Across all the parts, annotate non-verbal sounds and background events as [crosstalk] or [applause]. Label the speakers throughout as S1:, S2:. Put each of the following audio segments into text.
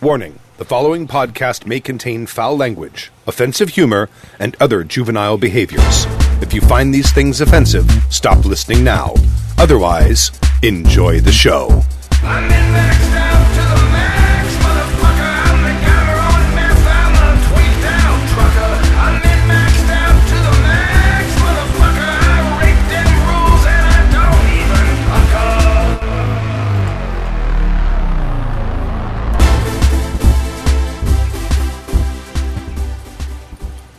S1: Warning the following podcast may contain foul language, offensive humor, and other juvenile behaviors. If you find these things offensive, stop listening now. Otherwise, enjoy the show.
S2: I'm in maxed out to the max, motherfucker. I'm the counter on meth. I'm a tweaked out trucker. I'm in maxed out to the max, motherfucker. I rate them rules and I don't even pucker.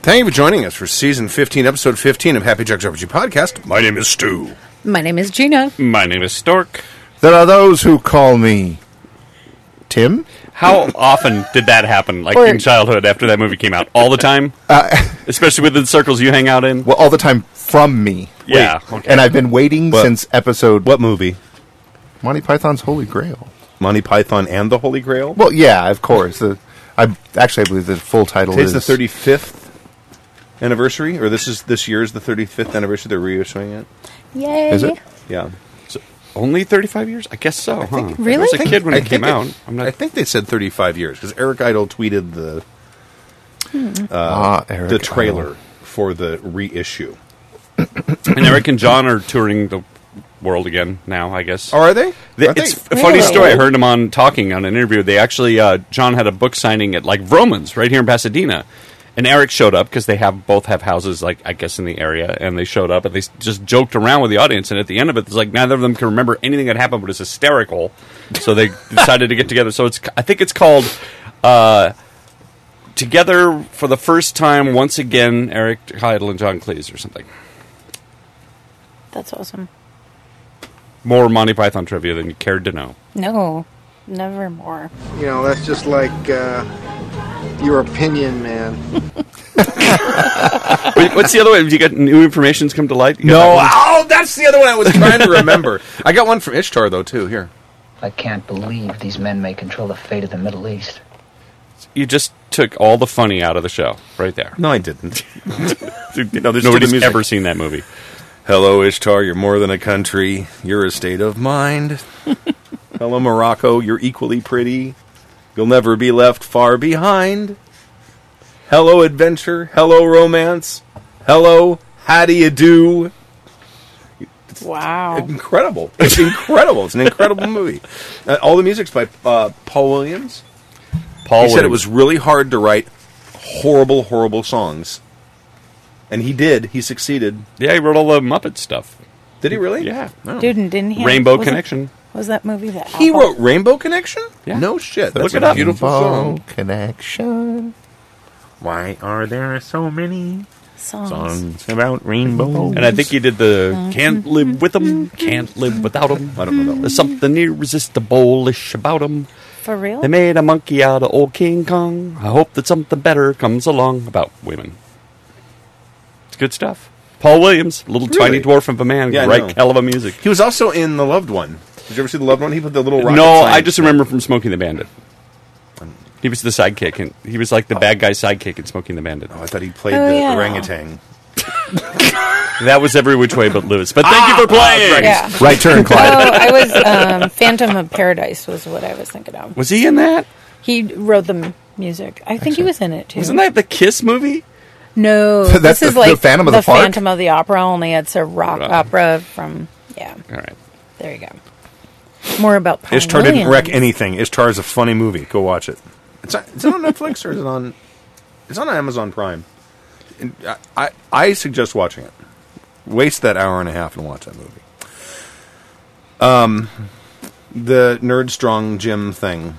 S1: Thank you for joining us for season 15, episode 15 of Happy Jacks RPG Podcast. My name is Stu.
S3: My name is Gina.
S4: My name is Stork.
S5: There are those who call me Tim.
S4: How often did that happen? Like
S3: Or-
S4: in childhood, after that movie came out, all the time, especially within the circles you hang out in.
S5: Well, all the time from me.
S4: yeah, okay.
S5: And I've been waiting
S1: What?
S5: since episode
S1: What movie?
S5: Monty Python's Holy Grail.
S1: Monty Python and the Holy Grail?
S5: Well, yeah, of course. The, I actually I believe the full title
S1: Today's
S5: is
S1: the 35th anniversary, or this is this year's the 35th anniversary. They're reissuing it.
S3: Yay.
S5: Is it?
S1: Yeah.
S4: So, only thirty-five years, I guess so. huh?
S3: Really?
S4: I was a
S3: I think-
S4: kid when
S1: I
S4: it
S1: think
S4: came out. I'm
S1: I
S4: not.
S1: think they said 35 years because Eric Idle tweeted the
S5: ah, Eric
S1: Uh, the
S5: Idle.
S1: trailer for the reissue.
S4: And Eric and John are touring the world again now. I guess.
S1: Oh, are they?
S4: They-
S1: Are they?
S4: it's a funny
S3: Really?
S4: story. I heard him on talking on an interview. They actually uh, John had a book signing at like Romans right here in Pasadena, and Eric showed up because they have both have houses like I guess in the area, and they showed up and they s- just joked around with the audience. And at the end of it, it's like neither of them can remember anything that happened, but it's hysterical.
S1: [laughs]
S4: So they decided to get together. So it's I think it's called. Uh, Together for the first time, once again, Eric Heidel and John Cleese, or something.
S3: That's awesome.
S4: More Monty Python trivia than you cared to know.
S3: No, never more.
S6: You know, that's just like uh, your opinion, man.
S4: Wait, What's the other one? Have you got new information's come to light? You got that
S1: No.
S4: one?
S1: Oh, that's the other one I was trying to [laughs] remember. I got one from Ishtar though too. Here.
S7: I can't believe these men may control the fate of the Middle East.
S4: you just took all the funny out of the show right there.
S1: No, I [laughs] didn't.
S4: No,
S1: there's
S4: Nobody's
S1: still the music.
S4: ever seen that movie.
S1: Hello, Ishtar. You're more than a country. You're a state of [laughs] mind. Hello, Morocco. You're equally pretty. You'll never be left far behind. Hello, adventure. Hello, romance. Hello, how do you do?
S3: Wow.
S1: Incredible. It's incredible. It's an
S4: [laughs]
S1: incredible movie. Uh, all the music's by uh, Paul Williams.
S4: Paul
S1: he said it was really hard to write horrible, horrible songs. And he did. He succeeded.
S4: Yeah, he wrote all the Muppet stuff.
S1: Did he really?
S4: Yeah.
S1: Oh.
S3: Dude, and didn't he?
S4: Rainbow
S3: was it-
S4: Connection.
S3: was that movie that
S1: He
S3: album?
S1: wrote Rainbow Connection?
S4: Yeah.
S1: No shit. That's
S4: Look it
S1: a
S4: up.
S1: beautiful
S5: Bone
S1: song.
S5: connection.
S8: Why are there so many
S3: songs.
S8: songs about rainbow?
S4: And I think he did the Can't Live With Them, Can't Live Without Them. I don't know There's something irresistible-ish about them.
S3: for real?
S4: They made a monkey out of old King Kong. I hope that something better comes along about women. It's good stuff. Paul Williams, little
S1: Really?
S4: tiny dwarf of a man,
S1: Yeah, I know.
S4: right hell of a music.
S1: He was also in The Loved One. Did you ever see The Loved One? He put the little rocket
S4: No,
S1: science
S4: I just
S1: thing.
S4: remember from Smoking the Bandit. He was the sidekick, and he was like the bad guy sidekick in Smoking the Bandit.
S1: Oh, I thought he played
S3: Oh,
S1: the
S3: yeah.
S1: orangutan.
S4: That was every which way but loose. But thank you for playing.
S3: yeah.
S5: [laughs] Right turn,
S3: Oh,
S5: Clyde.
S3: I was um, Phantom of Paradise was what I was thinking of.
S4: Was he in that?
S3: He wrote the m- music. I think he was in it too.
S4: Wasn't that the Kiss movie?
S3: No,
S5: That's
S3: this is
S5: the-
S3: like
S5: the Phantom of the Park?
S3: Phantom of the Opera. Only it's a rock
S4: Right.
S3: opera from yeah.
S4: All right.
S3: There you go. More about Paul
S1: Ishtar didn't
S3: Williams.
S1: wreck anything. Ishtar is a funny movie. Go watch it. It's, it's on Netflix or is it on? It's on Amazon Prime. And I, I I suggest watching it. Waste that hour and a half and watch that movie. Um, the Nerd Strong Gym thing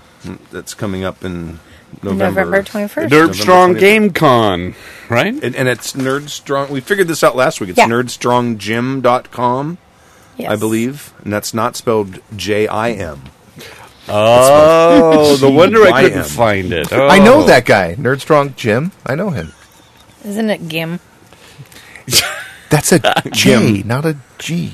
S1: that's coming up in November.
S3: November twenty first.
S4: Derb Strong
S1: 20th.
S4: Game Con, right?
S1: And, and it's Nerd Strong. We figured this out last week. It's
S3: Yeah.
S1: nerdstronggym.com,
S3: Yes.
S1: I believe, and that's not spelled J I M.
S4: Oh, no wonder I
S1: GYM.
S4: couldn't find it.
S5: I know
S4: Oh.
S5: that guy, Nerdstrong Jim. I know him.
S3: Isn't it Gim?
S5: That's
S1: [laughs]
S5: a J, not a G.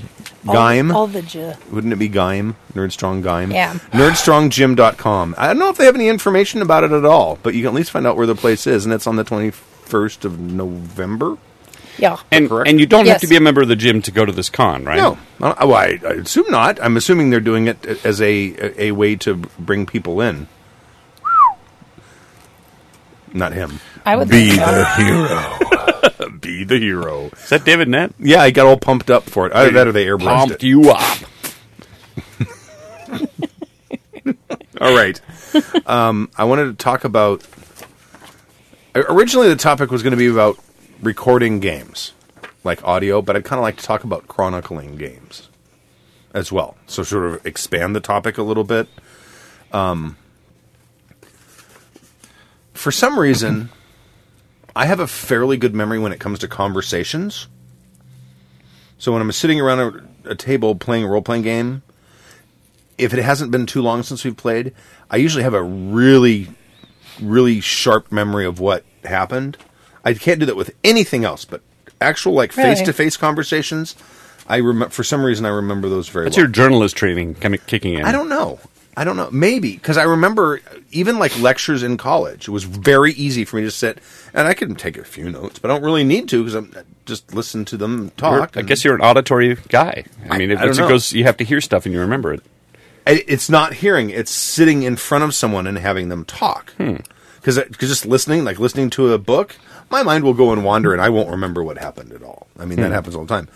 S1: Gym.
S3: All the j.
S1: Wouldn't it be Gaim? Nerdstrong Gaim?
S3: Yeah.
S1: Nerdstronggym.com. I don't know if they have any information about it at all, but you can at least find out where the place is, and it's on the 21st of November?
S3: Yeah.
S4: And,
S1: Correct.
S4: and you don't
S3: Yes.
S4: have to be a member of the gym to go to this con, right?
S1: No. I, don't- well, I, I assume not. I'm assuming they're doing it as a, a way to bring people in. Not him.
S3: I would
S5: Be
S3: think so.
S5: the hero.
S4: [laughs]
S1: Be the hero.
S4: Is that David Nett?
S1: Yeah, I got all pumped up for it. Either that or they airbrushed it.
S4: Pumped you [laughs] up.
S1: All right. um, I wanted to talk about. Originally, the topic was going to be about recording games, like audio, but I'd kind of like to talk about chronicling games as well. So, sort of expand the topic a little bit. Um, for some reason, [clears throat] I have a fairly good memory when it comes to conversations. So, when I'm sitting around a, a table playing a role playing game, if it hasn't been too long since we've played, I usually have a really, really sharp memory of what happened. I can't do that with anything else, but actual like
S3: Really?
S1: face to face conversations, I remember for some reason I remember those very.
S4: That's
S1: well.
S4: your journalist training coming kicking in.
S1: I don't know. I don't know. Maybe because I remember even like lectures in college, it was very easy for me to sit and I could take a few notes, but I don't really need to because I'm I just listen to them
S4: You're-
S1: talk.
S4: I guess you're an auditory guy. I mean, it,
S1: I don't
S4: once
S1: know.
S4: it goes, you have to hear stuff and you remember it.
S1: I- it's not hearing; it's sitting in front of someone and having them talk. Because just listening, like listening to a book, my mind will go and wander and I won't remember what happened at all. I mean, that happens all the time.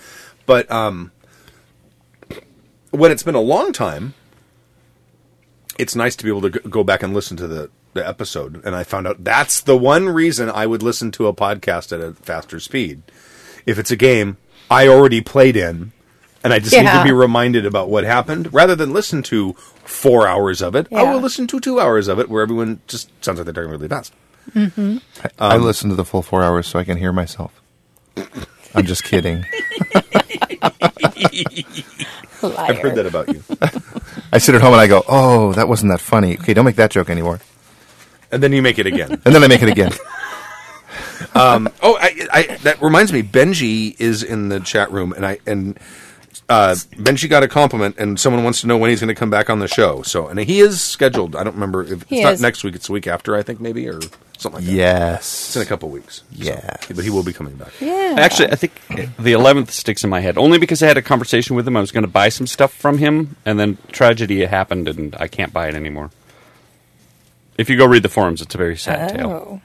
S1: But um, when it's been a long time, it's nice to be able to g- go back and listen to the, the episode. And I found out that's the one reason I would listen to a podcast at a faster speed. If it's a game I already played in and I just need
S3: Yeah.
S1: to be reminded about what happened, rather than listen to four hours of it, I
S3: Yeah.
S1: will listen to two hours of it where everyone just sounds like they're talking really fast.
S5: I
S1: Um,
S5: listen to the full four hours so I can hear myself. I'm just kidding.
S3: Liar.
S1: I've heard that about you. [laughs]
S5: I sit at home and I go, "Oh, that wasn't that funny." Okay, don't make that joke anymore.
S1: and then you make it
S3: [laughs]
S1: again.
S5: And then I make it again.
S1: Oh, I, I, that reminds me. Benji is in the chat room, and I and uh, Benji got a compliment, and someone wants to know when he's going to come back on the show. So, and he is scheduled. I don't remember if
S3: He
S1: it's not
S3: is.
S1: next week; it's the week after, I think, maybe or something like that.
S5: [laughs] yes.
S1: it's in a couple weeks. So-
S5: Yes.
S1: but he will be coming back.
S3: Yeah.
S4: Actually, I think the 11th sticks in my head only because I had a conversation with him. I was going to buy some stuff from him, and then tragedy happened, and I can't buy it anymore. If you go read the forums, it's a very sad tale.
S3: Oh.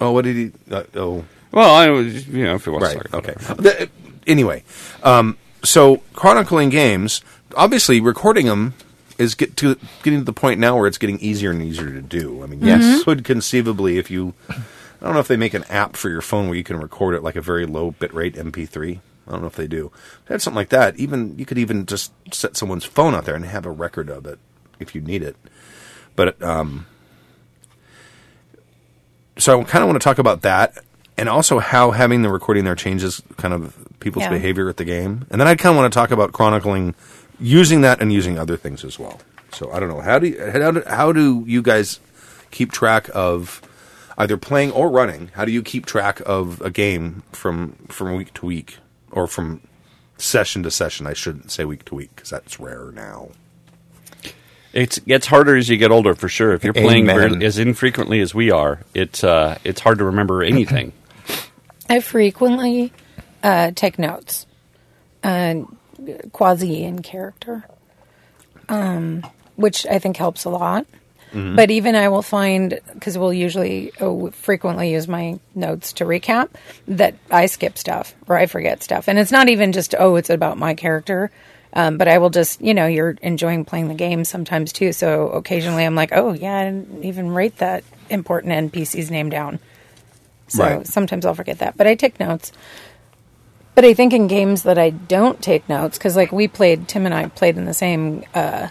S1: Oh, what did he? Uh, oh,
S4: Well, I was, you know, if it was
S1: right. Okay. The- uh, anyway, um, so chronicling games, obviously recording them is get to getting to the point now where it's getting easier and easier to do. I mean, yes, you could conceivably if you. I don't know if they make an app for your phone where you can record it like a very low bitrate MP3. I don't know if they do. If they had something like that. Even you could even just set someone's phone out there and have a record of it if you need it. But um, so I kind of want to talk about that, and also how having the recording there changes kind of people's
S3: Yeah.
S1: behavior at the game, and then I kind of want to talk about chronicling, using that and using other things as well. So I don't know how do you, how do, how do you guys keep track of either playing or running? How do you keep track of a game from from week to week or from session to session? I shouldn't say week to week because that's rare now.
S4: It gets harder as you get older, for sure. If you're playing
S5: Amen.
S4: very, as infrequently as we are, it's uh, it's hard to remember anything.
S3: I frequently uh, take notes, uh, quasi in character, um, which I think helps a lot. But even I will find because we'll usually oh, frequently use my notes to recap that I skip stuff or I forget stuff, and it's not even just oh it's about my character. Um, but I will just, you know, you're enjoying playing the game sometimes too. So occasionally I'm like, oh, yeah, I didn't even write that important NPC's name down. So
S1: Right.
S3: sometimes I'll forget that, but I take notes. But I think in games that I don't take notes, because like we played, Tim and I played in the same uh,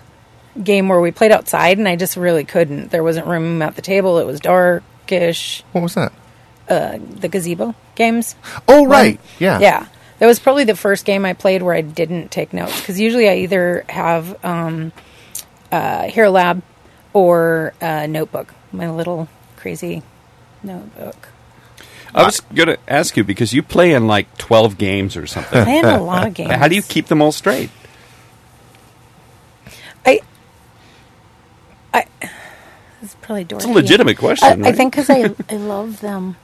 S3: game where we played outside, and I just really couldn't. There wasn't room at the table. It was darkish.
S5: What was that?
S3: The gazebo games.
S5: Oh, right. Yeah.
S3: Yeah. That was probably the first game I played where I didn't take notes because usually I either have um, uh, Hero Lab or uh, notebook, my little crazy notebook.
S4: [clears throat] I was going to ask you because you play in like 12 games or something. [laughs]
S3: I had a lot of games.
S4: How do you keep them all straight?
S3: I, I, it's probably dorky.
S4: It's a legitimate
S3: I,
S4: question.
S3: I
S4: right?
S3: think because I, I love
S4: [laughs]
S3: them. [laughs]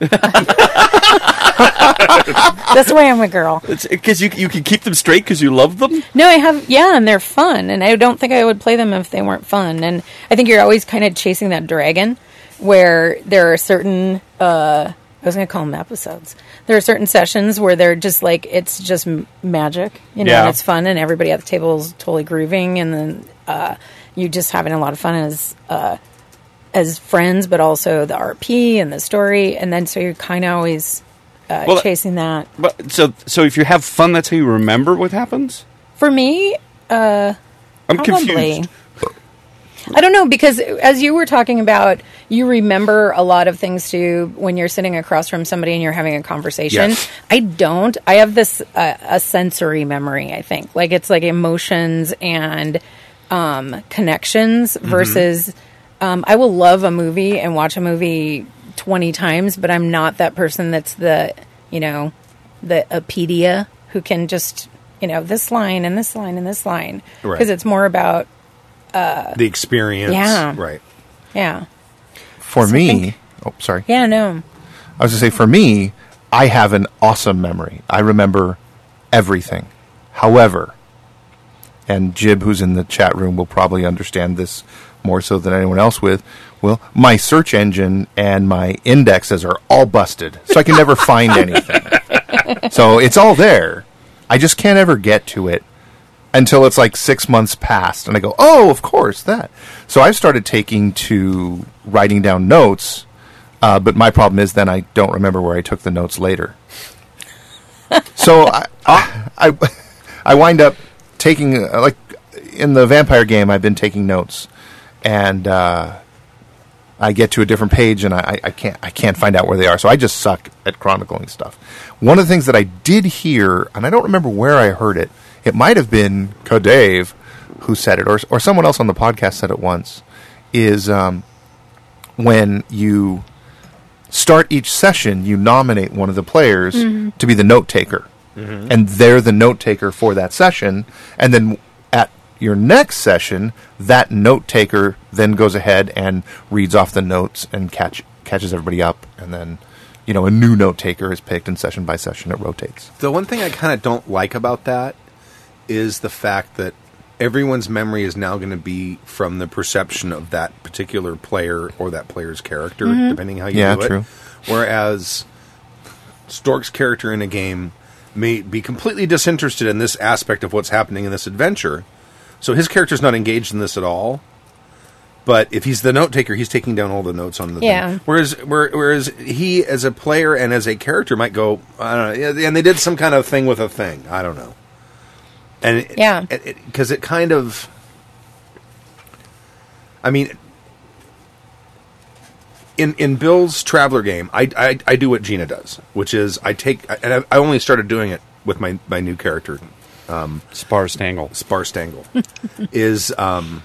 S3: That's why I'm a girl.
S4: because you you can keep them straight because you love them.
S3: No, I have, yeah, and they're fun. And I don't think I would play them if they weren't fun. And I think you're always kind of chasing that dragon. where there are certain uh, I was going to call them episodes. There are certain sessions where they're just like it's just m- magic, you know,
S4: Yeah.
S3: and it's fun, and everybody at the table is totally grooving, and then uh, you just having a lot of fun as uh, as friends, but also the RP and the story, and then so you're kind of always uh,
S4: Well,
S3: chasing that.
S4: But so so if you have fun, that's how you remember what happens.
S3: For me,
S4: I'm
S3: Probably.
S4: confused.
S3: I don't know because as you were talking about, you remember a lot of things too when you're sitting across from somebody and you're having a conversation.
S4: Yes.
S3: I don't. I have this uh, a sensory memory. I think like it's like emotions and um, connections versus. Um, I will love a movie and watch a movie twenty times, but I'm not that person that's the you know the apedia who can just you know this line and this line and this line
S1: Right.
S3: because it's more about
S1: the experience.
S3: Uh, Yeah.
S1: Right.
S3: yeah.
S5: For me,
S3: think-
S5: oh sorry,
S3: Yeah, no.
S5: I was going to say for me, I have an awesome memory. I remember everything. However, and Jib, who's in the chat room, will probably understand this more so than anyone else. With well, my search engine and my indexes are all busted, so I can never find anything. So it's all there. I just can't ever get to it until it's like six months past, and I go, "Oh, of course that." So I've started taking to writing down notes, uh, but my problem is then I don't remember where I took the notes later. so I, I, I, I wind up taking uh, like in the vampire game, I've been taking notes, and uh, I get to a different page and I, I- I can't I can't find out where they are. So I just suck at chronicling stuff. One of the things that I did hear, and I don't remember where I heard it. It might have been Kadave who said it, or or someone else on the podcast said it once. Is um, when you start each session, you nominate one of the players to be the note taker,
S4: Mm-hmm.
S5: and they're the note taker for that session. And then at your next session, that note taker then goes ahead and reads off the notes and catch catches everybody up, and then you know a new note taker is picked, and session by session it rotates.
S1: The one thing I kind of don't like about that is the fact that everyone's memory is now going to be from the perception of that particular player or that player's character, depending how you
S5: Yeah,
S1: do it.
S5: true.
S1: Whereas Stork's character in a game may be completely disinterested in this aspect of what's happening in this adventure, so his character's not engaged in this at all. But if he's the note taker, he's taking down all the notes on the thing.
S3: Yeah.
S1: Whereas, where- whereas he as a player and as a character might go, I don't know. yeah, And they did some kind of thing with a thing. I don't know. And it-
S3: Yeah.
S1: because it, 'cause it kind of. I mean, in in Bill's Traveler game, I, I I do what Gina does, which is I take and I, I only started doing it with my my new character
S4: Sparse tangle.
S1: sparse tangle is um,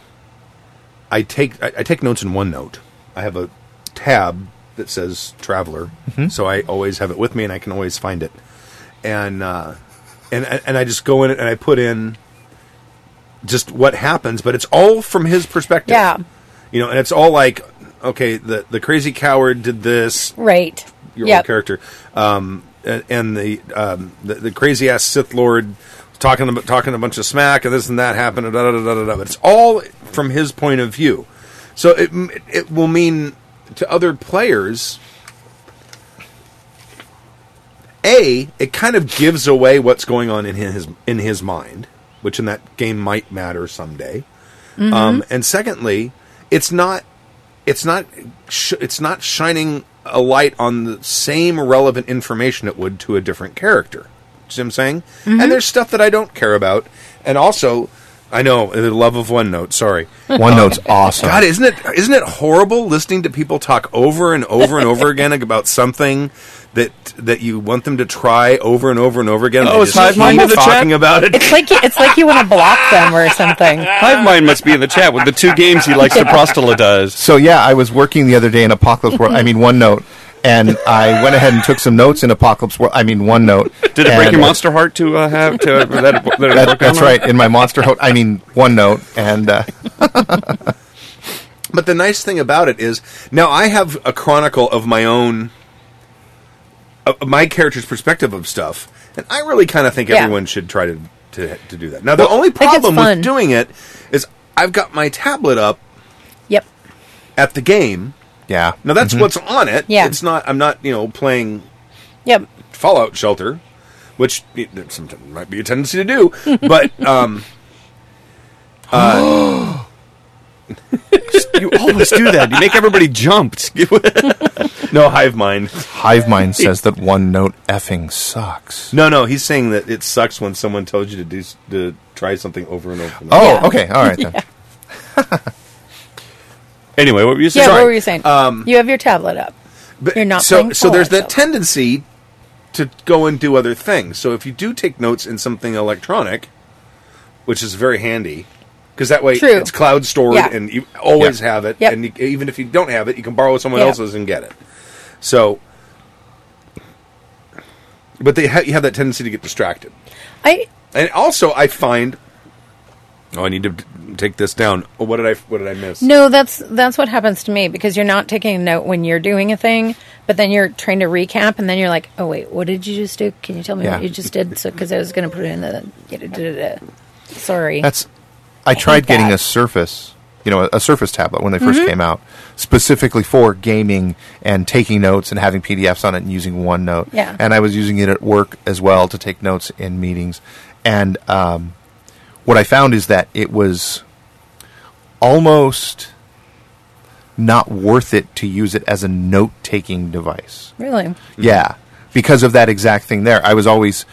S1: I take I, I take notes in OneNote. I have a tab that says Traveler, so I always have it with me and I can always find it. And uh, and and I just go in it and I put in just what happens, but it's all from his perspective.
S3: Yeah.
S1: you know, and it's all like. Okay, the the crazy coward did this
S3: Right.
S1: your
S3: Yep.
S1: old character. Um, a- and the, um, the the crazy ass Sith Lord talking about, talking a bunch of smack and this and that happened. and Da, da, da, da, da, da. It's all from his point of view, so it m- it will mean to other players. A, it kind of gives away what's going on in his in his mind, which in that game might matter someday. Um, and secondly, it's not it's not sh- it's not shining a light on the same relevant information it would to a different character. See what I'm saying?
S4: Mm-hmm.
S1: And there's stuff that I don't care about, and also I know the love of OneNote. Sorry,
S5: One note's awesome.
S1: God, isn't it isn't it horrible listening to people talk over and over and over
S4: [laughs]
S1: again about something that that you want them to try over and over and over again? and
S4: Oh,
S1: they
S4: it's
S1: just
S4: hive mind
S1: keep
S4: in the chat?
S1: talking about it.
S3: It's like you, it's like you want to block them or something.
S4: [laughs] Hive mind must be in the chat with the two games he likes to proselytize.
S5: So yeah, I was working the other day in Apocalypse World. I mean, OneNote, and I went ahead and took some notes in Apocalypse World. I mean, OneNote.
S4: Did it break
S5: And-
S4: your monster heart to uh, have to have that? that it
S5: That-
S4: broke down
S5: that's
S4: on?
S5: right. In my monster, ho- I mean, OneNote, and uh,
S1: But the nice thing about it is now I have a chronicle of my own, of my character's perspective of stuff, and I really kind of think
S3: Yeah.
S1: everyone should try to, to to do that. Now the only
S3: it's
S1: problem with
S3: fun.
S1: doing it is I've got my tablet up
S3: Yep.
S1: at the game,
S5: Yeah.
S1: Now that's what's on it.
S3: Yeah.
S1: It's not. I'm not. You know, playing
S3: Yep.
S1: Fallout Shelter, which it, there sometimes might be a tendency to do,
S3: [laughs]
S1: but um,
S4: You always Oh, do that. You make everybody jump. It's-
S1: no hive mind.
S5: Hive Mind says that one note effing sucks.
S1: No, no, he's saying that it sucks when someone tells you to do s- to try something over and over. And over.
S5: Oh, okay. All right then.
S4: Anyway, what were you
S3: Yeah,
S4: saying?
S3: what were you saying?
S5: Um,
S3: you have your tablet up.
S1: But-
S3: You're not
S1: so
S3: playing
S1: so. There's
S3: Fallout
S1: that
S3: Shelter.
S1: tendency to go and do other things. So if you do take notes in something electronic, which is very handy, because that way
S3: True.
S1: it's cloud stored
S3: Yeah.
S1: and you always have it.
S3: Yep.
S1: And you, even if you don't have it, you can borrow someone
S3: Yeah.
S1: else's and get it. So, but they ha- you have that tendency to get distracted.
S3: I
S1: And also, I find. Oh, I need to take this down. Oh, what did I? What did I miss?
S3: no, that's that's what happens to me because you're not taking a note when you're doing a thing, but then you're trying to recap, and then you're like, oh wait, what did you just do? Can you tell me
S5: Yeah.
S3: what you just did? So because I was going to put it in the da-da-da-da. sorry.
S5: That's. I tried getting
S3: that. Mm-hmm.
S5: a Surface, you know, a, a Surface tablet when they 1st came out, specifically for gaming and taking notes and having PDFs on it and using OneNote.
S3: Yeah.
S5: And I was using it at work as well to take notes in meetings. And um, what I found is that it was almost not worth it to use it as a note taking device.
S3: really
S5: Yeah, because of that exact thing there. I was always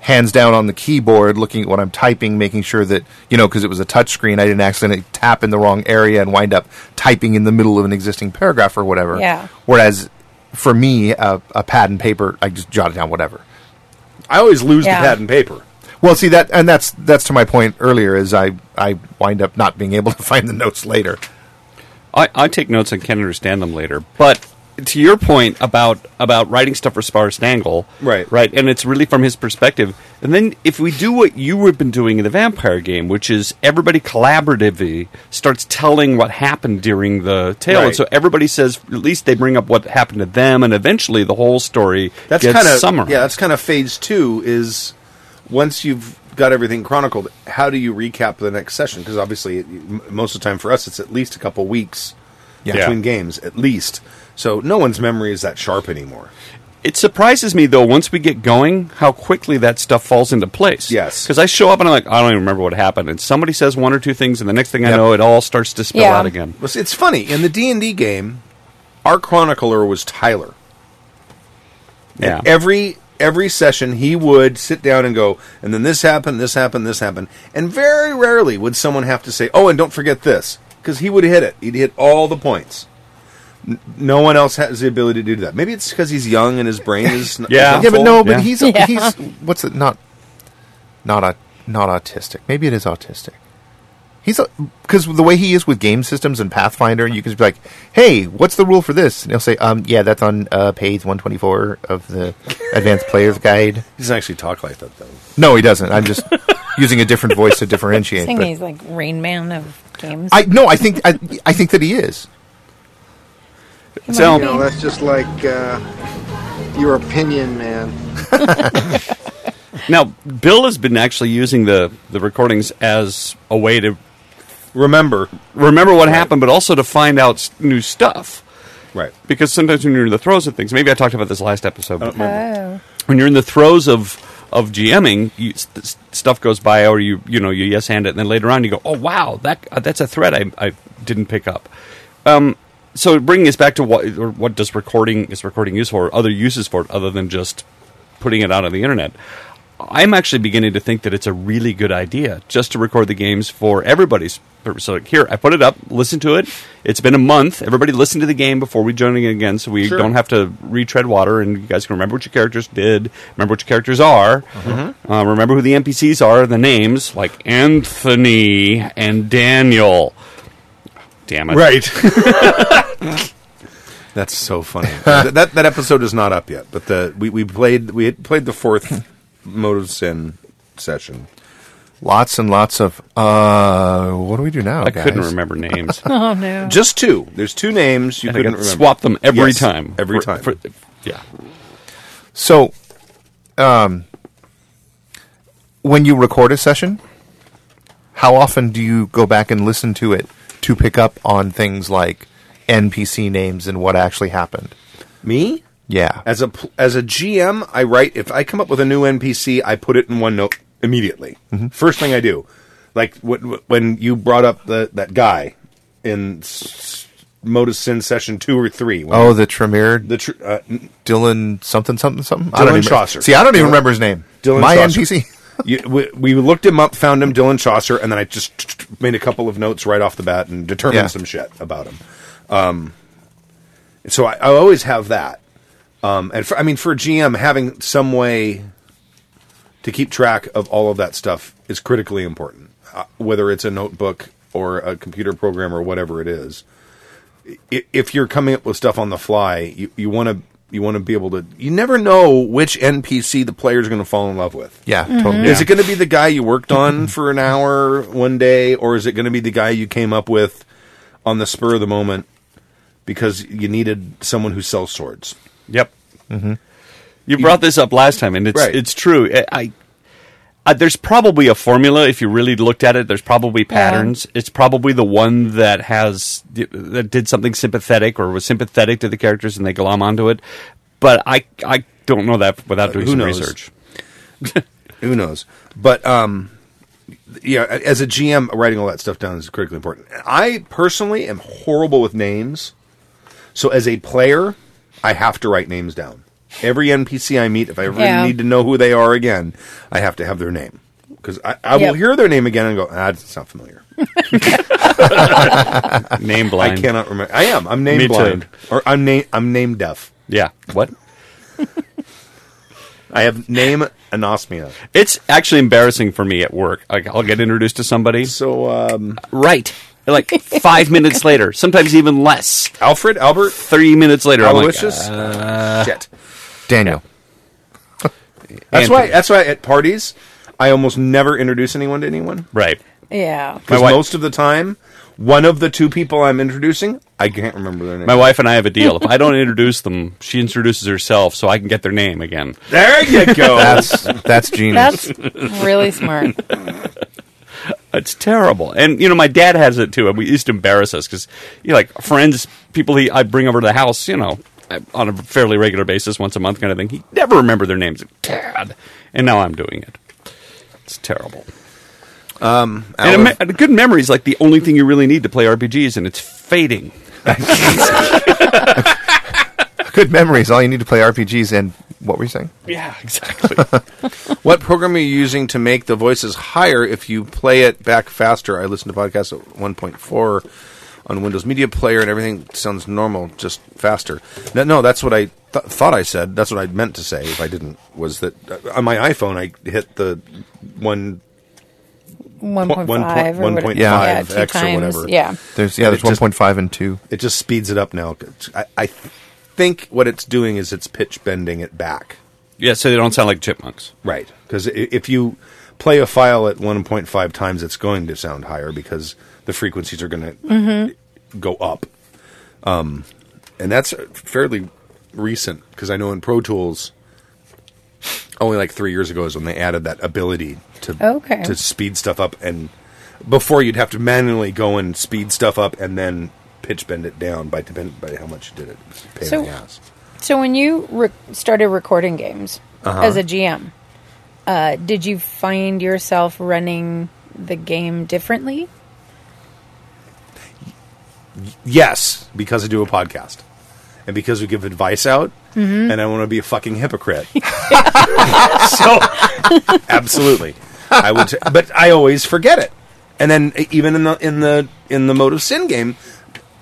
S5: hands down on the keyboard looking at what I'm typing, making sure that, you know, because it was a touch screen, I didn't accidentally tap in the wrong area and wind up typing in the middle of an existing paragraph or whatever.
S3: Yeah.
S5: Whereas for me, a, a pad and paper, I just jot it down, whatever.
S1: I always lose
S3: Yeah.
S1: the pad and paper.
S5: Well, see that, and that's that's to my point earlier. Is I I wind up not being able to [laughs] find the notes later.
S4: I, I take notes and can understand them later. But to your point about about writing stuff for Sparse Dangle,
S1: Right.
S4: right, and it's really from his perspective. And then if we do what you have been doing in the Vampire game, which is everybody collaboratively starts telling what happened during the tale,
S1: Right.
S4: and so everybody says at least they bring up what happened to them, and eventually the whole story
S1: That's
S4: gets
S1: kind of
S4: summarized.
S1: yeah. That's kind of phase two. Is once you've got everything chronicled, how do you recap the next session? Because obviously, it, m- most of the time for us, it's at least a couple weeks between games, at least. So no one's memory is that sharp anymore.
S4: It surprises me though once we get going how quickly that stuff falls into place.
S1: Yes.
S4: because I show up and I'm like, I don't even remember what happened, and somebody says one or two things, and the next thing I know, it all starts to spill
S3: Yeah.
S4: out again.
S1: Well, see, It's funny in the D and D game, our chronicler was Tyler.
S4: Yeah,
S1: And every every session he would sit down and go, and then this happened, this happened, this happened. And very rarely would someone have to say, "Oh, and don't forget this," because he would hit it. He'd hit all the points. N- no one else has the ability to do that. Maybe it's because he's young and his brain is n- is
S4: Yeah.
S1: not
S5: Yeah, but
S1: full.
S5: no, but
S4: Yeah.
S5: he's
S3: Yeah.
S5: he's what's it? Not not a not autistic. Maybe it is autistic. He's because the way he is with game systems and Pathfinder, you can just be like, "Hey, what's the rule for this?" And he'll say, "Um, yeah, that's on uh, page one twenty four of the Advanced Player's Guide."
S1: He doesn't actually talk like that though.
S5: No, he doesn't. I'm just using a different voice to
S3: I
S5: differentiate.
S3: think
S5: but-
S3: he's like Rain Man of games.
S5: I no, I think I, I think that he is.
S6: You know,
S4: so
S6: that's just like uh, your opinion, man.
S4: now Bill has been actually using the the recordings as a way to
S1: Remember,
S4: remember what happened, but also to find out s- new stuff.
S1: right?
S4: Because sometimes when you're in the throes of things, maybe I talked about this last episode. But
S3: oh,
S4: when you're in the throes of of GMing, you, st- st- stuff goes by, or you you know you yes hand it, and then later on you go, oh wow, that uh, that's a thread I, I didn't pick up. Um, so bringing us back to what or what does recording is recording used for? Other uses for it other than just putting it out on the internet. I'm actually beginning to think that it's a really good idea just to record the games for everybody's purpose. So like, here, I put it up, listen to it. It's been a month. Everybody listen to the game before we join it again, so we
S1: Sure.
S4: don't have to retread water, and you guys can remember what your characters did, remember what your characters are,
S1: Mm-hmm.
S4: uh, remember who the NPCs are, the names like Anthony and Daniel. Damn it!
S1: Right. That's so funny. [laughs] Th- that that episode is not up yet, but the we, we played we had played the
S4: [laughs]
S1: fourth mode of sin session.
S5: Lots and lots of uh, what do we do
S4: [laughs]
S5: now?
S4: I couldn't
S5: guys?
S4: remember
S1: [laughs]
S4: names.
S3: oh no.
S1: Just two. There's two names you
S4: I
S1: couldn't
S4: could
S1: remember.
S4: swap them every
S1: Yes,
S4: time.
S1: Every
S4: For-
S1: time.
S4: for- yeah.
S5: So, um, when you record a session, how often do you go back and listen to it to pick up on things like NPC names and what actually happened.
S1: Me?
S5: Yeah.
S1: As a pl- as a GM, I write if I come up with a new NPC, I put it in OneNote immediately.
S4: Mm-hmm.
S1: First thing I do, like wh- wh- when you brought up the that guy in S- Modus Sin session two or three. When
S5: oh, the Tremere
S1: the tr- uh, n-
S5: Dylan something something something. I
S1: Dylan
S5: don't even,
S1: Chaucer.
S5: See, I don't even
S1: Dylan-
S5: remember his name.
S1: Dylan
S5: My
S1: Chaucer.
S5: NPC.
S1: [laughs] you, we, we looked him up, found him, Dylan Chaucer, and then I just t- t- made a couple of notes right off the bat and determined
S5: Yeah.
S1: some shit about him. Um, so I, I always have that. Um, and for, I mean, for a GM, having some way to keep track of all of that stuff is critically important, uh, whether it's a notebook or a computer program or whatever it is. I- If you're coming up with stuff on the fly, you you want to you want to be able to. You never know which NPC the player's going to fall in love with.
S5: Yeah, totally.
S1: Is it going to be the guy you worked on [laughs] for an hour one day, or is it going to be the guy you came up with on the spur of the moment because you needed someone who sells swords?
S4: Yep. You brought this up last time, and it's
S1: Mm-hmm. Right.
S4: it's true. I, I uh, there's probably a formula if you really looked at it. There's probably patterns. It's probably the one that has that did something sympathetic or was sympathetic to the characters, and they glom onto it. But I I don't know that without doing
S1: Uh, who
S4: some
S1: knows?
S4: research.
S1: Who knows? But um, yeah, as a GM, writing all that stuff down is critically important. I personally am horrible with names, so as a player, I have to write names down. Every NPC I meet, if I ever
S3: Yeah.
S1: need to know who they are again, I have to have their name because I, I will
S3: Yep.
S1: hear their name again and go, ah, it's not familiar. [laughs]
S4: Name
S1: I
S4: blind.
S1: cannot remember. I am. I'm name
S4: Me too.
S1: blind, or I'm name I'm name deaf.
S4: Yeah. What?
S1: I have name anosmia.
S4: It's actually embarrassing for me at work. Like I'll get introduced to somebody.
S1: So, um,
S4: Right. Like
S1: [laughs]
S4: five minutes later, sometimes even less.
S1: Alfred, Albert,
S4: Three minutes later,
S1: Oh
S4: I'm like, "Uh,
S1: Aloysius, shit.
S5: Daniel.
S1: That's
S4: Anthony.
S1: why. That's why at parties, I almost never introduce anyone to anyone.
S4: right.
S3: Yeah.
S1: Because
S4: My wife-
S1: most of the time, one of the two people I'm introducing, I can't remember their name.
S4: My wife and I have a deal. If I don't introduce them, she introduces herself so I can get their name again.
S1: there you go.
S5: That's
S1: [laughs]
S5: that's
S3: [laughs]
S5: genius. [laughs]
S3: That's really smart.
S4: It's terrible. And, you know, my dad has it too. And we used to embarrass us because, you know, like friends, people he, I bring over to the house, you know, on a fairly regular basis, once a month kind of thing. He never remembered their names. Dad. And now I'm doing it. It's terrible.
S1: Out
S4: And, a me-
S1: of-
S4: and a good memory is like the only thing you really need to play RPGs, and it's fading.
S5: Good memories. All you need to play RPGs and what were you saying?
S4: [laughs] Yeah, exactly.
S1: what program are you using to make the voices higher if you play it back faster? I listen to podcasts at 1.4 on Windows Media Player, and everything sounds normal, just faster. No, no that's what I th- thought I said. That's what I meant to say. If I didn't, was that uh, on my iPhone I hit the one
S3: One point
S1: one point-
S3: five.
S1: one
S3: or
S1: point
S3: whatever. Yeah,
S1: five
S3: two
S1: X or
S3: times.
S1: whatever.
S3: Yeah.
S5: There's yeah, there's
S1: It just-
S5: 1.5 and 2.
S1: It just speeds it up now. I, I think what it's doing is it's pitch bending it back.
S4: [laughs] yeah, so they don't sound like chipmunks.
S1: Right. Because if you play a file at 1.5 times, it's going to sound higher because the frequencies are going to
S3: Mm-hmm.
S1: go up. Um, and that's fairly recent because I know in Pro Tools, only like three years ago is when they added that ability to
S3: Okay.
S1: to speed stuff up. And before you'd have to manually go and speed stuff up and then pitch bend it down by depend by how much you did it. It's a pain in
S3: So-
S1: the ass.
S3: So when you re- started recording games as a GM, uh, did you find yourself running the game differently?
S1: Yes, because I do a podcast and because we give advice out, and I want to be a fucking hypocrite. so, absolutely, I would. T- but I always forget it, and then e- even in the in the in the mode of sin game,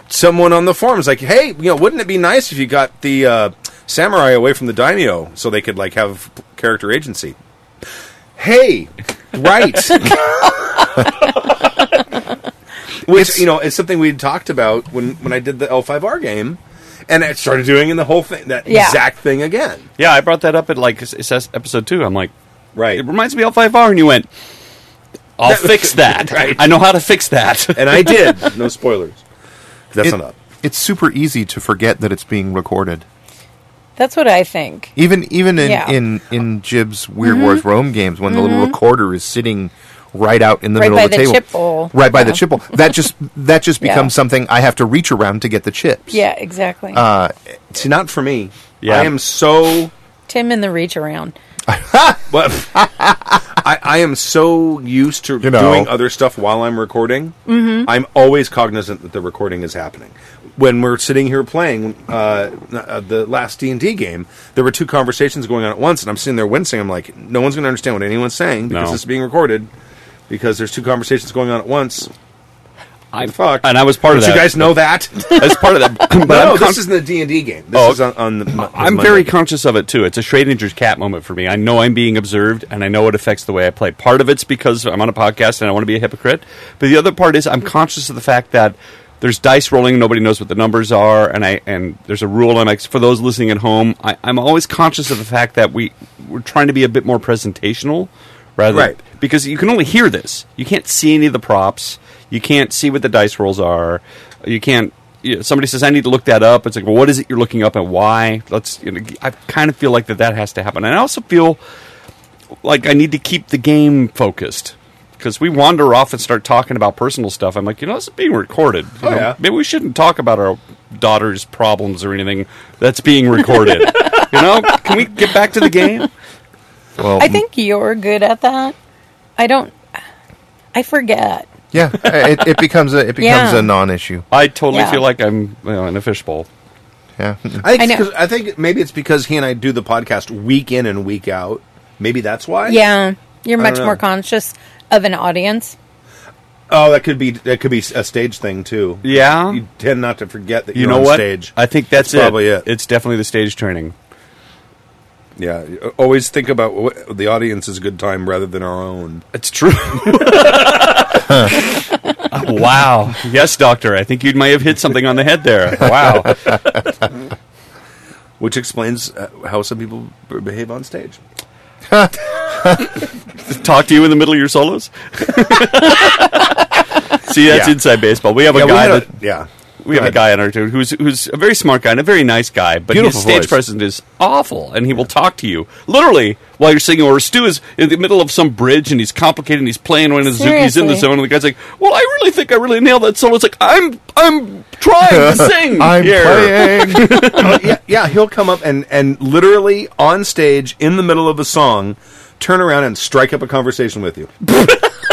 S1: someone on the forums like, hey, you know, wouldn't it be nice if you got the uh, samurai away from the daimyo so they could like have character agency? Hey, right. [laughs] which you know is something we had talked about when when I did the L5R game, and I started doing in the whole thing that
S3: Yeah.
S1: exact thing again.
S4: Yeah, I brought that up at like s- s- episode two. I'm like,
S1: Right.
S4: It reminds me of L5R, and you went,
S1: [laughs]
S4: I'll fix that.
S1: Right.
S4: I know how to
S1: [laughs]
S4: fix that.
S1: And I did. No spoilers. That's
S5: It-
S1: not up.
S5: It's super easy to forget that it's being recorded.
S3: That's what I think.
S5: Even even in
S3: Yeah. Mm-hmm.
S5: in, in Jib's Weird Wars Rome games when the little recorder is sitting right out in the
S3: Right
S5: middle
S3: by
S5: of the,
S3: the
S5: table,
S3: chip bowl.
S5: right by the
S3: Yeah.
S5: chip bowl. That just that just
S3: [laughs] Yeah.
S5: becomes something I have to reach around to get the chips.
S3: Yeah, exactly.
S1: It's not for me.
S4: Yeah.
S1: I am so
S3: Tim and the reach around.
S1: But [laughs] I, I am so used to
S5: You know.
S1: doing other stuff while I'm recording. Mm-hmm. I'm always cognizant that the recording is happening. When we're sitting here playing uh, uh, the last D and D game, there were two conversations going on at once, and I'm sitting there wincing. I'm like, no one's going to understand what anyone's saying because
S4: No.
S1: this is being recorded. Because there's two conversations going on at once.
S4: I
S1: Fuck.
S4: and I was part
S1: Don't
S4: of that.
S1: You
S4: [laughs]
S1: guys know that. [laughs]
S4: as part of that. But
S1: no,
S4: I'm, con-
S1: this isn't the D and D game. This
S4: Oh,
S1: is on. on the, Mo-
S4: I'm
S1: Monday
S4: very
S1: game.
S4: conscious of it too. It's a Schrodinger's cat moment for me. I know I'm being observed, and I know it affects the way I play. Part of it's because I'm on a podcast and I want to be a hypocrite, but the other part is I'm conscious of the fact that there's dice rolling, nobody knows what the numbers are, and I and there's a rule. I'm ex- for those listening at home. I, I'm always conscious of the fact that we we're trying to be a bit more presentational rather
S1: Right.
S4: than, because you can only hear this. You can't see any of the props. You can't see what the dice rolls are. You can't. You know, somebody says, "I need to look that up." It's like, well, what is it you're looking up and why? Let's. You know, I kind of feel like that that has to happen, and I also feel like I need to keep the game focused because we wander off and start talking about personal stuff. I'm like, you know, this is being recorded. You
S1: Oh,
S4: know,
S1: yeah.
S4: Maybe we shouldn't talk about our daughter's problems or anything that's being recorded.
S1: [laughs]
S4: you know, can we get back to the game?
S5: Well,
S3: I think you're good at that. I don't. I forget.
S5: yeah, it, it becomes a it becomes
S3: [laughs] Yeah.
S5: a non-issue.
S4: I totally
S3: Yeah.
S4: feel like I'm you know, in a fishbowl.
S5: Yeah, [laughs]
S1: I think,
S3: I
S1: it's
S3: know.
S1: 'cause- I think maybe it's because he and I do the podcast week in and week out. Maybe that's why.
S3: Yeah, you're
S1: I
S3: much
S1: don't
S3: more
S1: know.
S3: conscious of an audience. [laughs]
S1: Oh, that could be that could be a stage thing too.
S4: Yeah.
S1: You tend not to forget that
S4: You
S1: you're
S4: know
S1: on
S4: what?
S1: stage.
S4: I think that's,
S1: That's probably it.
S4: It's definitely the
S1: [laughs]
S4: stage training.
S1: yeah. you Always think about what the audience's good time rather than our own.
S4: It's true. wow. Yes, doctor. I think you might have hit something on the
S1: [laughs]
S4: head there. Wow.
S1: [laughs] Which explains uh, how some people b- behave on stage.
S4: [laughs] Talk to you in the middle of your solos. [laughs] See, that's
S1: Yeah.
S4: inside baseball. We have a
S1: Yeah, we
S4: guy
S1: had a-
S4: that
S1: yeah.
S4: we have a guy on our team who's who's a very smart guy and a very nice guy, but
S5: Beautiful
S4: his stage
S5: voice.
S4: presence is awful, and he will talk to you literally while you're singing. Or Stu is in the middle of some bridge and he's complicated and he's playing one and Suzuki's in the
S3: Seriously.
S4: zone, and the guy's like, "Well, I really think I really nailed that solo." It's like I'm I'm
S5: [laughs]
S4: trying to sing
S5: I'm
S4: here.
S5: playing.
S1: Oh, yeah, yeah, he'll come up and and literally on stage in the middle of a song, turn around and strike up a conversation with you.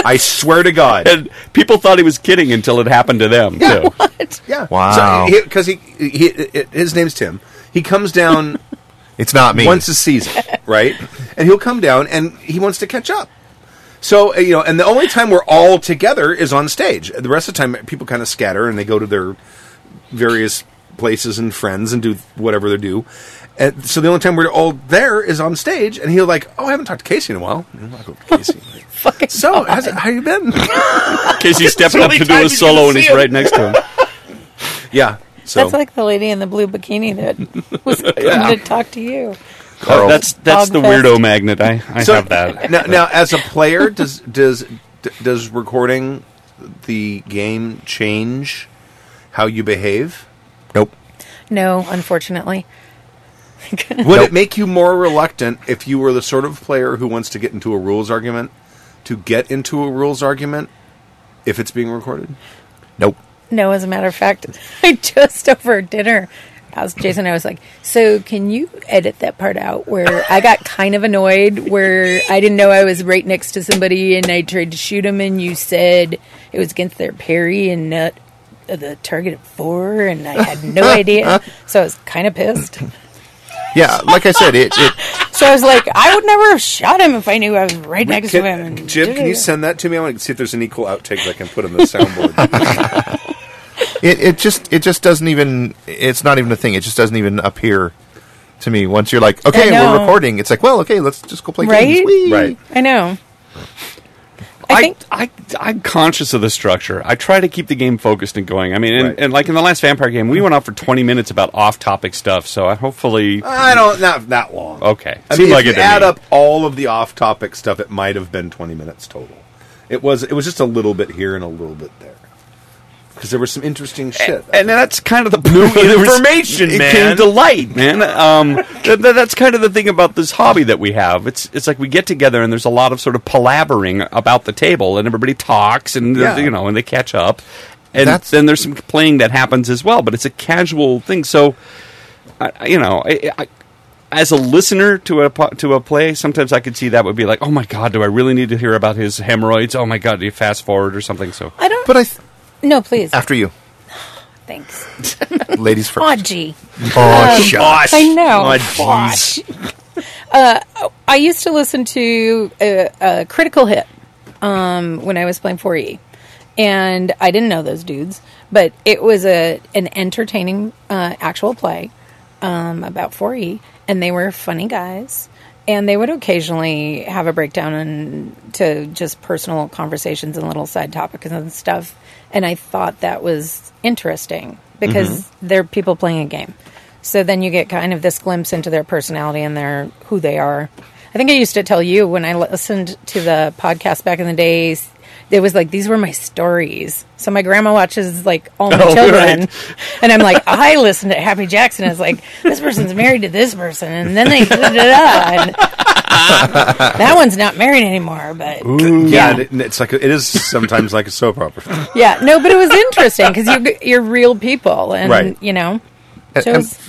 S1: I swear to God.
S4: And people thought he was kidding until it happened to them. too.
S1: Yeah.
S5: Wow.
S1: Because he, he, he his name's Tim. He comes down
S5: It's not me.
S1: once a season, [laughs] right? And he'll come down and he wants to catch up. So uh, you know, and the only time we're all together is on stage. The rest of the time, people kind of scatter and they go to their various places and friends and do whatever they do. And so the only time we're all there is on stage. And he'll like, "Oh, I haven't talked to Casey in a while." And I'm like, "Oh, [laughs] Casey,
S3: Fucking
S1: so how's it, how you been?"
S5: [laughs]
S4: Casey's stepping up to do a solo, and he's right next to him.
S1: [laughs] yeah. [laughs] So
S3: That's like the lady in the blue bikini
S1: [laughs]
S3: that was coming to talk to you.
S5: Carl.
S4: That's that's
S3: Dog
S4: the
S3: fest.
S4: weirdo magnet. I, I have
S1: [laughs]
S4: that.
S1: Now, now, as a player, does does d- does recording the game change how you behave?
S5: nope.
S3: No, unfortunately.
S1: Would it make you more reluctant if you were the sort of player who wants to get into a rules argument to get into a rules argument if it's being recorded?
S5: Nope.
S3: No, as a matter
S1: [laughs]
S3: of fact, I just over dinner asked Jason, I was like, So can you edit that part out where I got kind of annoyed where I didn't know I was right next to somebody and I tried to shoot him and you said it was against their parry and not the target of four and I
S1: [laughs]
S3: had no idea. So I was kind of pissed.
S5: Yeah, like I said, it, it
S3: [laughs] So I was like, I would never have shot him if I knew I was right next to him.
S1: Can,
S3: and
S1: Jim, can you send that to me? I want to see if there's an equal outtake that I can put [laughs] on the soundboard.
S5: it it just it just doesn't even it's not even a thing. It just doesn't even appear to me. Once you're like, okay,
S3: know.
S5: we're recording. It's like, well, okay, let's just go play games.
S3: Right?
S5: Whee!
S1: right.
S3: I know. I,
S4: I,
S3: think
S4: I, I am conscious of the structure. I try to keep the game focused and going. I mean, and,
S1: Right.
S4: and like in the last vampire game, we went on for 20 minutes about off-topic stuff. So I hopefully
S1: I don't not that long.
S4: okay.
S1: I
S4: Seemed
S1: mean,
S4: like
S1: if
S4: it
S1: you
S4: to
S1: add
S4: me.
S1: up all of the off-topic stuff, it might have been 20 minutes total. It was it was just a little bit here and a little bit there. because there was some interesting
S3: Eh,
S1: shit.
S4: And that's kind of the new
S1: information,
S4: It
S1: man.
S4: came to light, man. [laughs] Um, th- th- that's kind of the thing about this hobby that we have. It's it's like we get together and there's a lot of sort of palavering about the table, and everybody talks, and
S1: Yeah.
S4: you know, and they catch up, and
S5: That's-
S4: then there's some playing that happens as well. But it's a casual thing, so I, I- you know, I, I, as a listener to a po- to a play, sometimes I could see that would be like, oh my god, do I really need to hear about his hemorrhoids? Oh my god, do you fast forward or something? So
S3: I don't.
S5: But I, th-
S3: no, please.
S5: after you,
S3: Thanks.
S5: ladies first.
S3: Aw, gee.
S5: Oh, shucks.
S3: I know.
S1: Oh,
S3: Gosh. [laughs] uh, I used to listen to a, a Critical Hit um, when I was playing 4E, and I didn't know those dudes, but it was a an entertaining uh, actual play um, about 4E, and they were funny guys. And they would occasionally have a breakdown and to just personal conversations and little side topics and stuff. And I thought that was interesting because
S4: Mm-hmm.
S3: they're people playing a game. So then you get kind of this glimpse into their personality and their who they are. I think I used to tell you when I listened to the podcast back in the days, it was like these were my stories. So my grandma watches like all my
S4: [laughs] Oh,
S3: children,
S4: right.
S3: and I'm like, I listened to Happy Jackson. I was like, this person's married to this person, and then they da, da, da, and that one's not married anymore. But
S1: yeah, and it- it's like it is sometimes like a soap opera.
S3: yeah, no, but it was interesting because you you're real people, and
S1: Right.
S3: you know,
S5: And-
S3: so it was-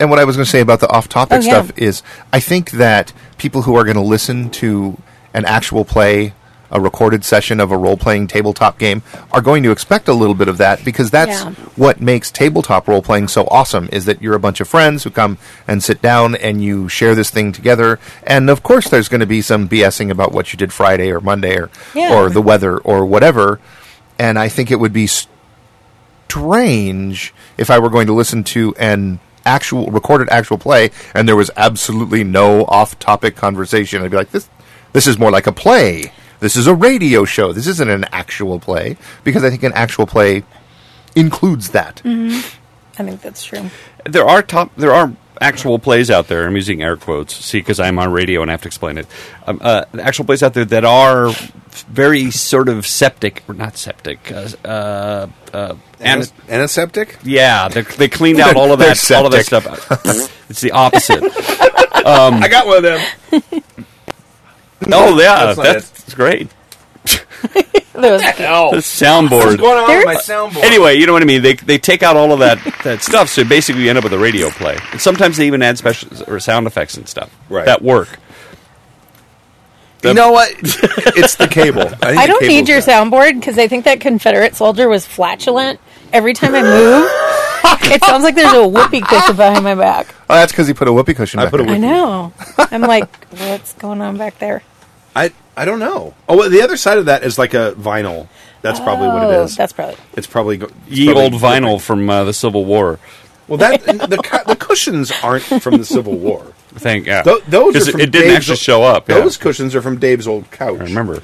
S5: And what I was going to say about the off topic
S3: Oh, yeah.
S5: stuff is I think that people who are going to listen to an actual play, a recorded session of a role playing tabletop game, are going to expect a little bit of that because that's
S3: Yeah.
S5: what makes tabletop role playing so awesome is that you're a bunch of friends who come and sit down and you share this thing together. And of course, there's going to be some BSing about what you did Friday or Monday or,
S3: Yeah.
S5: or the weather or whatever. And I think it would be strange if I were going to listen to an actual recorded actual play and there was absolutely no off-topic conversation. I'd be like, this this is more like a play. This is a radio show. This isn't an actual play because I think an actual play includes that. Oh,
S3: I think that's true.
S4: there are top there are actual plays out there i'm using air quotes see because i'm on radio and i have to explain it um, uh, actual plays out there that are very sort of septic or not septic uh, uh, uh, [laughs] and
S1: antiseptic.
S4: yeah they, they cleaned out all of
S5: They're
S4: that all of that
S5: septic.
S4: stuff [laughs] it's the opposite
S1: I got one of
S4: uh,
S1: them.
S4: oh yeah
S1: That's not
S4: that's, great
S3: There was-
S4: the
S1: What's
S4: soundboard
S1: going on with my
S3: There's-
S1: soundboard?
S4: anyway you know what i mean they, they take out all of that, that stuff so basically you end up with a radio play and sometimes they even add special or sound effects and stuff
S1: Right.
S4: that work
S1: you know
S4: [laughs]
S1: what? it's the cable. think
S3: I
S1: the
S3: don't need
S1: cable's
S3: your
S1: out.
S3: soundboard because I think that Confederate soldier was flatulent. Every time I move, it sounds like there's a whoopee cushion behind my back.
S5: Oh, that's because he put a whoopee cushion.
S1: I
S5: back
S1: put a
S5: there.
S3: I know. I'm like, what's going on back there?
S1: I I don't know. Oh, well, the other side of that is like a vinyl. That's probably what it
S3: Oh,
S1: is.
S3: That's probably.
S1: it's probably go- it's
S4: ye
S1: probably-
S4: old vinyl from uh, the Civil War.
S1: Well, that the cu- the cushions aren't from the Civil War.
S4: Thank yeah.
S1: Th- those are
S4: 'Cause it-
S1: from
S4: it didn't
S1: Dave's
S4: actually
S1: o-
S4: show up. yeah.
S1: Those cushions are from Dave's old couch.
S4: I remember.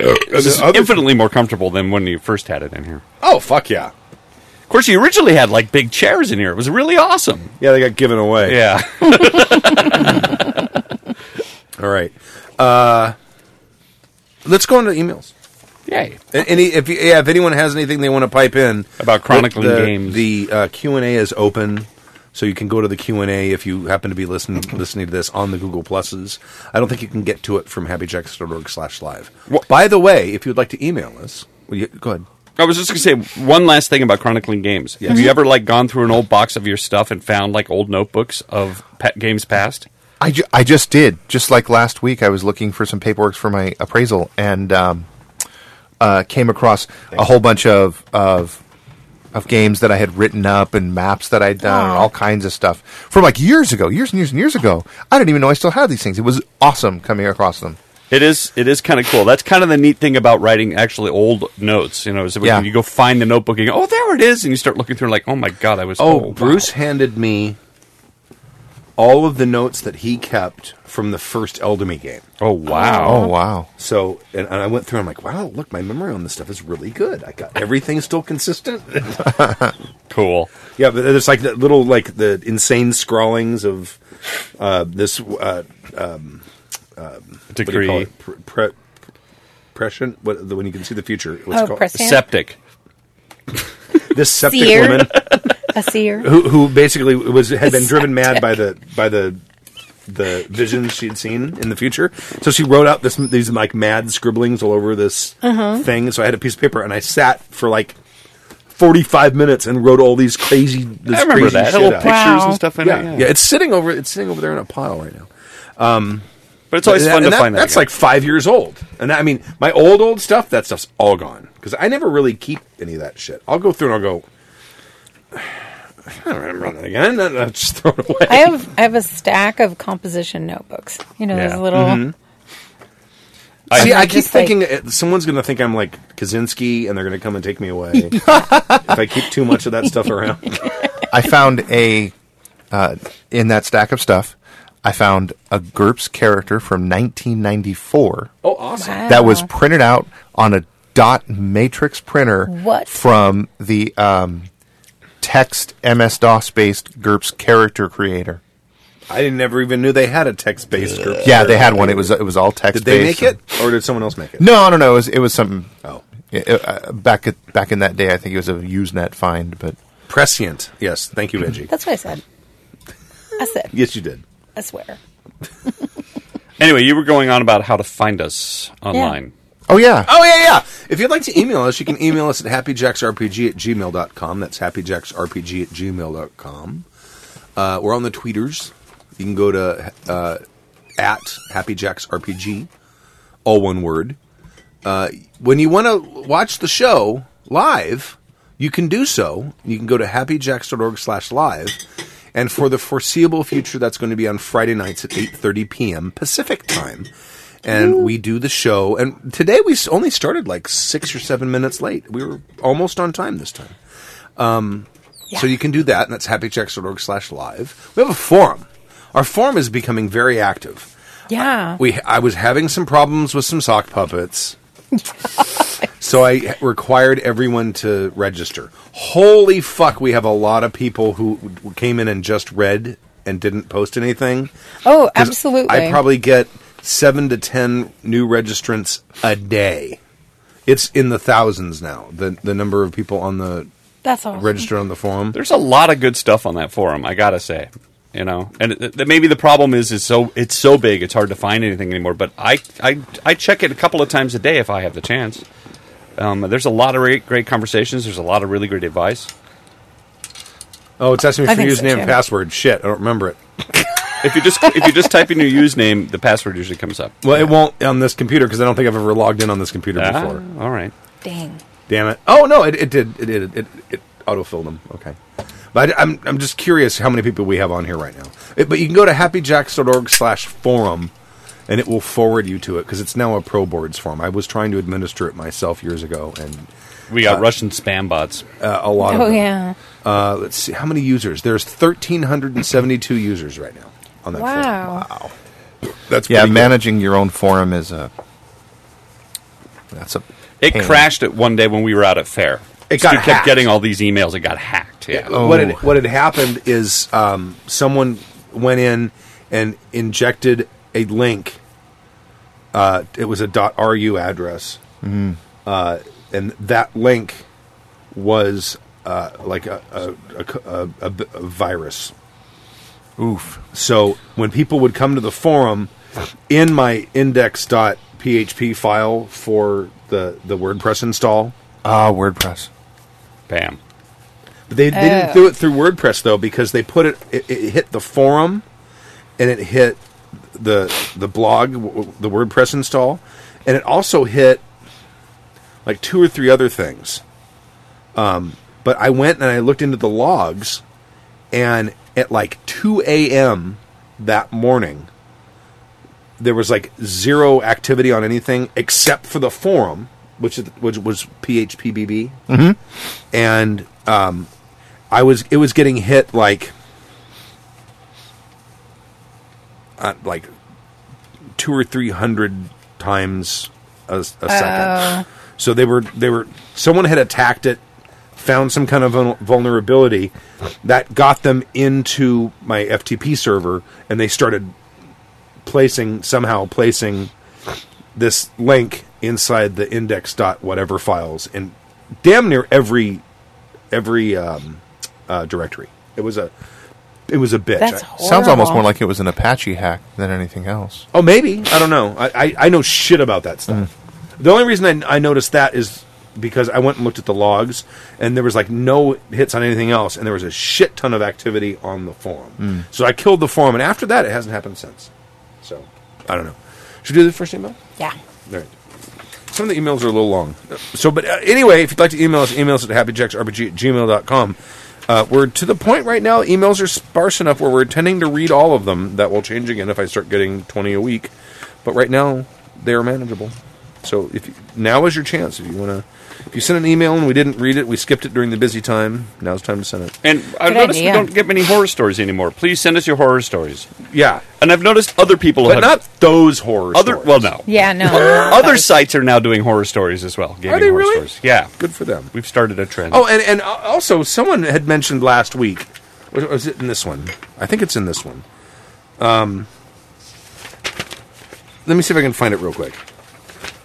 S1: Uh,
S4: This is
S1: the other-
S4: infinitely more comfortable than when you first had it in here.
S1: Oh fuck yeah!
S4: Of course, you originally had like big chairs in here. It was really awesome.
S1: Yeah, they got given away. [laughs]
S4: Yeah,
S1: All right. Uh, let's go into emails.
S4: yay.
S1: A- Any if you- yeah, if anyone has anything they want to pipe in
S4: About chronicling
S1: the, the-
S4: games.
S1: the uh, Q and A is open, so you can go to the Q and A if you happen to be listening listening to this on the Google Pluses. I don't think you can get to it from happyjacks.org/live.
S4: Wha-
S1: By the way, if you'd like to email us, well, you, go ahead.
S4: I was just gonna say one last thing about chronicling games. Have
S1: Mm-hmm.
S4: you ever like gone through an old box of your stuff and found like old notebooks of pa- games past?
S5: I, ju- I just did. Just like last week, I was looking for some paperwork for my appraisal and um, uh, came across a whole bunch of, of of games that I had written up and maps that I'd done and all kinds of stuff from like years ago, years and years and years ago. I didn't even know I still had these things. It was awesome coming across them.
S4: It is. It is kind of cool. That's kind of the neat thing about writing actually old notes. You know, is when
S5: Yeah.
S4: you go find the notebook and you go, oh, there it is, and you start looking through like, oh my god, I was.
S1: Oh,
S4: wow.
S1: Bruce handed me all of the notes that he kept from the first Eldemy game.
S4: Oh wow.
S5: Oh wow!
S1: So, and, and I went through. I'm like, wow, look, my memory on this stuff is really good. I got everything still consistent. [laughs]
S4: Cool.
S1: yeah, but there's like that little, like the insane scrawlings of uh, this uh, what do you call
S4: Decree.
S1: it? Pre- pre- prescient. What the, when you can see the future? What's it
S3: Oh,
S1: called?
S3: prescient.
S4: Septic.
S1: this septic
S3: Seer.
S1: woman
S3: a seer.
S1: who who basically was had been driven mad by the by the the visions she had seen in the future. So she wrote out this these like mad scribblings all over this thing. So I had a piece of paper and I sat for like forty five minutes and wrote all these crazy. This
S4: I remember
S1: crazy
S4: that. Had
S1: shit
S4: little
S1: out.
S4: pictures
S3: Wow.
S4: and stuff in
S1: Yeah,
S4: it.
S1: yeah,
S4: Yeah.
S1: It's sitting over. It's sitting over there in a pile right now.
S4: But it's always
S1: And
S4: fun
S1: that-
S4: to
S1: and that-
S4: find that.
S1: That's
S4: again.
S1: like five years old, and that, I mean, my old old stuff. That stuff's all gone because I never really keep any of that shit. I'll go through and I'll go. [sighs] I don't remember that again. [laughs] And I'll just throw it away.
S3: I have I have a stack of composition notebooks. You know,
S4: Yeah.
S3: those little.
S1: See,
S3: I'm
S1: I keep
S3: just like-
S1: thinking uh someone's going to think I'm like Kaczynski, and they're going to come and take me away
S3: [laughs]
S1: if I keep too much of that stuff around.
S5: I found a uh, in that stack of stuff. I found a GURPS character from 1994
S1: Oh, awesome!
S3: Wow.
S5: that was printed out on a dot matrix printer
S3: What?
S5: from the um, text MS DOS based GURPS character creator.
S1: I never even knew they had a text-based group.
S5: Yeah, they had one. It was it was all text.
S1: Uh, Did they make it, or did someone else make it?
S5: No, no, no. It was it was some
S1: Oh.
S5: uh, back at, back in that day. I think it was a Usenet find, but
S1: Prescient. Yes, thank you, Reggie.
S3: That's what I said. I said.
S1: yes, you did.
S3: I swear.
S4: anyway, you were going on about how to find us online.
S5: oh yeah,
S1: Oh, yeah, yeah. If you'd like to email us, you can email us at happyjacksrpg at gmail.com. That's happyjacksrpg at gmail.com. Uh, we're on the tweeters. You can go to uh, at happyjacksrpg, all one word. Uh, when you want to watch the show live, you can do so. You can go to happyjacks.org slash live. And for the foreseeable future, that's going to be on Friday nights at 8.30 p.m. Pacific time. And we do the show. And today we s- only started like six or seven minutes late. We were almost on time this time. Um, So you can do that, and that's happyjacks.org slash live. We have a forum. Our forum is becoming very active.
S3: Yeah.
S1: We I was having some problems with some sock
S3: [laughs]
S1: puppets. so I required everyone to register. Holy fuck, we have a lot of people who came in and just read and didn't post anything.
S3: oh,
S1: 'Cause
S3: absolutely.
S1: I probably get 7 to 10 new registrants a day. It's in the thousands now. The the number of people on the
S3: That's all.
S1: registered on the forum.
S4: There's a lot of good stuff on that forum. I gotta say, you know, and it, th- maybe the problem is is so it's so big it's hard to find anything anymore. But I I, I check it a couple of times a day if I have the chance. Um, there's a lot of re- great conversations. There's a lot of really great advice.
S1: Oh, it's asking me
S3: I
S1: for
S3: think
S1: username
S3: so,
S1: and
S3: too.
S1: password. Shit, I don't remember it.
S4: If you just if you just type in your username, the password usually comes up.
S1: Well, it won't on this computer because I don't think I've ever logged in on this computer
S4: Ah,
S1: before.
S4: all right.
S3: Dang.
S1: Damn it! Oh no, it, it did. It did. It, it, it autofilled them. Okay, but I, am I'm just curious how many people we have on here right now. It- but you can go to happyjacks.org/forum, and it will forward you to it because it's now a pro boards forum. I was trying to administer it myself years ago, and
S4: We got Russian spam bots.
S1: uh, a lot of
S3: Oh
S1: them.
S3: yeah.
S1: Uh, let's see how many users. There's 1,372 users right now on that. forum.
S3: Wow.
S1: that's
S5: yeah.
S1: pretty good.
S5: Managing your own forum is a that's a
S4: It
S5: pain.
S4: crashed it one day when we were out at fair.
S1: It
S4: So
S1: got
S4: you kept
S1: hacked.
S4: getting all these emails. It got hacked. Yeah. Oh.
S1: What had, what had happened is um, someone went in and injected a link. Uh, it was a .ru address, uh, and that link was uh, like a, a, a, a- a b- a virus. Oof! So when people would come to the forum, in my index.php file for the the WordPress install,
S5: ah WordPress.
S4: Bam.
S1: they, they didn't
S3: Oh.
S1: do it through WordPress though because they put it, it. It hit the forum, and it hit the the blog, w- w- the WordPress install, and it also hit like two or three other things. Um, but I went and I looked into the logs, and at like two a.m. that morning, there was like zero activity on anything except for the forum, which is, which was PHPBB, mm-hmm. and um, I was it was getting hit like uh, like two or three hundred times a, a second. So they were they were someone had attacked it, found some kind of vul- vulnerability that got them into my FTP server, and they started placing somehow placing this link inside the index dot whatever files in damn near every every um, uh, directory. It was a it was a bitch.
S3: That's
S1: I-
S3: horrible.
S5: Sounds almost more like it was an Apache hack than anything else.
S1: Oh, maybe. I don't know. I, I, I know shit about that stuff. The only reason I, I noticed that is because I went and looked at the logs, and there was like no hits on anything else, and there was a shit ton of activity on the forum. So I killed the forum, and after that, it hasn't happened since. So I don't know. Should we do the first email?
S3: yeah.
S1: All right. Some of the emails are a little long. So, but uh, anyway, if you'd like to email us, email us at happyjacksrpg at gmail.com. Uh, we're to the point right now, emails are sparse enough where we're intending to read all of them. That will change again if I start getting 20 a week. But right now, they are manageable. So if you, now is your chance. If you want to, if you send an email and we didn't read it, we skipped it during the busy time, now's time to send it.
S4: And
S3: Good
S4: I've noticed we
S3: idea.
S4: don't get many horror stories anymore. Please send us your horror stories.
S1: Yeah.
S4: And I've noticed other people
S1: But
S4: have
S1: not those horror
S4: other.
S1: stories.
S4: Well, no.
S3: Yeah, no.
S4: [laughs] Other sites are now doing horror stories as well. gaming
S1: they
S4: horror
S1: really?
S4: Stories. Yeah,
S1: Good for them.
S4: we've started a trend.
S1: Oh, and and uh, also someone had mentioned last week. Was was it in this one? I think it's in this one. Um, let me see if I can find it real quick.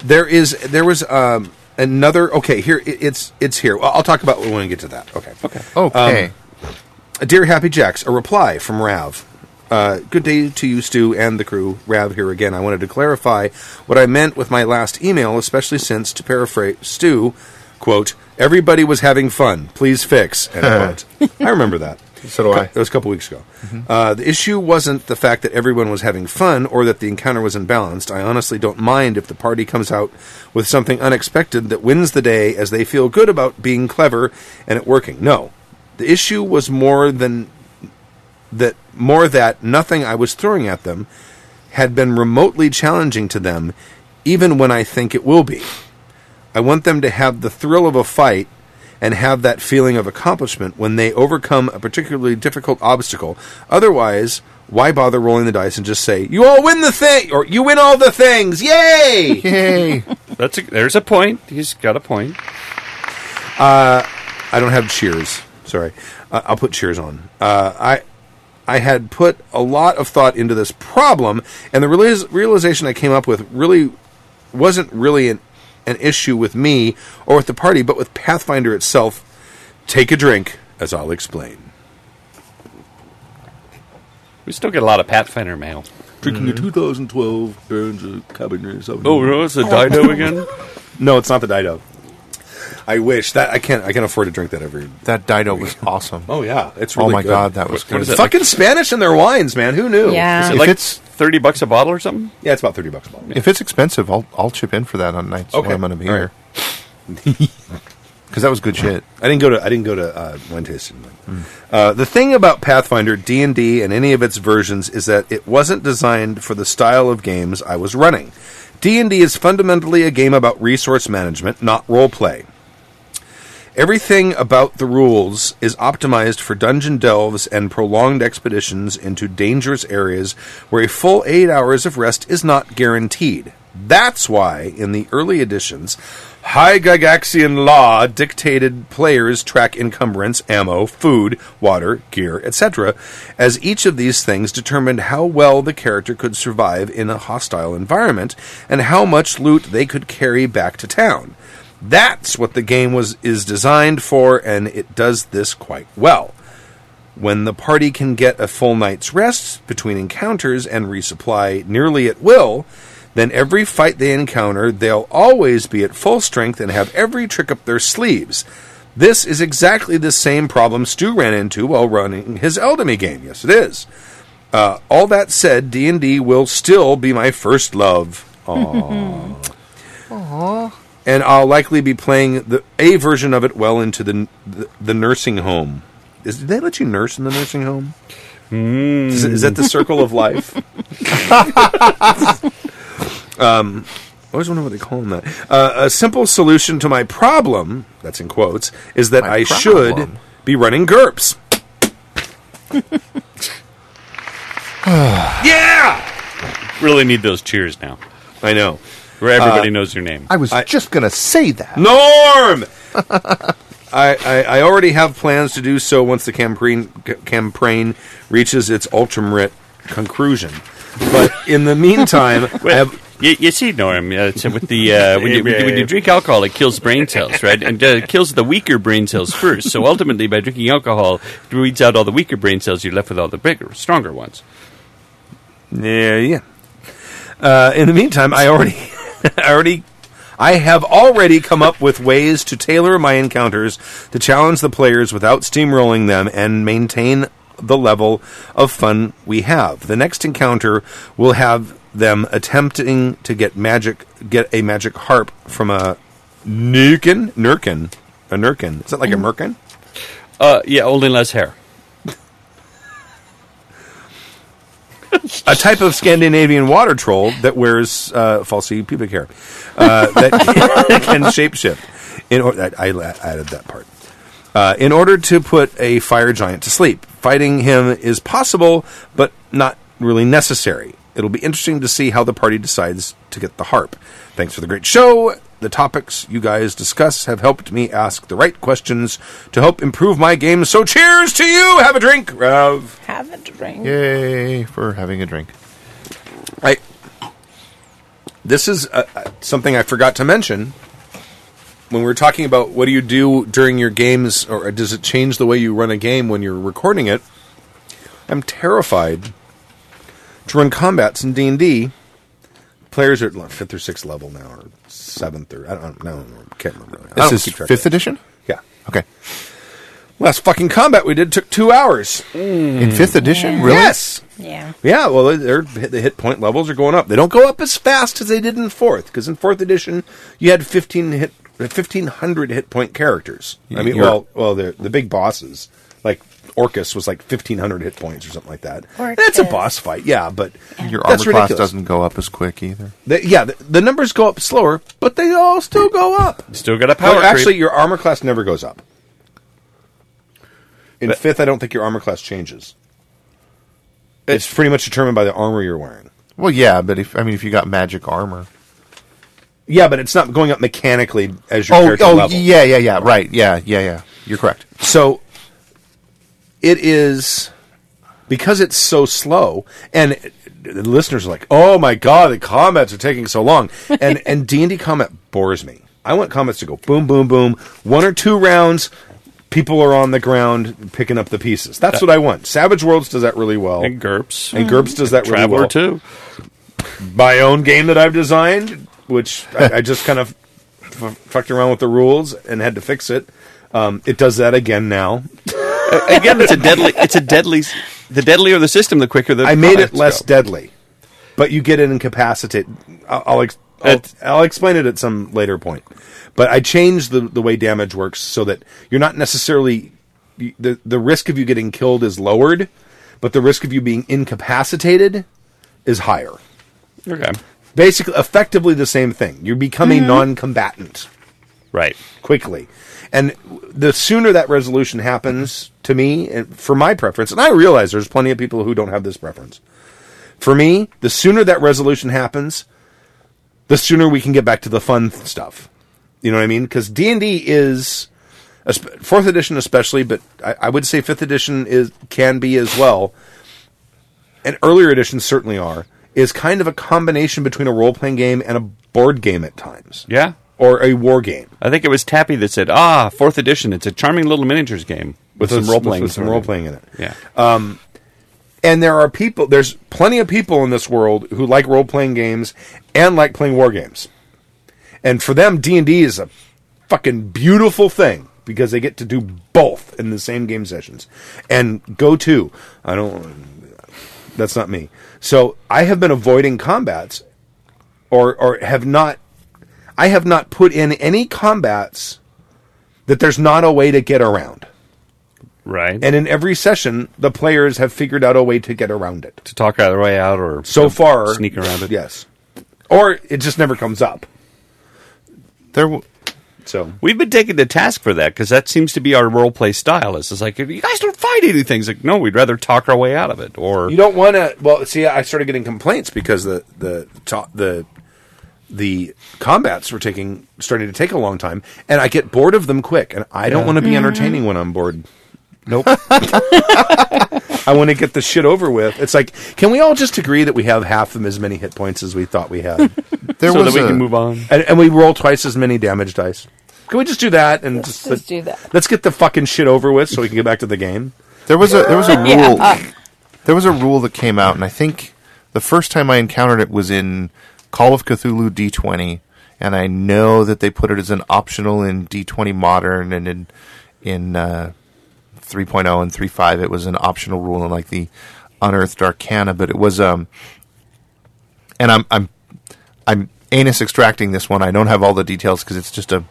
S1: There is there was um, another. Okay, here it, it's it's here. Well, I'll talk about it when we get to that. Okay. Um, Okay.
S5: Okay.
S1: Dear Happy Jacks, a reply from Rav. Uh, good day to you, Stu, and the crew. Rav here again. I wanted to clarify what I meant with my last email, especially since, to paraphrase Stu, quote, everybody was having fun. Please fix,
S5: [laughs]
S1: end quote. I remember that.
S5: So do I.
S1: It was a couple weeks ago. Uh, the issue wasn't the fact that everyone was having fun or that the encounter was imbalanced. I honestly don't mind if the party comes out with something unexpected that wins the day as they feel good about being clever and it working. No. The issue was more than that more that nothing I was throwing at them had been remotely challenging to them, even when I think it will be. I want them to have the thrill of a fight and have that feeling of accomplishment when they overcome a particularly difficult obstacle. Otherwise, why bother rolling the dice and just say, You all win the thing or you win all the things, yay!
S5: Yay.
S4: That's a, there's a point. He's got a point.
S1: I don't have cheers. Sorry, uh, I'll put cheers on. Uh, I I had put a lot of thought into this problem, and the realis- realization I came up with really wasn't really an an issue with me or with the party, but with Pathfinder itself. Take a drink, as I'll explain.
S4: We still get a lot of Pathfinder mail.
S1: Drinking the 2012 Burns of Cabernet
S4: Oh, no, it's a
S1: [laughs]
S4: Dido again.
S1: no, it's not the Dido. I wish that I can't. I can afford to drink that every.
S5: That Dido was awesome.
S1: Oh yeah, it's
S5: Oh
S1: really
S5: my
S1: good.
S5: God, that was
S4: What
S5: good.
S4: is it?
S1: fucking Spanish in their wines, man. Who knew?
S3: Yeah.
S5: If
S4: like
S5: it's-
S4: thirty bucks a bottle or something.
S1: yeah, it's about thirty bucks a bottle.
S5: If it's expensive, I'll I'll chip in for that on nights
S1: Okay.
S5: when I'm going to be
S1: All
S5: here. [laughs] Because that was good shit.
S1: I didn't go to I didn't go to uh, wine tasting. Uh, the thing about Pathfinder D and D and any of its versions is that it wasn't designed for the style of games I was running. D and D is fundamentally a game about resource management, not role play. Everything about the rules is optimized for dungeon delves and prolonged expeditions into dangerous areas where a full eight hours of rest is not guaranteed. That's why, in the early editions, High Gygaxian law dictated players track encumbrance, ammo, food, water, gear, etc., as each of these things determined how well the character could survive in a hostile environment and how much loot they could carry back to town. That's what the game was is designed for, and it does this quite well. When the party can get a full night's rest between encounters and resupply nearly at will, then every fight they encounter, they'll always be at full strength and have every trick up their sleeves. This is exactly the same problem Stu ran into while running his Eldemy game. Yes, it is. Uh, all that said, D and D will still be my first
S5: [laughs]
S1: love. and I'll likely be playing the a version of it well into the the, the nursing home. Is, did they let you nurse in the nursing home?
S5: Hmm.
S1: Is, is that the circle of
S5: [laughs]
S1: life? um, Um, I always wonder what they call them that. Uh, a simple solution to my problem, that's in quotes, is that
S5: My
S1: I should
S5: problem.
S1: be running GURPS. yeah!
S4: Really need those cheers now,
S1: I know.
S4: where
S1: Uh,
S4: everybody knows your name.
S5: I was just going to say that.
S1: Norm. [laughs] I, I, I already have plans to do so once the campaign c- campaign reaches its ultimate conclusion. But in the meantime, I have
S4: You, you see, Norm, uh, it's with the uh, when, you, when, you, [laughs] when you drink alcohol, it kills brain cells, right? And uh, kills the weaker brain cells first. So ultimately, by drinking alcohol, it weeds out all the weaker brain cells. You're left with all the bigger, stronger ones.
S1: Yeah, yeah. Uh, in the meantime, I already, [laughs] I already, I have already come up with ways to tailor my encounters to challenge the players without steamrolling them and maintain the level of fun we have. The next encounter will have them attempting to get magic, get a magic harp from a Nurkin, Nurkin, a Nurkin. Is that like a Merkin?
S4: Uh, yeah, only less hair.
S1: a type of Scandinavian water troll that wears uh, falsy pubic hair uh, that [laughs] can shapeshift. In or- I, I la- added that part. Uh, in order to put a fire giant to sleep, fighting him is possible, but not really necessary. It'll be interesting to see how the party decides to get the harp. Thanks for the great show. The topics you guys discuss have helped me ask the right questions to help improve my game. So, cheers to you! Have a drink, Rav.
S3: Have a drink.
S5: Yay for having a drink.
S1: I this is uh, uh, something I forgot to mention when we were talking about what do you do during your games, or does it change the way you run a game when you're recording it? I'm terrified to run combats in D and D. Players are at like, fifth or sixth level now, or seventh, or I don't know. I can't remember. I
S5: This
S1: don't
S5: is
S1: keep track of
S5: fifth
S1: that.
S5: edition.
S1: Yeah,
S5: Okay,
S1: last fucking combat we did took two hours.
S5: in fifth edition, really?
S1: Yes.
S3: Yeah.
S1: Yeah, well, their the hit point levels are going up. They don't go up as fast as they did in fourth, because in fourth edition you had fifteen hit, fifteen hundred hit point characters. I mean,
S5: You're-
S1: well, well, the the big bosses like Orcus was like fifteen hundred hit points or something like that. That's a
S3: Orcus.
S1: boss fight, yeah, but
S5: Your armor
S1: that's
S5: class
S1: ridiculous.
S5: doesn't go up as quick either.
S1: The- yeah, the, the numbers go up slower, but they all still go up.
S4: Still got a power.
S1: Well,
S4: creep.
S1: actually, your armor class never goes up. In fifth, I don't think your armor class changes. It's pretty much determined by the armor you're wearing.
S5: Well, yeah, but if I mean, if you got magic armor,
S1: Yeah, but it's not going up mechanically as your
S5: oh,
S1: character
S5: oh,
S1: level.
S5: yeah, yeah, yeah, right, yeah, yeah, yeah. You're correct.
S1: So it is because it's so slow, and the listeners are like, "Oh my god, the comments are taking so long," and and D and D combat bores me. I want comments to go boom, boom, boom, one or two rounds. People are on the ground picking up the pieces. That's what I want. Savage Worlds does that really well,
S4: and Mm. Gerps
S1: and GURPS does that really
S4: Traveler
S1: well
S4: too.
S1: my own game that I've designed, which I, I just kind of f- fucked around with the rules and had to fix it. Um, it does that again now.
S4: Again, it's a deadly. It's a deadly. The deadlier the system, the quicker the.
S1: I made it
S4: products
S1: less
S4: go.
S1: deadly, but you get it incapacitated. I'll I'll, ex- I'll,
S4: It-
S1: I'll explain it at some later point. But I changed the, the way damage works so that you're not necessarily you- the the risk of you getting killed is lowered, but the risk of you being incapacitated is higher.
S4: Okay.
S1: Basically, effectively the same thing. You're
S4: Mm-hmm.
S1: becoming non-combatant.
S4: Right.
S1: quickly. And the sooner that resolution happens to me, and for my preference, and I realize there's plenty of people who don't have this preference. For me, the sooner that resolution happens, the sooner we can get back to the fun th- stuff. You know what I mean? Because D and D is esp- fourth edition, especially, but I, I would say fifth edition is can be as well, and earlier editions certainly are. Is kind of a combination between a role playing game and a board game at times,
S4: Yeah.
S1: or a war game.
S4: I think it was Tappy that said, "Ah, fourth edition. It's a charming little miniatures game with, some
S1: those-
S4: role Uh, playing.
S1: with some role playing in it.
S4: Yeah.
S1: And there are people. There's plenty of people in this world who like role playing games and like playing war games. And for them, D and D is a fucking beautiful thing because they get to do both in the same game sessions. And go to I don't. That's not me. So I have been avoiding combats, or or have not. I have not put in any combats that there's not a way to get around.
S4: right.
S1: And in every session, the players have figured out a way to get around it.
S4: to talk either way out or
S1: So
S4: um,
S1: far,
S4: sneak around it.
S1: Yes, or it just never comes up.
S5: There, w-
S1: So
S4: We've been taken to task for that because that seems to be our role play style. It's just like you guys don't fight anything. It's like no, we'd rather talk our way out of it. Or
S1: you don't want to. Well, see, I started getting complaints because the the to- the the combats were taking starting to take a long time, and I get bored of them quick, and I don't want to be entertaining when I'm bored. Nope. [laughs] I want to get this shit over with. It's like, can we all just agree that we have half of as many hit points as we thought we had?
S5: There
S4: so
S5: was
S4: that we
S5: a-
S4: can move on.
S1: and, and we roll twice as many damage dice. Can we just do that and just,
S3: just do that.
S1: Let's get the fucking shit over with so we can get back to the game.
S5: There was a there was a rule. There was a rule that came out, and I think the first time I encountered it was in Call of Cthulhu D20, and I know that they put it as an optional in D20 Modern and in in uh, 3.0 and 3.5. It was an optional rule in like the Unearthed Arcana, but it was um, and I'm I'm I'm anus extracting this one. I don't have all the details because it's just a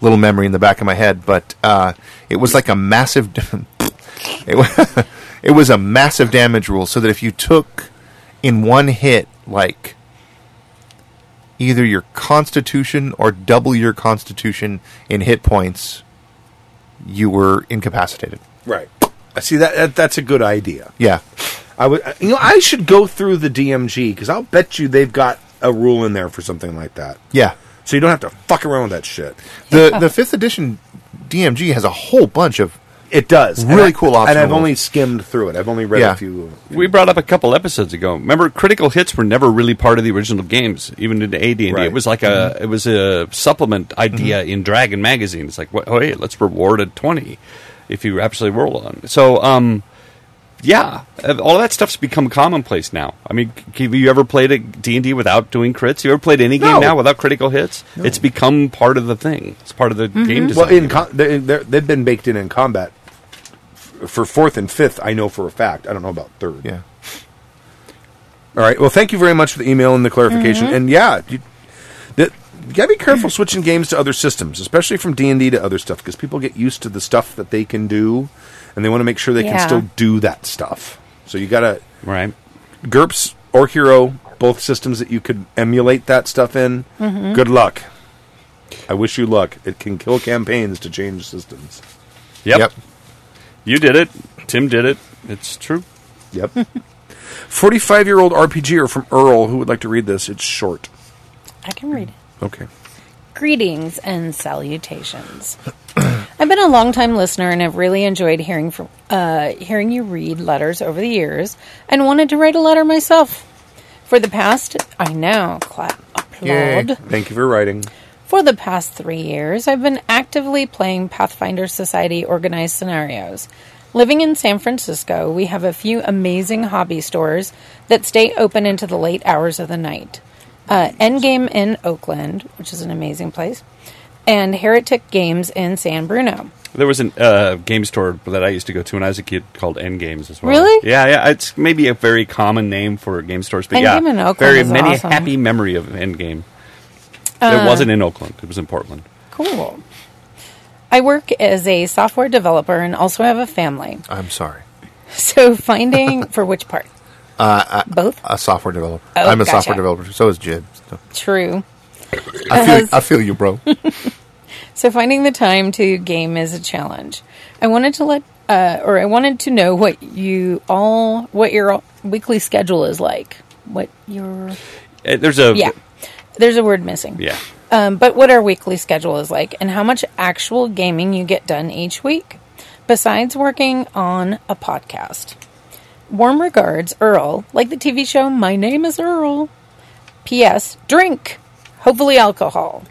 S5: little memory in the back of my head, but uh, it was like a massive. [laughs] it, wa- [laughs] it was a massive damage rule, so that if you took in one hit, like either your constitution or double your constitution in hit points, you were incapacitated.
S1: Right. Uh, See that, that that's a good idea.
S5: Yeah,
S1: I would, uh, you know, I should go through the DMG because I'll bet you they've got a rule in there for something like that.
S5: yeah.
S1: So you don't have to fuck around with that shit.
S3: [laughs]
S5: The the fifth edition DMG has a whole bunch of
S1: It does And
S5: Really
S1: I-
S5: cool optional
S1: And I've
S5: rules.
S1: only skimmed through it. I've only read
S5: Yeah.
S1: a few.
S4: We brought up a couple episodes ago. Remember, critical hits were never really part of the original games, even in AD&D.
S1: Right. Mm-hmm.
S4: It was like a it was a supplement idea in Dragon magazine. It's like, wha- oh, hey, let's reward a twenty if you actually roll on. So, um, yeah, uh, all that stuff's become commonplace now. I mean, c- have you ever played a D&D without doing crits? You ever played any game
S1: No.
S4: now without critical hits? It's become part of the thing. It's part of the game design.
S1: Mm-hmm. Well, in com- they they're, they've been baked in in combat F- for fourth and fifth. I know for a fact. I don't know about third.
S5: yeah.
S1: All right. Well, thank you very much for the email and the clarification. And yeah, you, that, you gotta be careful switching games to other systems, especially from D and D to other stuff, because people get used to the stuff that they can do, and they want to make sure they
S3: Yeah.
S1: can still do that stuff. So you gotta
S4: right?
S1: GURPS or Hero, both systems that you could emulate that stuff in. Good luck. I wish you luck. It can kill campaigns to change systems.
S4: yep. You did it. Tim did it. It's true.
S1: Yep. [laughs] 45 year old RPGer er from Earl who would like to read this. It's short.
S3: I can read it.
S1: Okay.
S3: Greetings and salutations. [clears throat] I've been a longtime listener and have really enjoyed hearing from uh, hearing you read letters over the years, and wanted to write a letter myself. For the past, I know, clap, applaud.
S1: Thank you for writing.
S3: For the past three years, I've been actively playing Pathfinder Society organized scenarios. Living in San Francisco, we have a few amazing hobby stores that stay open into the late hours of the night. Uh, Endgame in Oakland, which is an amazing place, and Heretic Games in San Bruno.
S4: There was a uh, game store that I used to go to when I was a kid called End Games as well.
S3: Really?
S4: Yeah, yeah. It's maybe a very common name for game stores, but
S3: End
S4: yeah,
S3: Game in Oakland
S4: very
S3: is
S4: many
S3: awesome. Uh.
S4: happy memory of End Game. it wasn't in Oakland; it was in Portland.
S3: Cool. I work as a software developer and also have a family. [laughs]
S5: I'm sorry.
S3: So finding for which part? Uh, Both?
S5: A software developer.
S3: Oh,
S5: I'm a
S3: gotcha.
S5: software developer. So is Jib. So
S3: True.
S5: I feel.
S3: Has-
S5: I feel you,
S3: [laughs]
S5: bro.
S3: So finding the time to game is a challenge. I wanted to let, uh, or I wanted to know what you all, what your weekly schedule is like. What your,
S4: Uh, There's a
S3: yeah, there's a word missing.
S4: yeah.
S3: Um, but what our weekly schedule is like, and how much actual gaming you get done each week, besides working on a podcast. Warm regards, Earl. Like the TV show, my name is Earl. P.S. Drink, hopefully alcohol.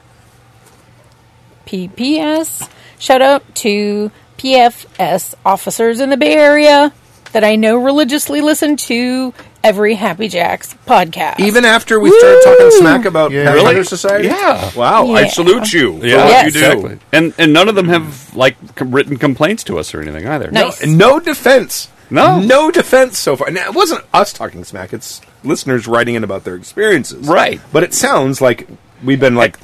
S3: PPS. Shout out to PFS officers in the Bay Area that I know religiously listen to every Happy Jacks podcast.
S1: Even after we started talking smack about
S5: Yeah.
S1: Pathfinder
S4: Really?
S1: Society?
S4: Yeah.
S1: Wow.
S3: Yeah.
S1: I salute you. for
S4: Yeah,
S1: what
S3: Yes.
S1: you do.
S4: exactly. And and none of them have like com- written complaints to us or anything either.
S3: No.
S1: No, no defense.
S4: No.
S1: No defense so far. Now, it wasn't us talking smack, it's listeners writing in about their experiences.
S4: Right.
S1: But it sounds like we've been like.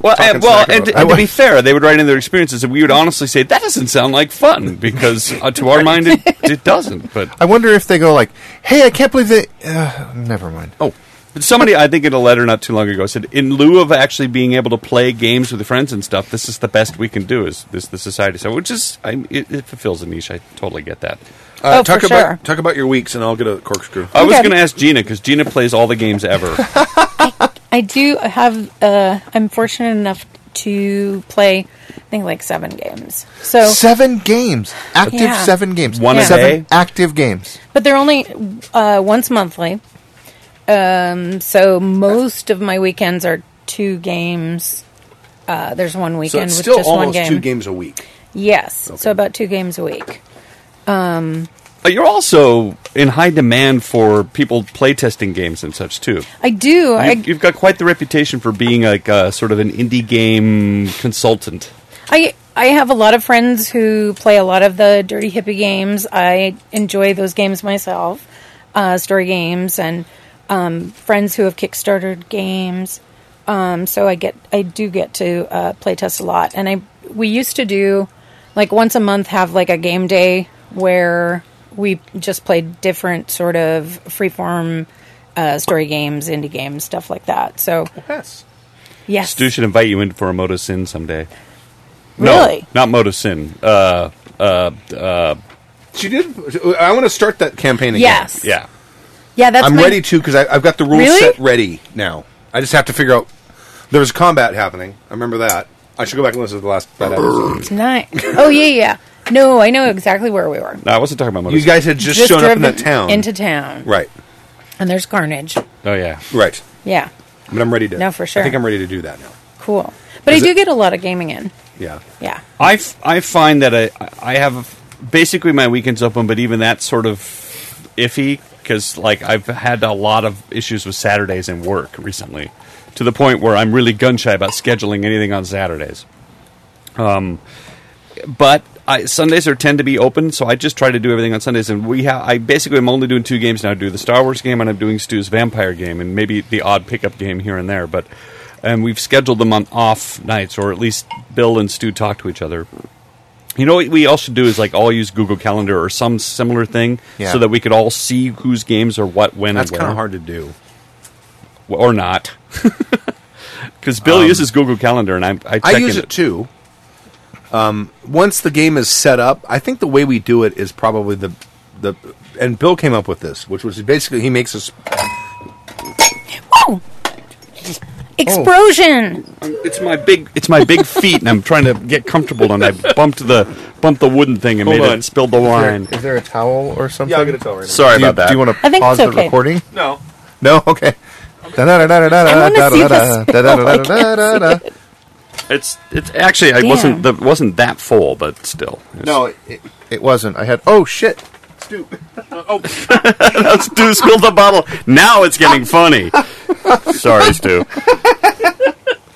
S4: Well,
S1: talking
S4: and, well,
S1: smack about
S4: and, and to
S1: that.
S4: be fair, they would write in their experiences, and we would honestly say that doesn't sound like fun because uh, to our mind it, it doesn't. But
S5: I wonder if they go like, "Hey, I can't believe they." Uh, never mind.
S4: Oh, but somebody I think in a letter not too long ago said, in lieu of actually being able to play games with friends and stuff, this is the best we can do. Is this the society stuff? Which is I, it, it fulfills a niche. I totally get that.
S1: Uh,
S3: Oh,
S1: talk
S3: for
S1: about
S3: sure. Uh,
S1: talk about your weeks, and I'll get a corkscrew.
S4: I was
S3: Okay.
S4: going to ask Gina
S3: [laughs]
S4: because Gina plays all the games ever.
S3: I do have. Uh, I'm fortunate enough to play, I think, like seven games. So,
S5: Seven games, active
S3: Yeah.
S5: seven games,
S4: One
S3: a
S5: seven
S4: day?
S5: active games.
S3: but they're only uh, once monthly. Um, so most of my weekends are two games. Uh, there's one
S1: So
S3: weekend
S1: it's
S3: with
S1: still
S3: just one
S1: almost
S3: game.
S1: two games a week.
S3: Yes, so about two games a week.
S4: But you're also in high demand for people playtesting games and such too.
S3: I do. I,
S4: You've, you've got quite the reputation for being like a, sort of an indie game consultant.
S3: I I have a lot of friends who play a lot of the dirty hippie games. I enjoy those games myself, uh, story games, and um, friends who have kickstarted games. Um, so I get I do get to uh, play test a lot, and I we used to do like once a month have like a game day where we just played different sort of freeform uh, story games, indie games, stuff like that. So
S1: Yes.
S3: yes,
S4: Stu should invite you in for a Moto Sin someday.
S3: really,
S4: No, not Moto Sin. Uh,
S1: She did. I want to start that campaign again.
S3: yes,
S4: yeah.
S3: yeah. That's
S1: I'm
S3: my-
S1: ready to because I've got the rules
S3: Really?
S1: set ready now. I just have to figure out. There was combat happening. I remember that. I should go back and listen to the last that episode.
S3: Nice. Oh yeah, yeah. No, I know exactly where we were.
S4: No, I wasn't talking about Moto
S1: You
S4: Sin.
S1: guys had just, shown up in
S3: driven
S1: that town.
S3: into town,
S1: right,
S3: and there's carnage.
S4: Oh, yeah.
S1: right.
S3: Yeah,
S1: But I'm ready to.
S3: No, for sure.
S1: I think I'm ready to do that now.
S3: cool. But
S1: Is
S3: I
S1: it-
S3: do
S1: Oh.
S3: get a lot of gaming in.
S1: Yeah.
S3: Yeah,
S4: I, f- I find that I, I have basically my weekends open, but even that's sort of iffy because like I've had a lot of issues with Saturdays in work recently, to the point where I'm really gun shy about scheduling anything on Saturdays. Um, but I, Sundays are tend to be open, so I just try to do everything on Sundays. And we have I basically am only doing two games now. I do the Star Wars game and I'm doing Stu's Vampire game, and maybe the odd pickup game here and there, but. And we've scheduled them on off nights, or at least Bill and Stu talk to each other you know what we all should do is like all use Google Calendar or some similar thing
S5: Yeah.
S4: so that we could all see whose games are what, when,
S1: That's
S4: and
S1: kind
S4: where.
S1: of hard to do.
S4: Or not. [laughs] Because Bill uses Google Calendar and I, I check
S1: Um, I use
S4: in
S1: it too. Um, once the game is set up, I think the way we do it is probably the the. And Bill came up with this, which was basically he makes us.
S3: explosion.
S4: It's my big, it's my big feet, and I'm trying to get comfortable. And I bumped the, bumped the wooden thing and
S1: Hold
S4: made
S1: on.
S4: it spilled the wine.
S5: Is there a towel or something?
S1: tell right
S4: Sorry
S5: do you,
S4: about that.
S5: Do you want
S3: I
S5: to
S3: think
S5: pause
S3: it's
S5: the
S3: okay.
S5: recording?
S4: no,
S5: No. Okay.
S3: I wanna see the spill.
S5: Da-da-da-da-da-da-da-da-da-da-da-da-da-da.
S4: it's, it's actually I
S3: Damn.
S4: wasn't, the, wasn't that full, but still.
S5: No, it, it, it wasn't. I had. Oh shit!
S4: Stu spilled the bottle. Now it's getting funny. Sorry, Stu.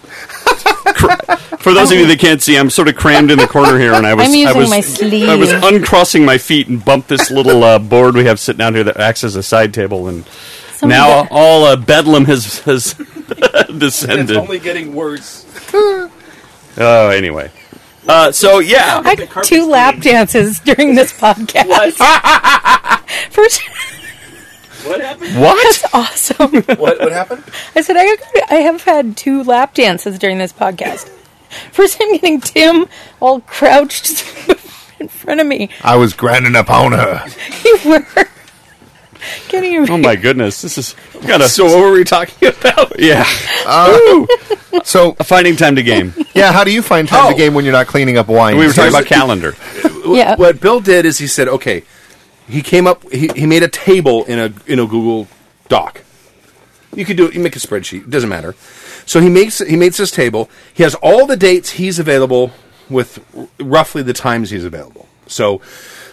S4: Cr- For those of you that can't see, I'm sort of crammed in the corner here, and I was
S3: I'm using
S4: I was
S3: my sleeve.
S4: I was uncrossing my feet and bumped this little uh, board we have sitting out here that acts as a side table, and now
S3: Somebody-
S4: all uh, bedlam has has [laughs] descended.
S1: getting worse.
S4: oh, anyway. Uh, so yeah,
S3: I did two lap dances during this podcast. [laughs] First,
S4: what?
S3: that's awesome.
S1: What what happened?
S3: I said I, I have had two lap dances during this podcast. First, I'm getting Tim all crouched [laughs] in front of me.
S5: I was grinding upon her.
S3: You were getting
S4: Oh my goodness, this is kind of
S1: So what were we talking about?
S4: yeah.
S5: So
S4: Finding time to game.
S5: yeah, how do you find time to
S1: Oh.
S5: game when you're not cleaning up wine?
S4: We were talking about
S1: Here's-
S4: calendar.
S3: yeah.
S1: What Bill did is he said, okay, he came up, he, he made a table in a in a Google Doc. You could do it. You make a spreadsheet. It doesn't matter. So he makes he makes this table. He has all the dates he's available with r- roughly the times he's available. So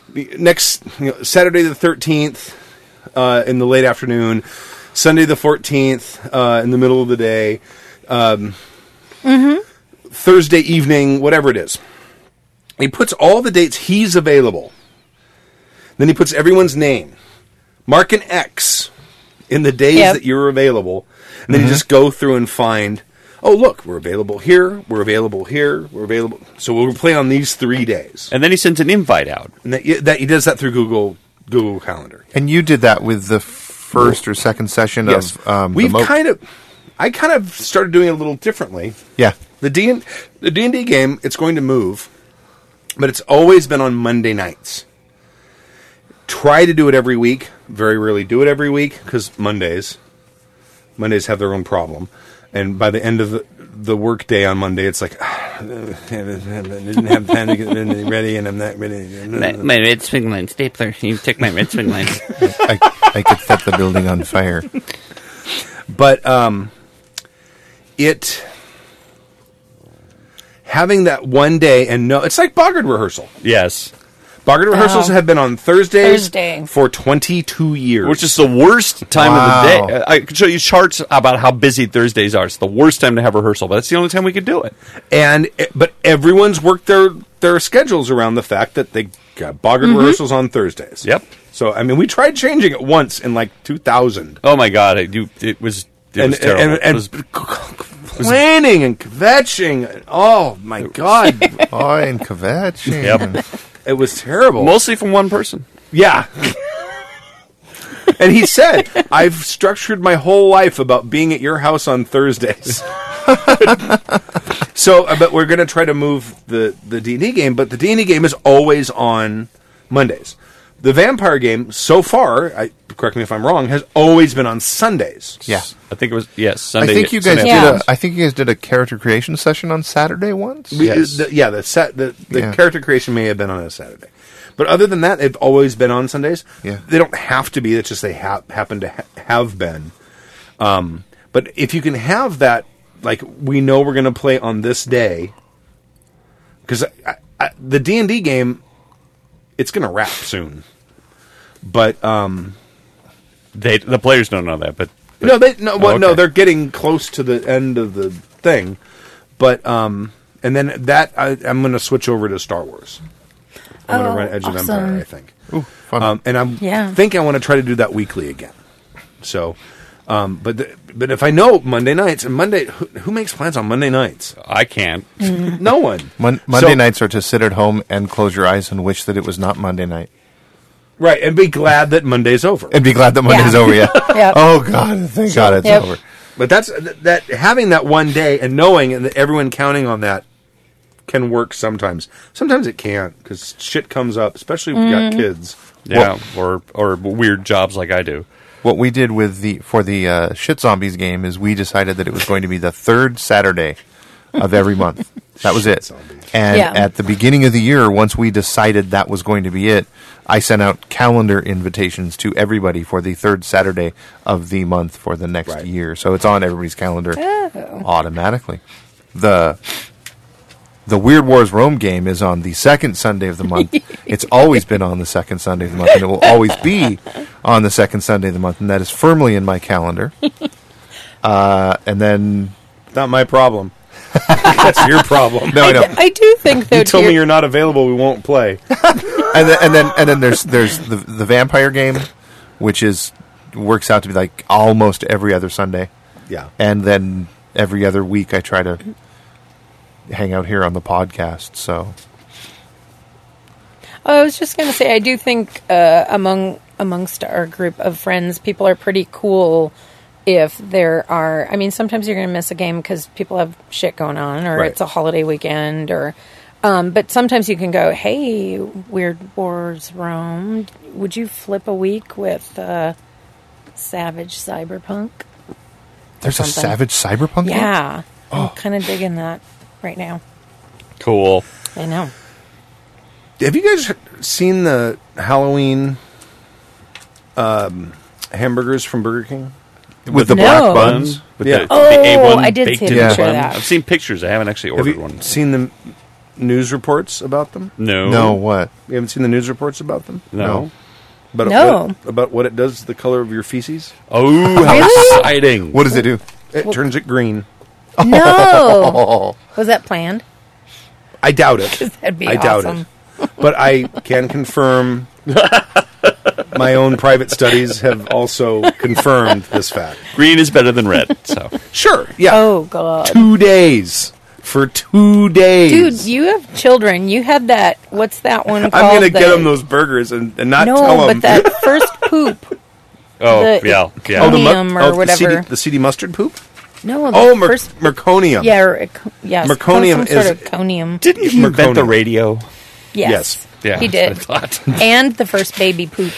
S1: the next you know, Saturday the thirteenth uh, in the late afternoon, Sunday the fourteenth uh, in the middle of the day, um, Thursday evening, whatever it is. He puts all the dates he's available. Then he puts everyone's name. Mark an X in the days
S3: Yep.
S1: that you're available. And then
S5: Mm-hmm.
S1: you just go through and find, oh, look, we're available here, we're available here, we're available. So we'll play on these three days.
S4: And then he sends an invite out.
S1: And that, that he does that through Google Google Calendar.
S5: and you did that with the first or second session
S1: Yes.
S5: of um,
S1: We've
S5: the Moat.
S1: kind of, I kind of started doing it a little differently.
S5: yeah.
S1: The D and the D and D game, it's going to move, but it's always been on Monday nights. Try to do it every week. Very rarely do it every week because Mondays, Mondays have their own problem, and by the end of the, the work day on Monday, it's like [sighs] I didn't have time to get ready, and I'm not
S9: My,
S1: ready.
S9: my red swing line stapler. You took my red swing line.
S5: I, I could set the building
S1: [laughs]
S5: on fire.
S1: But um, it having that one day and no, it's like Bogart rehearsal.
S4: Yes.
S1: Bogart rehearsals
S3: Oh.
S1: have been on Thursdays
S3: Thursday.
S1: for 22 years,
S4: Which is the worst time of
S5: Wow.
S4: the day. Uh, I could show you charts about how busy Thursdays are. It's the worst time to have rehearsal, but that's the only time we could do it.
S1: and eh, but everyone's worked their their schedules around the fact that they got Bogart rehearsals on Thursdays.
S4: Yep.
S1: So I mean, we tried changing it once in like 2000.
S4: Oh my god, it, you, it was it
S1: and, eh,
S4: was terrible.
S1: and, and [laughs]
S4: It was- [laughs]
S1: planning and kvetching. and- Oh my god,
S4: [laughs]
S5: Oh, and kvetching.
S4: Yep.
S1: it was terrible.
S4: mostly from one person.
S1: yeah. and he said, "I've structured my whole life about being at your house on Thursdays." [laughs] so, uh, but we're going to try to move the the D and D game, but the D and D game is always on Mondays. The vampire game, so far, I, correct me if I'm wrong, has always been on Sundays.
S5: Yeah.
S4: I think it was yes.
S5: I
S4: Sunday,
S5: think you guys
S4: Sunday
S3: Yeah.
S5: did a. I think you guys did a character creation session on Saturday once.
S1: We-
S4: Yes.
S1: the- yeah, the set the, the
S5: Yeah.
S1: character creation may have been on a Saturday, but other than that, they've always been on Sundays.
S5: Yeah.
S1: they don't have to be. It's just they ha- happen to ha- have been. Um, but if you can have that, like we know we're going to play on this day, because I, I, the D and D game, it's going to wrap soon. But um,
S4: They, the players don't know that, but, but
S1: no, they no, well,
S4: Oh,
S1: no,
S4: okay.
S1: they're getting close to the end of the thing, but um, and then that I, I'm going to switch over to Star Wars. I'm going
S3: Oh,
S1: to run Edge of
S3: awesome.
S1: Empire, I think.
S5: Fun.
S1: Um, and I'm
S3: Yeah.
S1: think I want to try to do that weekly again. So, um, but the, but if I know Monday nights and Monday, who, who makes plans on Monday nights?
S4: I can't.
S3: Mm-hmm.
S1: No one.
S5: Mon- Monday
S1: So-
S5: nights are to sit at home and close your eyes and wish that it was not Monday night,
S1: right? And be glad that Monday's over.
S5: and be glad that Monday's
S3: Yeah.
S5: over.
S1: [laughs]
S5: Yeah.
S3: Yep.
S5: Oh God! Thank God it's
S3: Yep.
S5: over.
S1: But that's that having that one day and knowing and that everyone counting on that can work sometimes. Sometimes it can't because shit comes up, especially if we got kids.
S4: Yeah, or or weird jobs like I do.
S5: What we did with the for the uh, shit zombies game is we decided that it was going to be the third Saturday of every month. That was it. And
S3: Yeah.
S5: at the beginning of the year, once we decided that was going to be it, I sent out calendar invitations to everybody for the third Saturday of the month for the next
S1: Right.
S5: year. So it's on everybody's calendar
S3: Oh.
S5: automatically. The the Weird Wars Rome game is on the second Sunday of the
S3: [laughs]
S5: month. it's always been on the second Sunday of the month, and it will always be on the second Sunday of the month, and that is firmly in my
S3: [laughs]
S5: calendar. Uh, and then
S1: Not my problem. [laughs] that's your problem.
S5: [laughs] no,
S3: I,
S5: no,
S3: d- I do think though.
S1: You told
S3: to
S1: me
S3: your-
S1: you're not available. We won't play.
S5: and then, and then and then there's there's the the vampire game, which is works out to be like almost every other Sunday,
S1: Yeah.
S5: and then every other week I try to hang out here on the podcast. So
S3: Oh, I was just going to say, I do think uh, among amongst our group of friends, people are pretty cool. If there are, I mean, sometimes you're going to miss a game because people have shit going on, or
S1: Right.
S3: it's a holiday weekend, or. Um, but sometimes you can go, hey, Weird Wars Rome, would you flip a week with uh, Savage Cyberpunk?
S5: there's a
S3: Something.
S5: savage cyberpunk. game?
S3: Yeah,
S1: Oh.
S3: I'm kind of digging that
S1: [laughs]
S3: right now.
S4: Cool.
S3: I know.
S1: Have you guys seen the Halloween um, hamburgers from Burger King?
S5: with the
S3: No.
S5: black buns.
S4: With
S1: Yeah.
S4: the,
S3: Oh,
S4: the A1
S3: I did see a
S4: baked in
S5: picture
S4: the
S5: of
S4: bun.
S3: that.
S4: I've seen pictures. I haven't actually
S1: Have
S4: ordered
S1: you
S4: one.
S1: seen the news reports about them?
S4: No.
S5: No, what?
S1: You haven't seen the news reports about them?
S4: No.
S5: No.
S1: About
S3: No.
S1: What, about what it does to the color of your feces?
S4: Oh, how
S3: Really?
S4: exciting.
S5: What does it do?
S1: It turns it green.
S3: No,
S5: Oh,
S3: was that planned?
S1: I doubt it.
S3: That'd be
S1: I doubt
S3: awesome.
S1: it. [laughs] But I can confirm my own private studies have also confirmed this fact.
S4: Green is better than red. So
S1: Sure. Yeah.
S3: Oh god.
S1: Two days. For two days.
S3: Dude, you have children. You had that. What's that one called?
S1: I'm going to get
S3: that-
S1: them those burgers and, and not
S3: no,
S1: tell them. [laughs]
S3: but that first poop.
S4: [laughs] oh
S3: The-
S4: yeah yeah.
S3: Oh, the- Merconium or
S1: The
S3: whatever.
S1: CD, the CD mustard poop?
S3: No, the
S1: Oh, mer-
S3: first.
S1: merconium.
S3: Yeah, or, ec- yes.
S1: Merconium
S3: some sort
S1: is-
S3: of conium.
S4: Didn't
S1: Merconium.
S4: you invent the radio?
S1: yes.
S3: Yes.
S4: Yeah,
S3: he
S4: that's
S3: did.
S4: what I thought.
S3: And the first baby poop.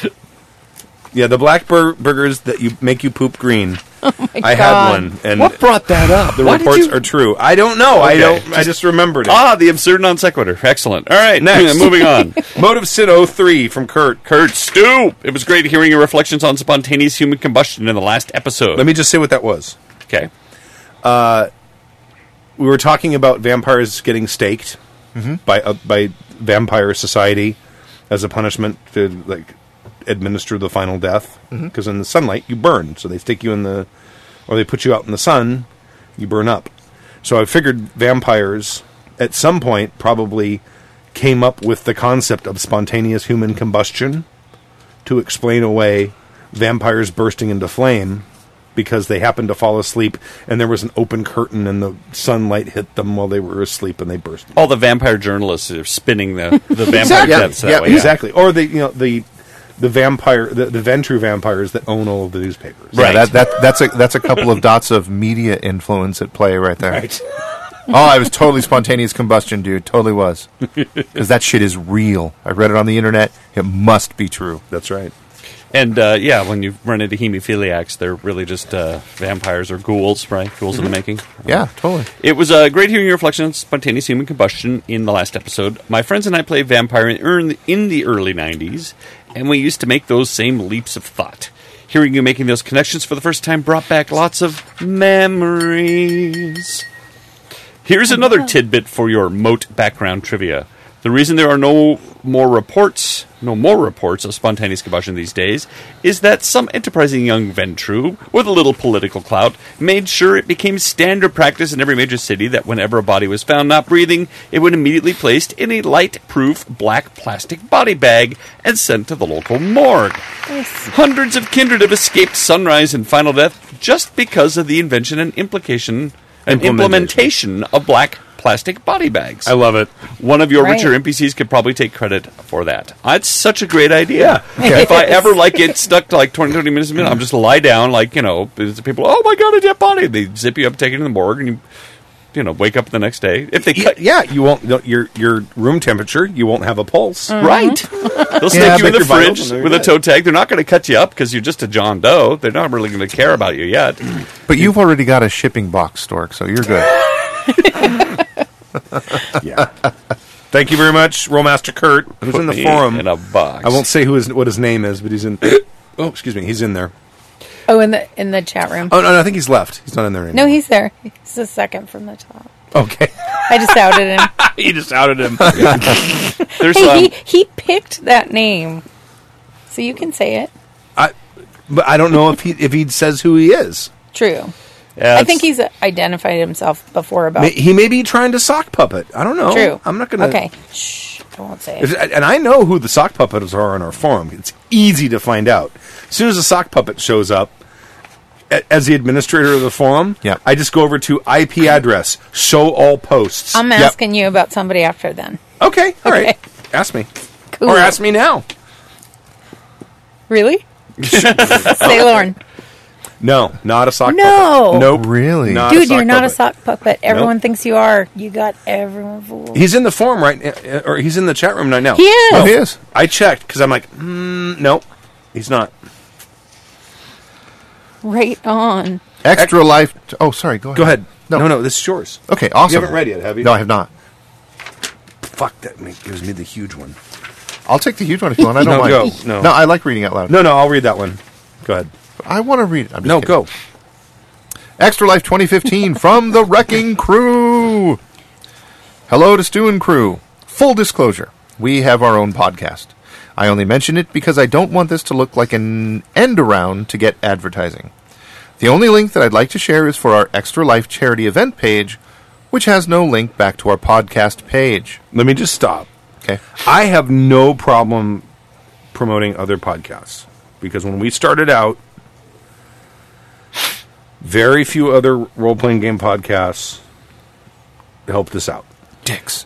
S1: Yeah, the black bur- burgers that you make you poop green. I had
S3: God.
S1: one, and
S4: What brought that up?
S1: the
S4: Why did
S1: reports
S4: you-
S1: are true. I don't know. I
S4: Okay,
S1: don't. I
S4: just-
S1: just remembered it.
S4: [laughs] Ah, the absurd non sequitur. Excellent. All right,
S1: Next.
S4: [laughs] moving on.
S1: Motive Sin 03 from Kurt.
S4: Kurt Stu, it was great hearing your reflections on spontaneous human combustion in the last episode.
S1: Let me just say what that was.
S4: okay.
S1: We were talking about vampires getting staked
S5: Mm-hmm.
S1: by uh, by vampire society as a punishment to like administer the final death
S5: Mm-hmm.
S1: because in the sunlight you burn, so they stick you in the or they put you out in the sun, you burn up. So I figured vampires at some point probably came up with the concept of spontaneous human combustion to explain away vampires bursting into flame because they happened to fall asleep and there was an open curtain and the sunlight hit them while they were asleep and they burst.
S4: All the vampire journalists are spinning the,
S3: [laughs]
S4: the vampire
S1: Exactly.
S4: deaths that
S1: yeah,
S4: way. yeah.
S1: exactly. Or the you know the the vampire the, the Ventru vampires that own all of the newspapers.
S5: Yeah,
S4: Right.
S5: that, that, that's, a, that's a couple of dots of media influence at play right there.
S1: Right.
S5: [laughs] Oh, I was totally spontaneous combustion, dude.
S1: [laughs]
S5: Totally was. Because that shit is real. I read it on the internet. It must be true.
S1: That's right.
S4: And uh, yeah, when you run into hemophiliacs, they're really just uh, vampires or ghouls, right? Ghouls in the making.
S5: Yeah, totally.
S4: It was uh, great hearing your reflection on spontaneous human combustion in the last episode. My friends and I played Vampire in, earn- in the early 90s, and we used to make those same leaps of thought. Hearing you making those connections for the first time brought back lots of memories. Here's another tidbit for your moat background trivia. The reason there are no more reports, no more reports of spontaneous combustion these days, is that some enterprising young Ventru, with a little political clout, made sure it became standard practice in every major city that whenever a body was found not breathing, it would immediately placed in a light-proof black plastic body bag and sent to the local morgue. Hundreds of kindred have escaped sunrise and final death just because of the invention and implication and implementation of black plastic body bags.
S1: I love it.
S4: One of your
S3: Right.
S4: richer NPCs could probably take credit for that. Ah, It's such a great idea. [laughs]
S5: Okay.
S4: If I ever like get stuck to like 20, 30 minutes a minute, I'm just lie down, like, you know, there's people, oh my god, a dead body. They zip you up, take it to the morgue, and you, you know, wake up the next day. If they cut
S1: Yeah, you won't no, your your room temperature, you won't have a pulse.
S3: Mm-hmm.
S4: Right. They'll stick
S5: Yeah,
S4: you in
S5: but
S4: the
S1: you're vital,
S4: fridge
S1: and there
S4: with
S1: you
S4: a toe tag. They're not going to cut you up because you're just a John Doe. They're not really going to care about you yet.
S5: But you've already got a shipping box, Stork, so you're good.
S1: [laughs] Yeah. Thank you very much, Rollmaster Kurt, who's in the
S4: Me
S1: forum.
S4: In a box.
S1: I won't say who his what his name is, but he's in. oh, excuse me, he's in there.
S3: Oh, in the in the chat room.
S1: Oh no, no, I think he's left. He's not in there anymore.
S3: No, he's there. He's the second from the top.
S1: okay.
S3: I just
S1: [laughs]
S3: outed him.
S4: [laughs] you just outed [laughs] him. There's um,
S3: hey, he he picked that name, so you can say it.
S1: I, but I don't know if he if he says who he is.
S3: True.
S4: yeah,
S3: I think
S4: it's-
S3: he's identified himself before about.
S1: May, he may be trying to sock puppet. I don't know.
S3: True.
S1: I'm not gonna.
S3: Okay. Shh. I won't say it.
S1: If- and I know who the sock puppets are on our forum. It's easy to find out. As soon as a sock puppet shows up, a- as the administrator of the forum,
S5: Yeah.
S1: I just go over to IP address, show all posts.
S3: I'm
S1: Yep.
S3: asking you about somebody after then.
S1: Okay, all right.
S3: Okay.
S1: Ask me.
S3: Cool.
S1: Or ask me now. [laughs]
S3: Really? Say Lauren.
S1: No, not a sock
S3: No.
S1: puppet. Nope.
S5: Really?
S1: Not
S3: Dude, you're not
S1: puppet.
S3: a sock puppet. Everyone
S1: Nope.
S3: thinks you are. You got everyone fooled.
S1: He's in the forum right uh, or he's in the chat room right now.
S3: He is.
S5: Oh, he is.
S1: I checked because I'm like, mm, nope, he's not.
S3: right on.
S5: Extra life. oh, sorry. Go ahead.
S1: Go ahead.
S5: No, no.
S1: this is yours.
S5: Okay, awesome.
S1: You haven't read yet, have you?
S5: No, I have not.
S1: Fuck, that ma- gives me the huge one.
S5: I'll take the huge one if you
S1: [laughs]
S5: want. I don't
S1: No,
S5: mind.
S1: go. No.
S5: no, I like reading out loud.
S1: No, no, I'll read that one. Go ahead.
S5: I want to read it. I'm just
S1: No,
S5: kidding.
S1: go.
S5: Extra Life 2015 from the Wrecking Crew. Hello to Stu and crew. Full disclosure, we have our own podcast. I only mention it because I don't want this to look like an end around to get advertising. The only link that I'd like to share is for our Extra Life charity event page, which has no link back to our podcast page.
S1: Let me just stop.
S5: Okay.
S1: I have no problem promoting other podcasts because when we started out, very few other role playing game podcasts helped us out.
S5: Dicks.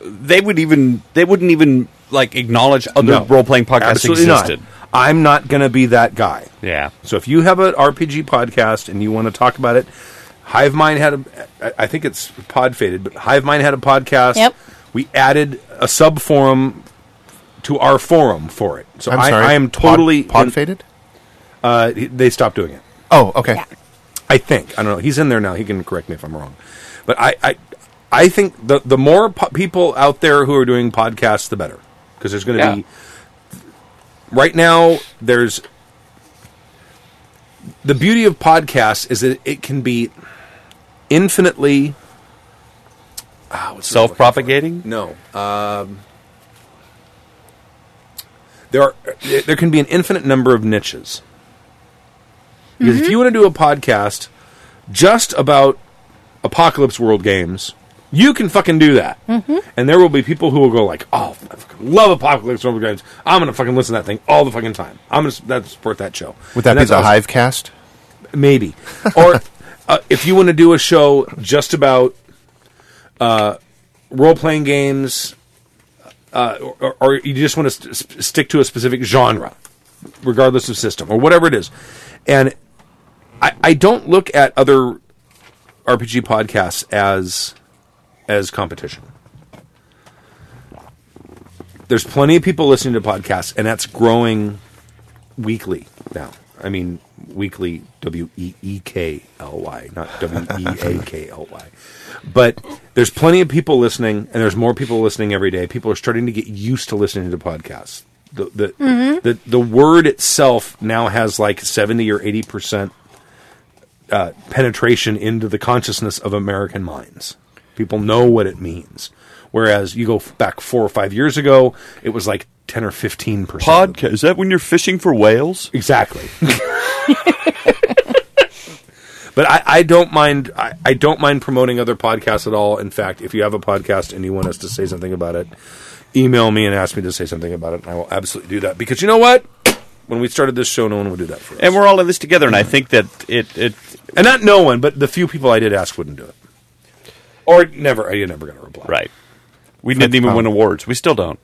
S4: they would even they wouldn't even like acknowledge other
S1: No.
S4: role playing podcasts
S1: Absolutely
S4: existed.
S1: not. I'm not going to be that guy.
S4: Yeah.
S1: So if you have an RPG podcast and you want to talk about it, Hive Mind had a, I- I think it's pod faded, but Hive Mind had a podcast.
S3: Yep.
S1: We added a sub forum to our forum for it. So
S5: I'm
S1: I,
S5: sorry.
S1: I am
S5: Pod-
S1: totally
S5: pod, faded.
S1: Uh, they stopped doing it.
S5: Oh, okay.
S1: I think I don't know. He's in there now. He can correct me if I'm wrong, but I I, I think the the more po- people out there who are doing podcasts, the better because there's going to be right now. There's the beauty of podcasts is that it can be infinitely ah,
S4: Self propagating?
S1: no. Um, there are there can be an infinite number of niches. Because if you want to do a podcast just about apocalypse world games, you can fucking do that. And there will be people who will go like, "Oh, I fucking love apocalypse world games. I'm gonna fucking listen to that thing all the fucking time. I'm gonna s- that's support that show."
S5: Would that
S1: And
S5: be
S1: that's
S5: the
S1: awesome
S5: hive cast?
S1: maybe or uh, if you want to do a show just about uh, role-playing games uh, or, or you just want to st- stick to a specific genre regardless of system or whatever it is and I, I don't look at other rpg podcasts as as competition there's plenty of people listening to podcasts and that's growing weekly now. I mean, weekly W E E K L Y, not W E A K L Y. But there's plenty of people listening, and there's more people listening every day. People are starting to get used to listening to podcasts. The the the, the word itself now has like seventy or eighty percent uh, penetration into the consciousness of American minds. People know what it means. Whereas you go f- back four or five years ago, it was like ten or fifteen percent.
S4: Podcast. Is that when you're fishing for whales?
S1: Exactly. but I, I don't mind I, I don't mind promoting other podcasts at all. In fact, if you have a podcast and you want us to say something about it, email me and ask me to say something about it, and I will absolutely do that. Because you know what? When we started this show, no one would do that for us.
S4: And we're all in this together, and I think that it, it
S1: And not no one, but the few people I did ask wouldn't do it. Or never I never got a reply.
S4: right. We didn't even win awards. We still don't.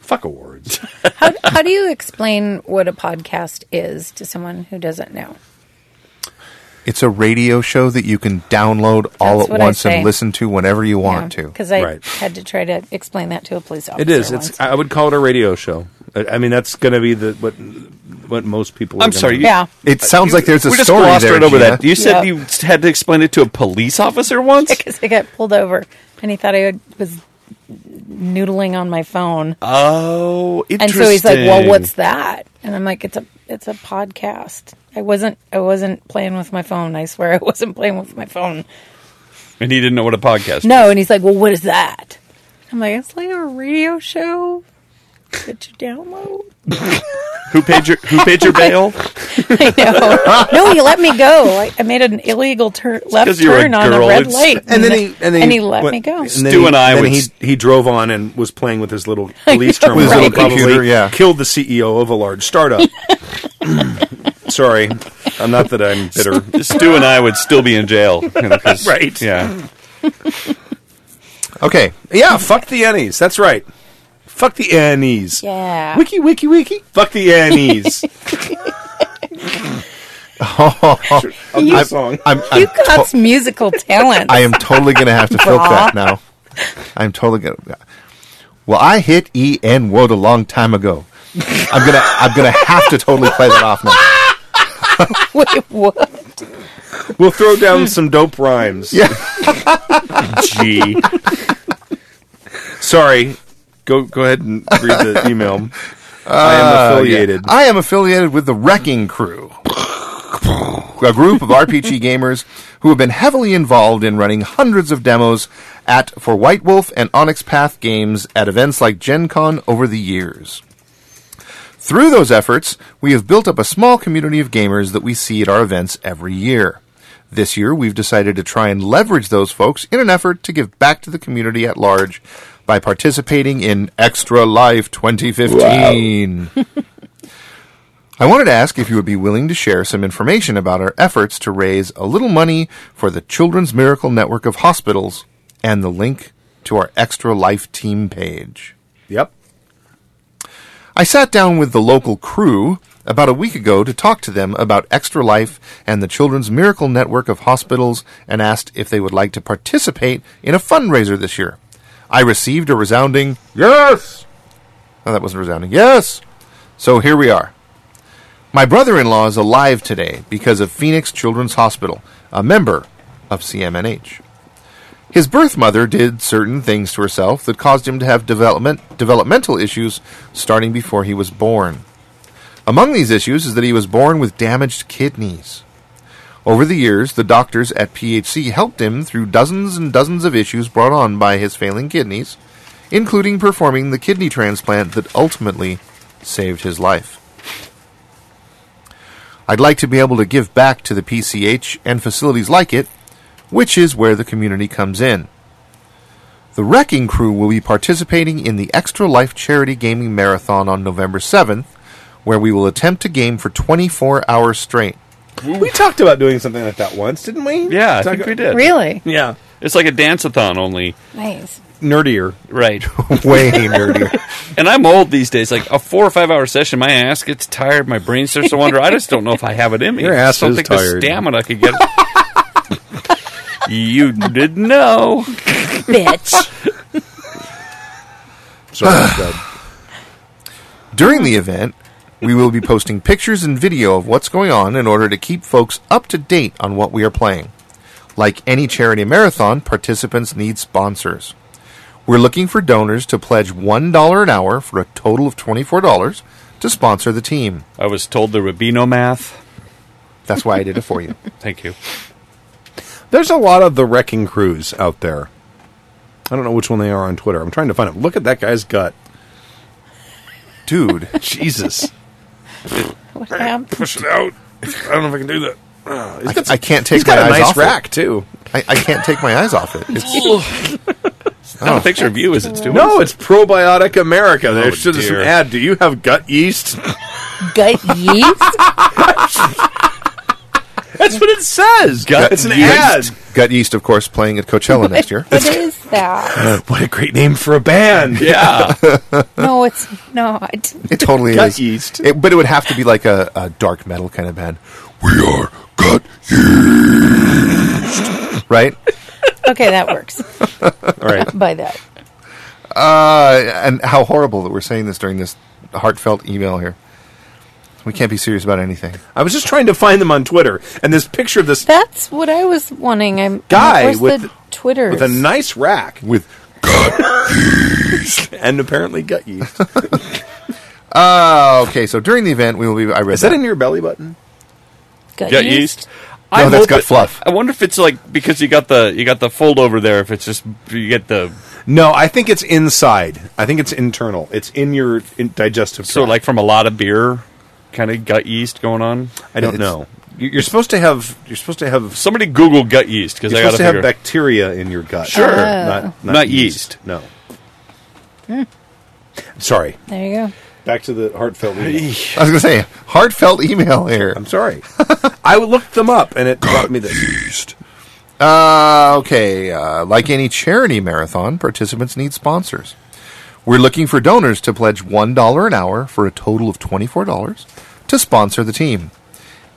S1: Fuck awards.
S3: How, how do you explain what a podcast is to someone who doesn't know?
S5: It's a radio show that you can download all
S3: That's
S5: at
S3: what I
S5: once
S3: say.
S5: and listen to whenever you want to.
S3: Because I
S1: Right.
S3: had to try to explain that to a police officer.
S1: It is.
S3: Once.
S1: It's I would call it a radio show. I, I mean that's gonna be the what what most people are
S4: I'm
S1: gonna
S4: sorry,
S1: do.
S4: you-
S3: yeah.
S5: It sounds like there's a
S4: we just
S5: story
S4: glossed
S5: there.
S4: right over
S5: Gina.
S4: that. You said
S3: Yep.
S4: you had to explain it to a police officer once.
S3: [laughs] Because I got pulled over and he thought I would- was noodling on my phone.
S4: Oh,
S3: and
S4: interesting.
S3: so he's like, "Well, what's that?" And I'm like, "It's a it's a podcast. I wasn't I wasn't playing with my phone. I swear I wasn't playing with my phone.
S4: And he didn't know what a podcast.
S3: No." And he's like, "Well, what is that?" I'm like, "It's like a radio show that you download." [laughs]
S4: Who paid your Who paid your bail?
S3: I know. no, he let me go. I, I made an illegal turn left
S4: 'cause you're a
S3: turn on a
S4: girl.
S3: red
S4: It's-
S3: light,
S1: and then he and then
S3: and he let
S1: what-
S3: me go.
S1: then
S4: Stu
S1: he-
S4: and I
S1: Then
S4: would
S1: he
S4: s-
S1: he drove on and was playing with his little police
S3: know,
S1: terminal.
S5: [laughs] With his
S1: and
S5: little
S1: probably
S5: computer, yeah.
S1: Killed the CEO of a large
S5: [laughs]
S1: startup. [clears throat] Sorry, I'm not that I'm
S5: [laughs]
S1: bitter.
S4: Stu and I would still be in jail. you know, 'cause-
S1: Right.
S4: Yeah.
S5: Okay.
S1: Yeah, fuck the Ennies. That's right. Fuck the Ennies.
S3: Yeah.
S1: Wiki, wiki, wiki. Fuck the
S5: [laughs]
S1: Ennies.
S3: You-
S1: That song.
S5: I'm, I'm,
S3: you got some musical talent.
S5: I am totally going to have to filk that now. I'm totally going to. Well, I hit E N word a long time ago. I'm gonna, I'm gonna have to totally play that off now.
S3: Wait, [laughs] what?
S1: We'll throw down some dope rhymes.
S5: Yeah.
S1: [laughs] Gee. Sorry. Go go ahead and read the email.
S5: [laughs]
S1: I
S5: Uh,
S1: am affiliated.
S5: I am affiliated with the Wrecking Crew, a group of RPG gamers who have been heavily involved in running hundreds of demos at for White Wolf and Onyx Path games at events like Gen Con over the years. Through those efforts, we have built up a small community of gamers that we see at our events every year. This year, we've decided to try and leverage those folks in an effort to give back to the community at large by participating in Extra Life 2015. [laughs] I wanted to ask if you would be willing to share some information about our efforts to raise a little money for the Children's Miracle Network of Hospitals and the link to our Extra Life team page.
S1: Yep.
S5: I sat down with the local crew about a week ago to talk to them about Extra Life and the Children's Miracle Network of Hospitals and asked if they would like to participate in a fundraiser this year. I received a resounding yes. Oh, that wasn't resounding. Yes. So here we are. My brother in law is alive today because of Phoenix Children's Hospital, a member of CMNH. His birth mother did certain things to herself that caused him to have development, developmental issues starting before he was born. Among these issues is that he was born with damaged kidneys. Over the years, the doctors at PHC helped him through dozens and dozens of issues brought on by his failing kidneys, including performing the kidney transplant that ultimately saved his life. I'd like to be able to give back to the PCH and facilities like it, which is where the community comes in. The Wrecking Crew will be participating in the Extra Life Charity Gaming Marathon on November 7th, where we will attempt to game for 24 hours straight.
S1: We talked about doing something like that once, didn't we?
S4: Yeah, I
S1: Talk-
S4: think we did.
S3: Really?
S1: [laughs] Yeah.
S4: It's like a dance-a-thon only.
S3: Nice.
S1: [laughs] Nerdier.
S4: Right.
S5: Way nerdier.
S4: and I'm old these days. Like a four or five hour session, my ass gets tired. My brain starts to wander. I just don't know if I have it in me.
S1: Your
S4: I
S1: ass
S4: just don't
S1: is
S4: think the
S1: tired.
S4: stamina could get. [laughs] you didn't know.
S3: Bitch.
S1: [sighs]
S10: Sorry about that.
S5: During the event, we will be posting pictures and video of what's going on in order to keep folks up to date on what we are playing. Like any charity marathon, participants need sponsors. We're looking for donors to pledge $1 an hour for a total of $24 to sponsor the team.
S4: I was told there would be no math.
S5: That's why I did it for you.
S4: Thank you.
S1: There's a lot of the wrecking crews out there. I don't know which one they are on Twitter. I'm trying to find them. Look at that guy's gut. [laughs]
S5: Dude,
S1: Jesus.
S3: What happened?
S1: Push it out. I don't know if I can do that. Ah, he's
S5: I,
S1: got
S5: I can't take
S1: He's got
S5: my
S1: a
S5: eyes
S1: nice
S5: off
S1: rack too.
S5: it. I, I can't take my eyes off it. It's,
S4: Not a picture of you, is it, Stu?
S1: No, it's probiotic America. There
S4: Oh,
S1: should have some
S4: dear.
S1: ad. Do you have gut [laughs] yeast?
S3: Gut yeast?
S1: That's what it says.
S4: Gut
S1: it's an
S4: yeast.
S1: ad.
S5: Gut Yeast, of course, playing at Coachella
S1: [laughs]
S5: next year.
S3: what is that?
S1: What a great name for a band.
S4: Yeah.
S3: No, it's not.
S5: It totally
S1: Gut
S5: is.
S1: yeast.
S5: It- but it would have to be like a, a dark metal kind of band. We are gut yeast. right?
S3: Okay, that works.
S1: All right.
S3: By that.
S5: Uh, and how horrible that we're saying this during this heartfelt email here. We can't be serious about anything.
S1: I was just trying to find them on Twitter, and this picture of this
S3: That's what I was wanting. I'm
S1: Guy
S3: where's
S1: with
S3: the
S1: the-
S3: Twitter.
S1: with a nice rack
S5: With
S1: [laughs] and apparently gut yeast.
S5: uh, okay, so during the event, we will be. I read
S1: Is that in your belly button?
S3: gut
S4: Gut yeast.
S5: No,
S4: I'm
S5: that's
S4: open-
S5: gut fluff.
S4: I wonder if it's like because you got the you got the fold over there. If it's just you get the
S1: No, I think it's inside. I think it's internal. It's in your in- digestive.
S4: so
S1: tract.
S4: like from a lot of beer, kind of gut yeast going on.
S1: I don't
S5: It's-
S1: know. You- You're supposed to have. You're supposed to have.
S4: Somebody Google gut yeast because
S1: You're
S4: I got
S1: supposed to have
S4: figure.
S1: bacteria in your gut.
S4: Sure.
S1: not not,
S4: Not yeast.
S1: No. Sorry.
S3: There you go.
S1: Back to the heartfelt. email.
S5: I was going to say, heartfelt email here.
S1: I'm [laughs] sorry. I looked them up, and it brought me this.
S5: Uh, okay. Uh, like any charity marathon, participants need sponsors. We're looking for donors to pledge $1 an hour for a total of $24 to sponsor the team.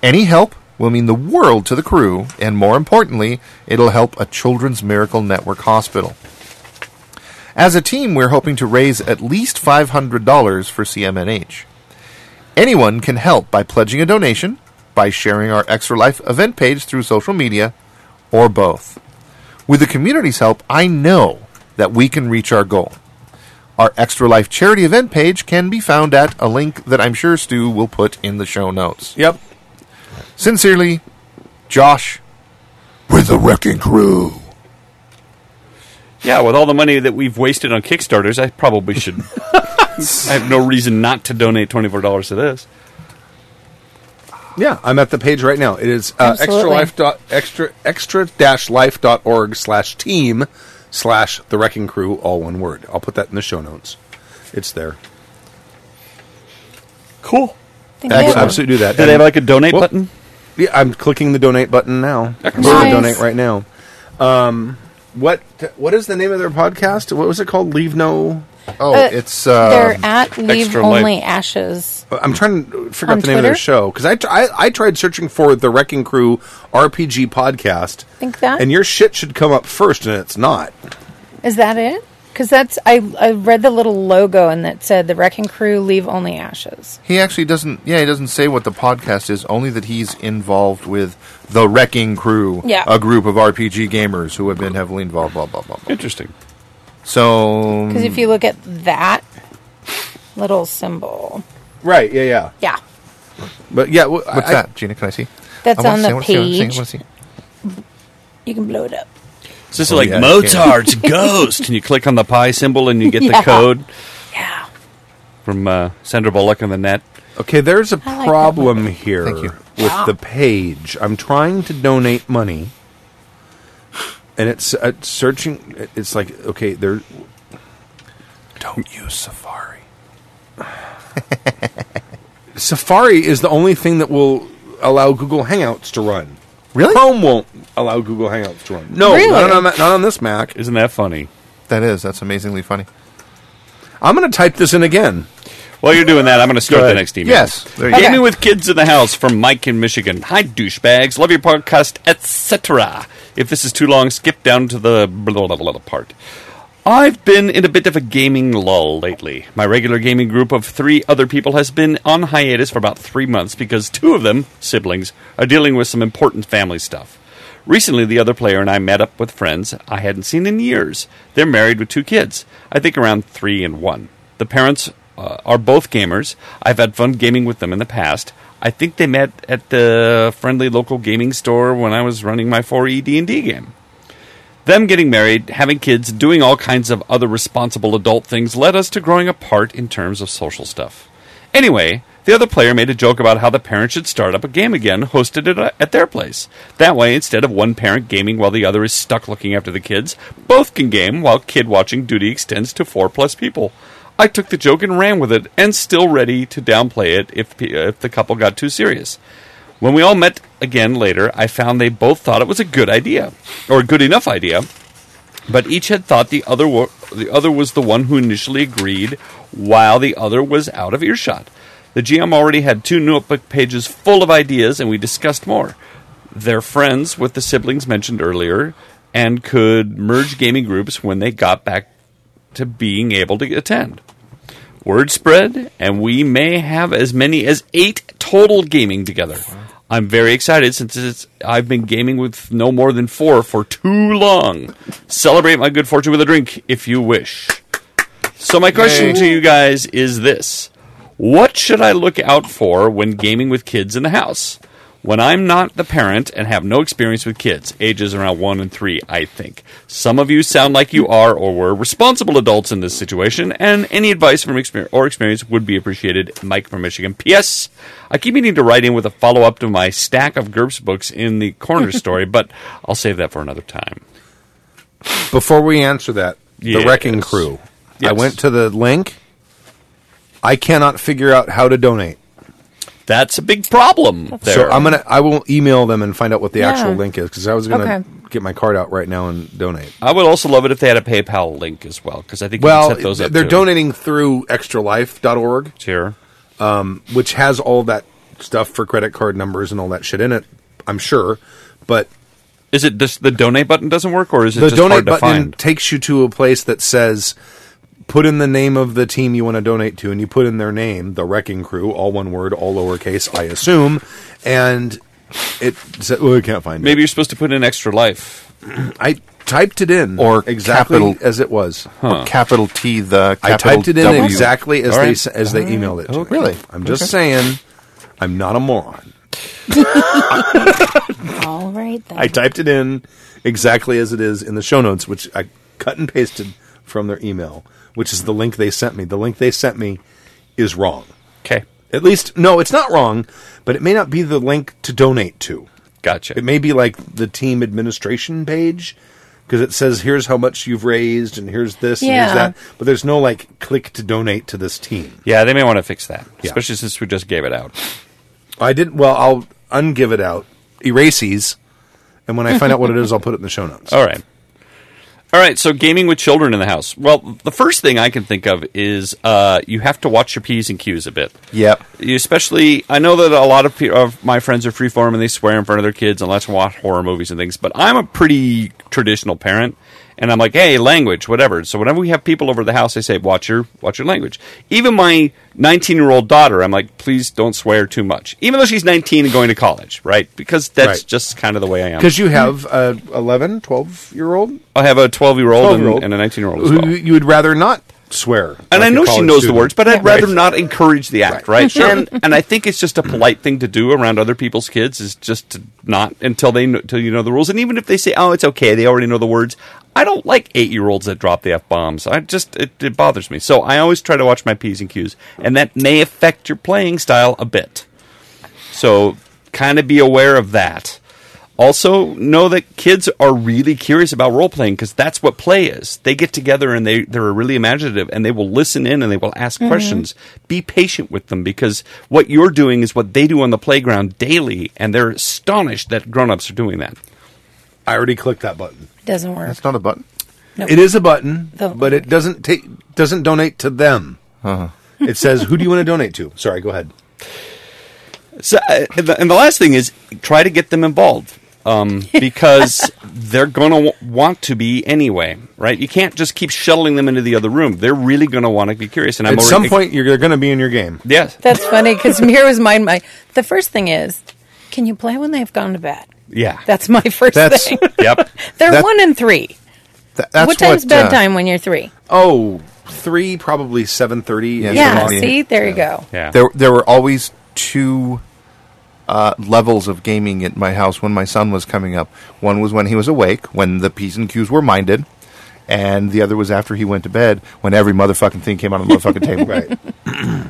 S5: Any help will mean the world to the crew, and more importantly, it'll help a Children's Miracle Network hospital. As a team, we're hoping to raise at least $500 for CMNH. Anyone can help by pledging a donation, by sharing our Extra Life event page through social media, or both. With the community's help, I know that we can reach our goal. Our Extra Life charity event page can be found at a link that I'm sure Stu will put in the show notes.
S1: Yep.
S5: Sincerely, Josh with the Wrecking Crew.
S4: Yeah, with all the money that we've wasted on Kickstarters, I probably should.
S1: [laughs]
S4: I have no reason not to donate twenty four dollars to this.
S10: Yeah, I'm at the page right now. It is uh, extra
S3: Absolutely.
S10: life dot extra extra dash life dot org slash team slash the wrecking crew all one word. I'll put that in the show notes. It's there.
S4: Cool.
S3: Think
S5: Excellent.
S3: about it.
S1: Absolutely do that.
S4: Do they have like a donate
S1: Whoop.
S4: button?
S1: Yeah, I'm clicking the donate button now. I
S4: Excellent.
S3: Nice.
S1: donate right now. Um, what what is the name of their podcast? What was it called? Leave no.
S5: Oh,
S3: Uh,
S5: it's uh,
S3: They're at Leave
S4: Extra Life.
S3: Only Ashes.
S1: uh, I'm trying to figure
S3: On
S1: out the name of their
S3: Twitter?
S1: show because I, tr- I I tried searching for the Wrecking Crew RPG podcast,
S3: Think that
S1: and your shit should come up first, and it's not.
S3: is that it? Because that's I I read the little logo and that said the Wrecking Crew leave only ashes.
S5: He actually doesn't. Yeah, he doesn't say what the podcast is. Only that he's involved with the Wrecking Crew,
S3: Yeah.
S5: a group of RPG gamers who have been heavily involved. Blah blah blah. blah.
S4: Interesting.
S1: Oh,
S5: So
S3: Because if you look at that little symbol,
S1: Right, yeah, yeah.
S3: yeah,
S1: But yeah, wh- I-
S5: what's
S1: I-
S5: that, Gina? Can I see?
S3: That's
S5: I wanna
S3: on
S5: see, I
S3: the
S5: wanna see, I wanna see, I wanna
S3: page.
S5: see.
S3: you can blow it up.
S4: So this
S5: Oh,
S4: is like
S5: yeah,
S4: Mozart's [laughs] Ghost, and you click on the pie symbol and you get [laughs]
S3: Yeah.
S4: the code
S3: Yeah,
S4: from uh, Sandra Bullock in the net.
S1: Okay, there's a
S3: I like that
S1: problem here
S5: Thank you.
S1: with the page. I'm trying to donate money, and it's uh, searching. It's like okay, there. Don't use Safari. [laughs] Safari is the only thing that will allow Google Hangouts to run.
S5: Really?
S1: Chrome won't allow Google Hangouts to run. No,
S3: Really?
S1: not, on, that- not on this Mac.
S4: Isn't that funny?
S5: That is. That's amazingly funny.
S1: I'm going to type this in again.
S4: While you're doing that, I'm going to start the next email.
S5: Yes. There you go.
S4: Gaming with kids in the house from Mike in Michigan. Hi, douchebags. Love your podcast, etc. If this is too long, skip down to the blah blah blah blah part. I've been in a bit of a gaming lull lately. My regular gaming group of three other people has been on hiatus for about three months because two of them, siblings, are dealing with some important family stuff. Recently, the other player and I met up with friends I hadn't seen in years. They're married with two kids, I think around three and one. The parents uh, are both gamers. I've had fun gaming with them in the past. I think they met at the friendly local gaming store when I was running my E 4E D&D game. Them getting married, having kids, doing all kinds of other responsible adult things led us to growing apart in terms of social stuff. Anyway, the other player made a joke about how the parents should start up a game again, hosted it uh, at their place. That way, instead of one parent gaming while the other is stuck looking after the kids, both can game while kid watching duty extends to four plus people. I took the joke and ran with it, and still ready to downplay it if, if the couple got too serious. When we all met again later, I found they both thought it was a good idea, or a good enough idea, but each had thought the other wa- the other was the one who initially agreed, while the other was out of earshot. The GM already had two notebook pages full of ideas, and we discussed more. They're friends with the siblings mentioned earlier, and could merge gaming groups when they got back to being able to attend. Word spread, and we may have as many as eight total gaming together. I'm very excited since it's, I've been gaming with no more than four for too long. Celebrate my good fortune with a drink if you wish. So, my question to you guys is this What should I look out for when gaming with kids in the house? When I'm not the parent and have no experience with kids, ages around one and three, I think. Some of you sound like you are or were responsible adults in this situation, and any advice from experience or experience would be appreciated. Mike from Michigan. P.S. I keep meaning to write in with a follow up to my stack of GURPS books in
S1: [laughs]
S4: the corner story, but I'll save that for another time.
S1: Before we answer that,
S4: Yes.
S1: the Wrecking Crew. I
S4: Yes.
S1: went to the link. I cannot figure out how to donate,
S4: That's a big problem. There.
S1: so I'm gonna. I will email them and find out what the
S3: Yeah.
S1: actual link is because I was gonna
S3: Okay.
S1: get my card out right now and donate.
S4: I would also love it if they had a PayPal link as well, because I think you
S1: Well,
S4: can set those up.
S1: they're
S4: too.
S1: donating through extralife.org,
S4: Sure.
S1: which has all that stuff for credit card numbers and all that shit in it. I'm sure, but
S4: Is it just the donate button doesn't work, or is it
S1: the
S4: just hard
S1: donate
S4: to
S1: button
S4: find?
S1: takes you to a place that says put in the name of the team you want to donate to and you put in their name the wrecking crew all one word all lowercase i assume and it said well i can't find
S4: Maybe you're supposed to put in extra life.
S1: it i typed it in
S5: Or
S1: exactly
S5: capital-
S1: as it was
S5: Or Capital T. The
S1: i
S5: capital
S1: typed it in
S5: W.
S1: exactly as
S4: All
S1: they
S4: right.
S1: s as they emailed it to me.
S5: Really?
S1: i'm just saying i'm not a moron
S3: All right then.
S1: i typed it in exactly as it is in the show notes which i cut and pasted from their email which is the link they sent me the link they sent me is wrong
S4: Okay,
S1: At least, no, it's not wrong, but it may not be the link to donate to.
S4: gotcha.
S1: It may be like the team administration page because it says here's how much you've raised and here's this
S3: Yeah.
S1: and here's that, but there's no like click to donate to this team.
S4: yeah, they may want to fix that,
S1: Yeah.
S4: especially since we just gave it out.
S1: I didn't. Well, I'll ungive it out, erases, and when I find out what it is, I'll put it in the show notes.
S4: All right. All right, so gaming with children in the house. Well, the first thing I can think of is uh, you have to watch your P's and Q's a bit.
S5: Yep.
S4: You especially, I know that a lot of, pe- of my friends are freeform and they swear in front of their kids and let's watch horror movies and things, but I'm a pretty traditional parent. and I'm like, hey, language, whatever. So whenever we have people over to the house, I say, watch your watch your language. Even my 19 year old daughter, I'm like, please don't swear too much, even though she's 19 and going to college, right? Because that's
S1: Right.
S4: just kind of the way I am.
S1: Because you have a 11, 12 uh, year old
S4: I have a 12 year
S1: 12
S4: old
S1: year old
S4: and a 19 year old as
S1: who
S4: well.
S1: you would rather not swear. like
S4: And I
S1: a
S4: know she
S1: college
S4: knows the
S1: student.
S4: words, but I'd
S1: Right.
S4: rather not encourage the act, right? And, and I think it's just a polite thing to do around other people's kids is just to not until they know, until you know the rules. And even if they say, "Oh, it's okay," they already know the words. I don't like eight year olds that drop the f bombs. I just it, it bothers me. So I always try to watch my p's and q's, and that may affect your playing style a bit. So kind of be aware of that. Also, know that kids are really curious about role playing because that's what play is. They get together and they, they're really imaginative and they will listen in and they will ask questions. Be patient with them because what you're doing is what they do on the playground daily, and they're astonished that grown ups are doing that.
S1: I already clicked that button.
S3: Doesn't work.
S5: That's not a button.
S1: It is a button,
S3: The-
S1: but it doesn't take doesn't donate to them. It says, "Who do you want to donate to?" Sorry, go ahead.
S4: So, uh, and the, and the last thing is try to get them involved
S3: [laughs]
S4: um, because they're going to w- want to be anyway, right? You can't just keep shuttling them into the other room. They're really going to want to be curious. And I'm
S1: At
S4: already-
S1: some point, you're going to be in your game.
S4: yes,
S3: [laughs] That's funny because Mir was mine. My the first thing is, can you play when they've gone to bed?
S4: yeah,
S3: That's my [laughs] first
S1: That's-
S3: thing. [laughs]
S4: yep.
S3: They're
S5: that-
S3: one and three.
S5: Th- that's
S3: what time's
S5: uh,
S3: bedtime when you're three?
S1: Oh, three probably seven thirty.
S5: Yeah,
S3: Yeah,
S5: it's
S3: see, there you go.
S4: Yeah.
S5: There, there were always two uh, levels of gaming at my house when my son was coming up. One was when he was awake, when the P's and Q's were minded, and the other was after he went to bed, when every motherfucking thing came out on the motherfucking
S1: [laughs]
S5: table.
S1: Right.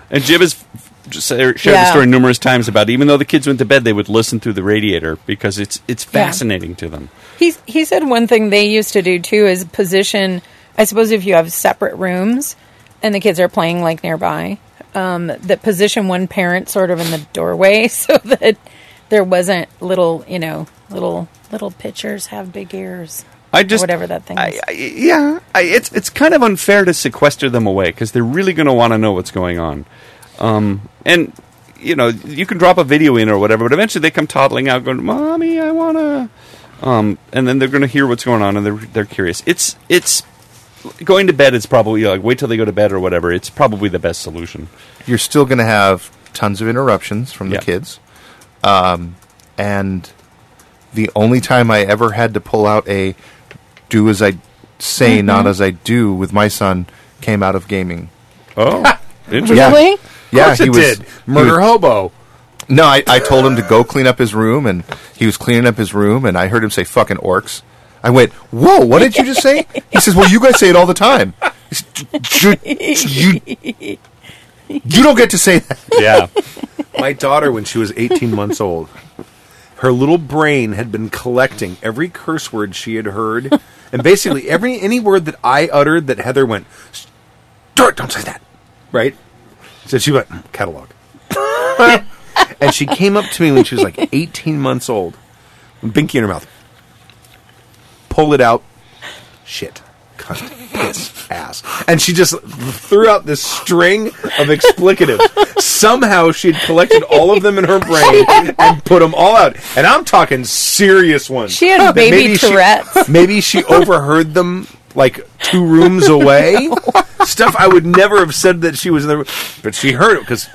S4: And Jib has f- just sa- shared the
S3: Yeah.
S4: story numerous times about even though the kids went to bed, they would listen through the radiator because it's it's fascinating to them.
S3: He he said one thing they used to do too is position. I suppose if you have separate rooms and the kids are playing like nearby, um, that position one parent sort of in the doorway [laughs] so that there wasn't little you know little little pitchers have big ears.
S4: I just
S3: whatever that thing
S4: I,
S3: is.
S4: I, yeah, I, it's it's kind of unfair to sequester them away because they're really going to want to know what's going on. Um, and you know, you can drop a video in or whatever, but eventually they come toddling out, going, "Mommy, I want to," um, and then they're going to hear what's going on and they're they're curious. It's it's going to bed is probably you know, like wait till they go to bed or whatever. It's probably the best solution.
S5: You're still going to have tons of interruptions from the
S4: Yeah.
S5: kids, um, and the only time I ever had to pull out a "do as I say, not as I do" with my son came out of gaming.
S4: Oh, interesting.
S5: Yeah.
S3: Really?
S5: Yeah,
S1: course
S5: he
S1: it
S5: was
S1: did.
S5: he
S1: Murder
S5: was-
S1: hobo.
S5: No, I, I told him to go clean up his room, and he was cleaning up his room, and I heard him say "fucking orcs." I went, "Whoa, what did you just say?" He says, "Well, you guys say it all the time. I said, "J- j- you, you don't get to say that."
S4: yeah.
S1: My daughter, when she was
S5: [laughs]
S1: 18 months old, her little brain had been collecting every curse word she had heard, and basically every any word that I uttered that Heather went, "Stuart, don't say that," right? So she went "Mm, catalog, and she came up to me when she was like 18 months old, with binky in her mouth, pull it out, shit. Cunt, piss, ass. And she just threw out this string of explicatives. Somehow she had collected all of them in her brain and put them all out. And I'm talking serious ones.
S3: [laughs] She had
S4: [laughs]
S1: That
S3: baby
S1: she- [laughs]
S3: Tourette's.
S1: maybe
S3: [laughs]
S1: she overheard them like two rooms
S3: [laughs]
S1: away. Stuff I would never have said that she was in the room. But she heard it because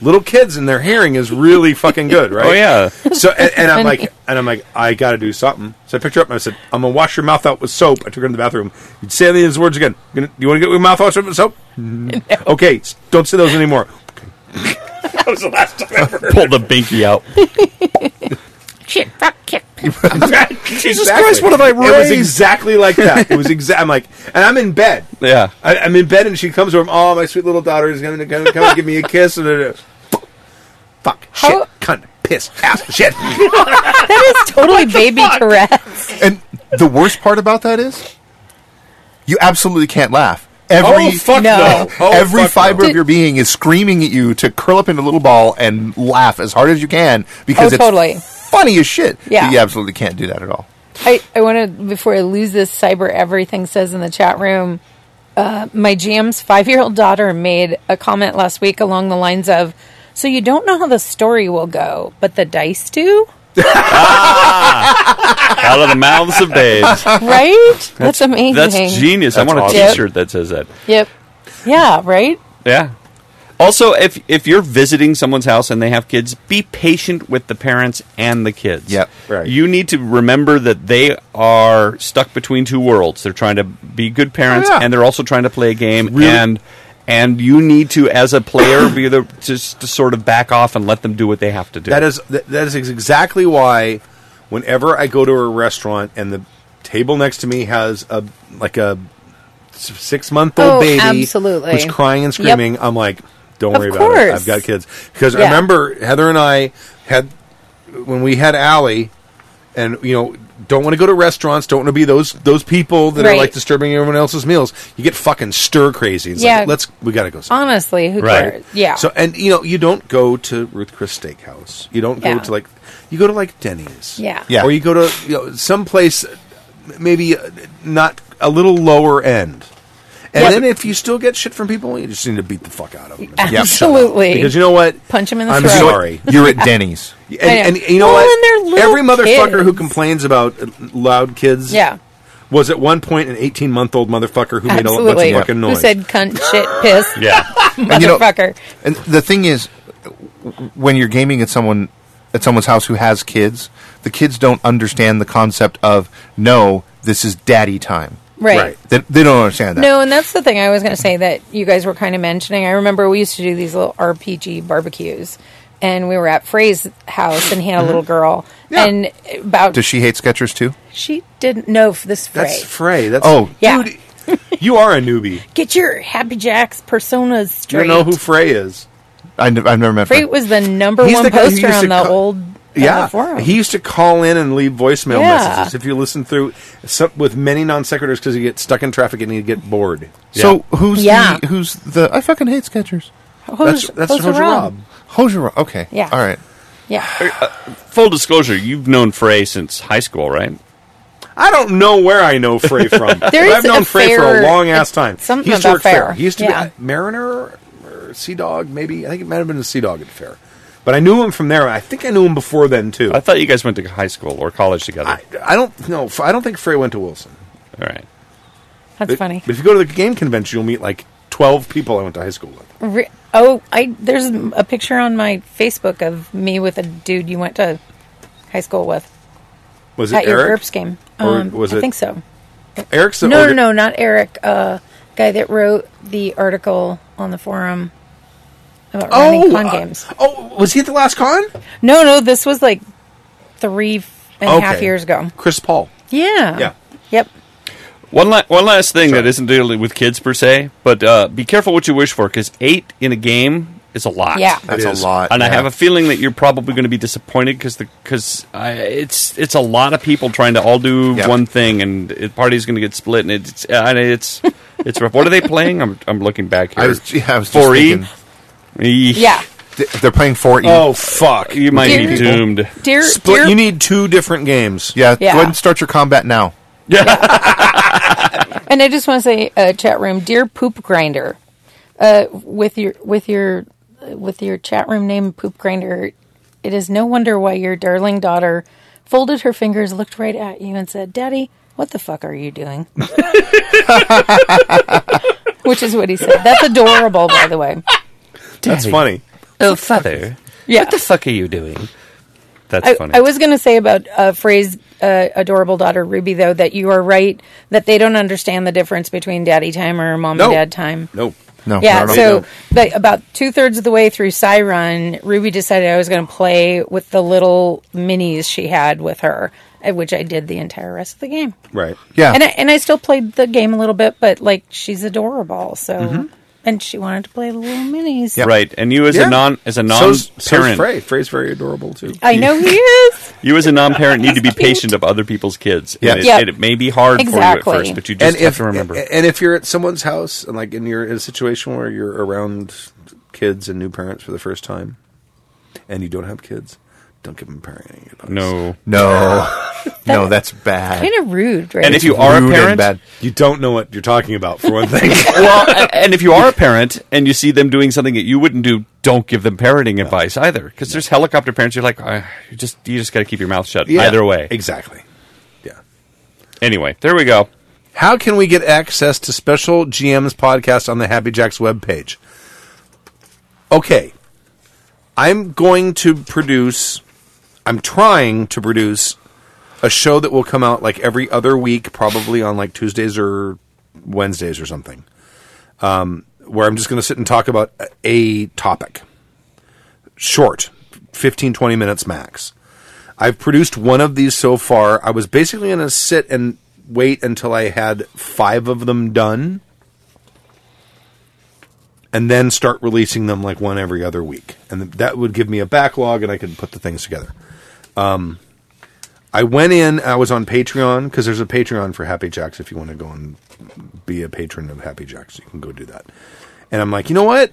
S1: little kids and their hearing is really fucking good, right?
S4: Oh yeah.
S1: So and, and
S4: [laughs]
S1: I'm
S3: Funny.
S1: like, and I'm like, I got to do something. So I picked her up and I said, I'm gonna wash your mouth out with soap. I took her in the bathroom. You'd say any of those words again. You, gonna, you want to get your mouth washed out with
S4: [laughs]
S1: soap? Okay, s- don't say those anymore. that was the last time I ever.
S4: Pull the binky out.
S11: Shit, fuck, kick,
S1: [laughs] Jesus
S4: Christ, what have I
S1: It was
S4: raised?
S1: exactly like that. It
S4: [laughs]
S1: was exact. I'm like, and I'm in bed.
S4: [laughs] Yeah.
S1: I, I'm in bed, and she comes over. Oh, my sweet little daughter is gonna, gonna come and give me a kiss. [laughs] And then, uh, fuck, shit,
S3: How-
S1: cunt, piss, ass, shit.
S3: That is totally baby Tourette's.
S5: And the worst part about that is, you absolutely can't laugh. Every
S1: oh fuck no!
S3: No.
S1: Oh,
S5: [laughs] every
S1: fuck
S5: fiber
S1: no.
S5: of your being is screaming at you to curl up in a little ball and laugh as hard as you can because
S3: Oh,
S5: it's
S3: totally.
S5: funny as shit.
S3: Yeah.
S5: But you absolutely can't do that at all.
S3: I, I want to, before I lose this, cyber everything says in the chat room. Uh, my GM's five year old daughter made a
S1: [laughs]
S3: comment last week along the lines of So you don't know how the story will go, but the dice do?
S4: Out of the mouths of babes.
S3: right? That's, amazing. [laughs]
S4: That's genius. I want a
S3: Yep.
S4: T-shirt that says that.
S3: Yep. Yeah. Right.
S4: Yeah. Also, if if you're visiting someone's house and they have kids, be patient with the parents and the kids.
S5: Yep. Right.
S4: You need to remember that they are stuck between two worlds. They're trying to be good parents
S5: Oh, yeah.
S4: and they're also trying to play a game
S5: Really-
S4: and and you need to as a player be the just to sort of back off and let them do what they have to do.
S1: That is that, that is exactly why whenever I go to a restaurant and the table next to me has a like a six month old
S3: Oh,
S1: baby
S3: absolutely.
S1: who's crying and
S3: Yep.
S1: screaming, I'm like, don't
S3: Of
S1: worry about it.
S3: course.
S1: I've got kids because I
S3: Yeah.
S1: remember Heather and I had when we had Allie, and you know. Don't want to go to restaurants. Don't want to be those those people that are
S3: Right.
S1: like disturbing everyone else's meals. You get fucking stir crazy. It's
S3: Yeah.
S1: like, let's we got to go. somewhere.
S3: Honestly, who
S4: Right.
S3: cares? Yeah.
S1: So and you know you don't go to Ruth Chris Steakhouse. You don't go
S3: Yeah.
S1: to like you go to like Denny's.
S3: Yeah.
S5: Yeah.
S1: Or you go to you know someplace maybe uh, not a little lower end. And
S3: Yeah.
S1: then if you still get shit from people, you just need to beat the fuck out of
S3: [laughs]
S1: them.
S3: Absolutely.
S1: Because you know what?
S3: Punch him in the
S1: I'm
S3: throat.
S1: sorry.
S5: You're at
S1: [laughs]
S5: Denny's.
S1: And, and
S3: know.
S1: you know
S3: Well,
S1: what?
S3: and they're little
S1: Every motherfucker who
S3: kids.
S1: complains about uh, loud kids
S3: Yeah.
S1: was at one point an 18 month old motherfucker who made a bunch
S3: Absolutely.
S1: of fucking noise.
S3: Who said cunt, shit, piss?
S4: yeah.
S5: And, you know-
S3: Motherfucker.
S5: And the thing is, w- when you're gaming at someone at someone's house who has kids, the kids don't understand the concept of no, this is daddy time.
S3: Right.
S1: Right.
S5: They, they don't understand that.
S3: No, and that's the thing I was going to say that you guys were kind of mentioning. I remember we used to do these little RPG barbecues, and we were at Frey's house, and he
S1: Mm-hmm.
S3: had a little girl, and about
S5: Does she hate Skechers too?
S3: she didn't know if this Frey.
S1: That's Frey. That's
S5: Oh.
S3: Yeah.
S1: dude, you are a newbie.
S3: Get your Happy Jacks personas
S1: You
S3: straight.
S1: don't know who Frey is.
S5: I n- I've never met.
S3: Frey
S5: her.
S3: was the number
S1: He's
S3: one
S1: the guy who
S3: poster
S1: used to
S3: on the
S1: co-
S3: old on the
S1: Yeah,
S3: forum.
S1: he used to call in and leave voicemail
S3: Yeah.
S1: messages. If you listen through some, with many non sequiturs, because you get stuck in traffic and you get bored.
S5: So who's
S3: Yeah.
S5: the who's the? I fucking hate Skechers.
S3: Hose-
S1: that's
S3: Hose
S1: that's Roger
S3: Rob.
S1: Rob.
S5: Hojiro. Okay.
S3: Yeah.
S5: All right.
S3: Yeah,
S4: Full disclosure, you've known Frey since high school, right?
S1: I don't know where I know
S3: [laughs]
S1: Frey from. but
S3: is
S1: I've known
S3: a
S1: Frey for
S3: fair-
S1: a long ass time.
S3: something
S1: he used to
S3: about
S1: work fair.
S3: fair.
S1: He used to
S3: Yeah.
S1: be a Mariner or Sea Dog, maybe. I think it might have been a Sea Dog at fair. But I knew him from there. I think I knew him before then too.
S4: I thought you guys went to high school or college together.
S1: I, I don't know. I don't think Frey went to Wilson.
S4: All right.
S3: that's
S1: But-
S3: funny.
S1: But if you go to the game convention, you'll meet like twelve people I went to high school with.
S3: Re- oh, I there's a picture on my Facebook of me with a dude you went to high school with
S1: Was it
S3: at your
S1: Eric?
S3: GURPS game.
S1: Or
S3: Um,
S1: was
S3: I
S1: it-
S3: think so.
S1: Eric's the
S3: No, no,
S1: orga-
S3: no, not Eric. Uh, guy that wrote the article on the forum about running con
S1: uh,
S3: games.
S1: Oh, was he at the last con?
S3: No, no, this was like three f- and a half
S1: Okay.
S3: years ago.
S1: Chris Paul.
S3: Yeah.
S1: Yeah.
S3: Yep.
S4: One, la- one last thing that isn't dealing with kids per se, but uh, be careful what you wish for because eight in a game is a lot.
S3: Yeah.
S5: That's
S1: It
S5: a
S1: is.
S5: lot.
S4: And I
S5: yeah.
S4: have a feeling that you're probably going to be disappointed because because it's it's a lot of people trying to all do
S5: Yeah.
S4: one thing and the party's going to get split and it's and it's it's rough. What are they playing? I'm I'm looking back here. E?
S5: I was. Yeah, I was just
S4: 4E.
S5: thinking,
S4: Eesh.
S3: Yeah.
S5: th- They're playing E. 4E.
S1: fuck!
S4: Oh, you might
S3: Dear
S4: be
S3: people.
S4: doomed.
S3: Dear,
S1: Split.
S3: dear,
S1: You need two different games.
S5: Yeah,
S3: Yeah.
S5: Go ahead and start your combat now.
S3: and I just want to say, uh, chat room, dear poop grinder, uh, with your with your with your chat room name poop grinder, it is no wonder why your darling daughter folded her fingers, looked right at you, and said, "Daddy, what the fuck are you doing?" Which is what he said. That's adorable, by the way.
S1: That's funny.
S4: Oh, father,
S3: Yeah.
S4: what the fuck are you doing? That's
S3: I,
S4: funny.
S3: I was going to say about uh, Frey's uh, adorable daughter Ruby, though, that you are right that they don't understand the difference between daddy time or mom
S1: No.
S3: and dad time.
S1: No.
S5: No,
S3: Yeah,
S5: not at all.
S3: so like about two thirds of the way through Cyrun, Ruby decided I was going to play with the little minis she had with her, uh, which I did the entire rest of the game.
S1: Right.
S5: yeah,
S3: And I, and I still played the game a little bit, but like she's adorable, so
S4: Mm-hmm.
S3: and she wanted to play the little minis.
S5: Yep.
S4: Right, and you as
S1: Yeah.
S4: a non as a non
S1: So's, so's
S4: parent,
S1: Frey. Frey's very adorable too.
S3: I know he is.
S4: you as a non parent need to
S5: [laughs]
S4: be patient of other people's kids.
S5: Yeah.
S4: and it,
S3: Yep.
S4: and it may be hard for
S3: Exactly.
S4: you at first, but you just
S1: and
S4: have
S1: if
S4: to remember.
S1: and if you're at someone's house and like in your in a situation where you're around kids and new parents for the first
S3: [laughs]
S1: time, and you don't have kids, don't give them parenting advice.
S4: no,
S5: no. no, that's bad.
S3: Kind of rude, right?
S4: And if you are a
S5: Rude and
S4: parent,
S5: bad.
S12: You don't know what you're talking about, for one
S1: [laughs]
S12: thing.
S4: [laughs] well, a- and if you are a parent and you see them doing something that you wouldn't do, don't give them parenting advice either. Because there's helicopter parents. You're like, "Ah, you just you just got to keep your mouth shut.
S1: Yeah,
S4: Either way.
S1: Exactly. Yeah.
S4: Anyway, there we go.
S1: How can we get access to special GM's podcast on the Happy Jacks webpage? Okay. I'm going to produce, I'm trying to produce a show that will come out like every other week, probably on like Tuesdays or Wednesdays or something, um, where I'm just going to sit and talk about a- a topic. Short, 15, 20 minutes max. I've produced one of these so far. I was basically going to sit and wait until I had five of them done and then start releasing them like one every other week. And th- that would give me a backlog and I could put the things together. Um, I went in, I was on Patreon because there's a Patreon for Happy Jacks if you want to go and be a patron of Happy Jacks. You can go do that. And I'm like, you know what?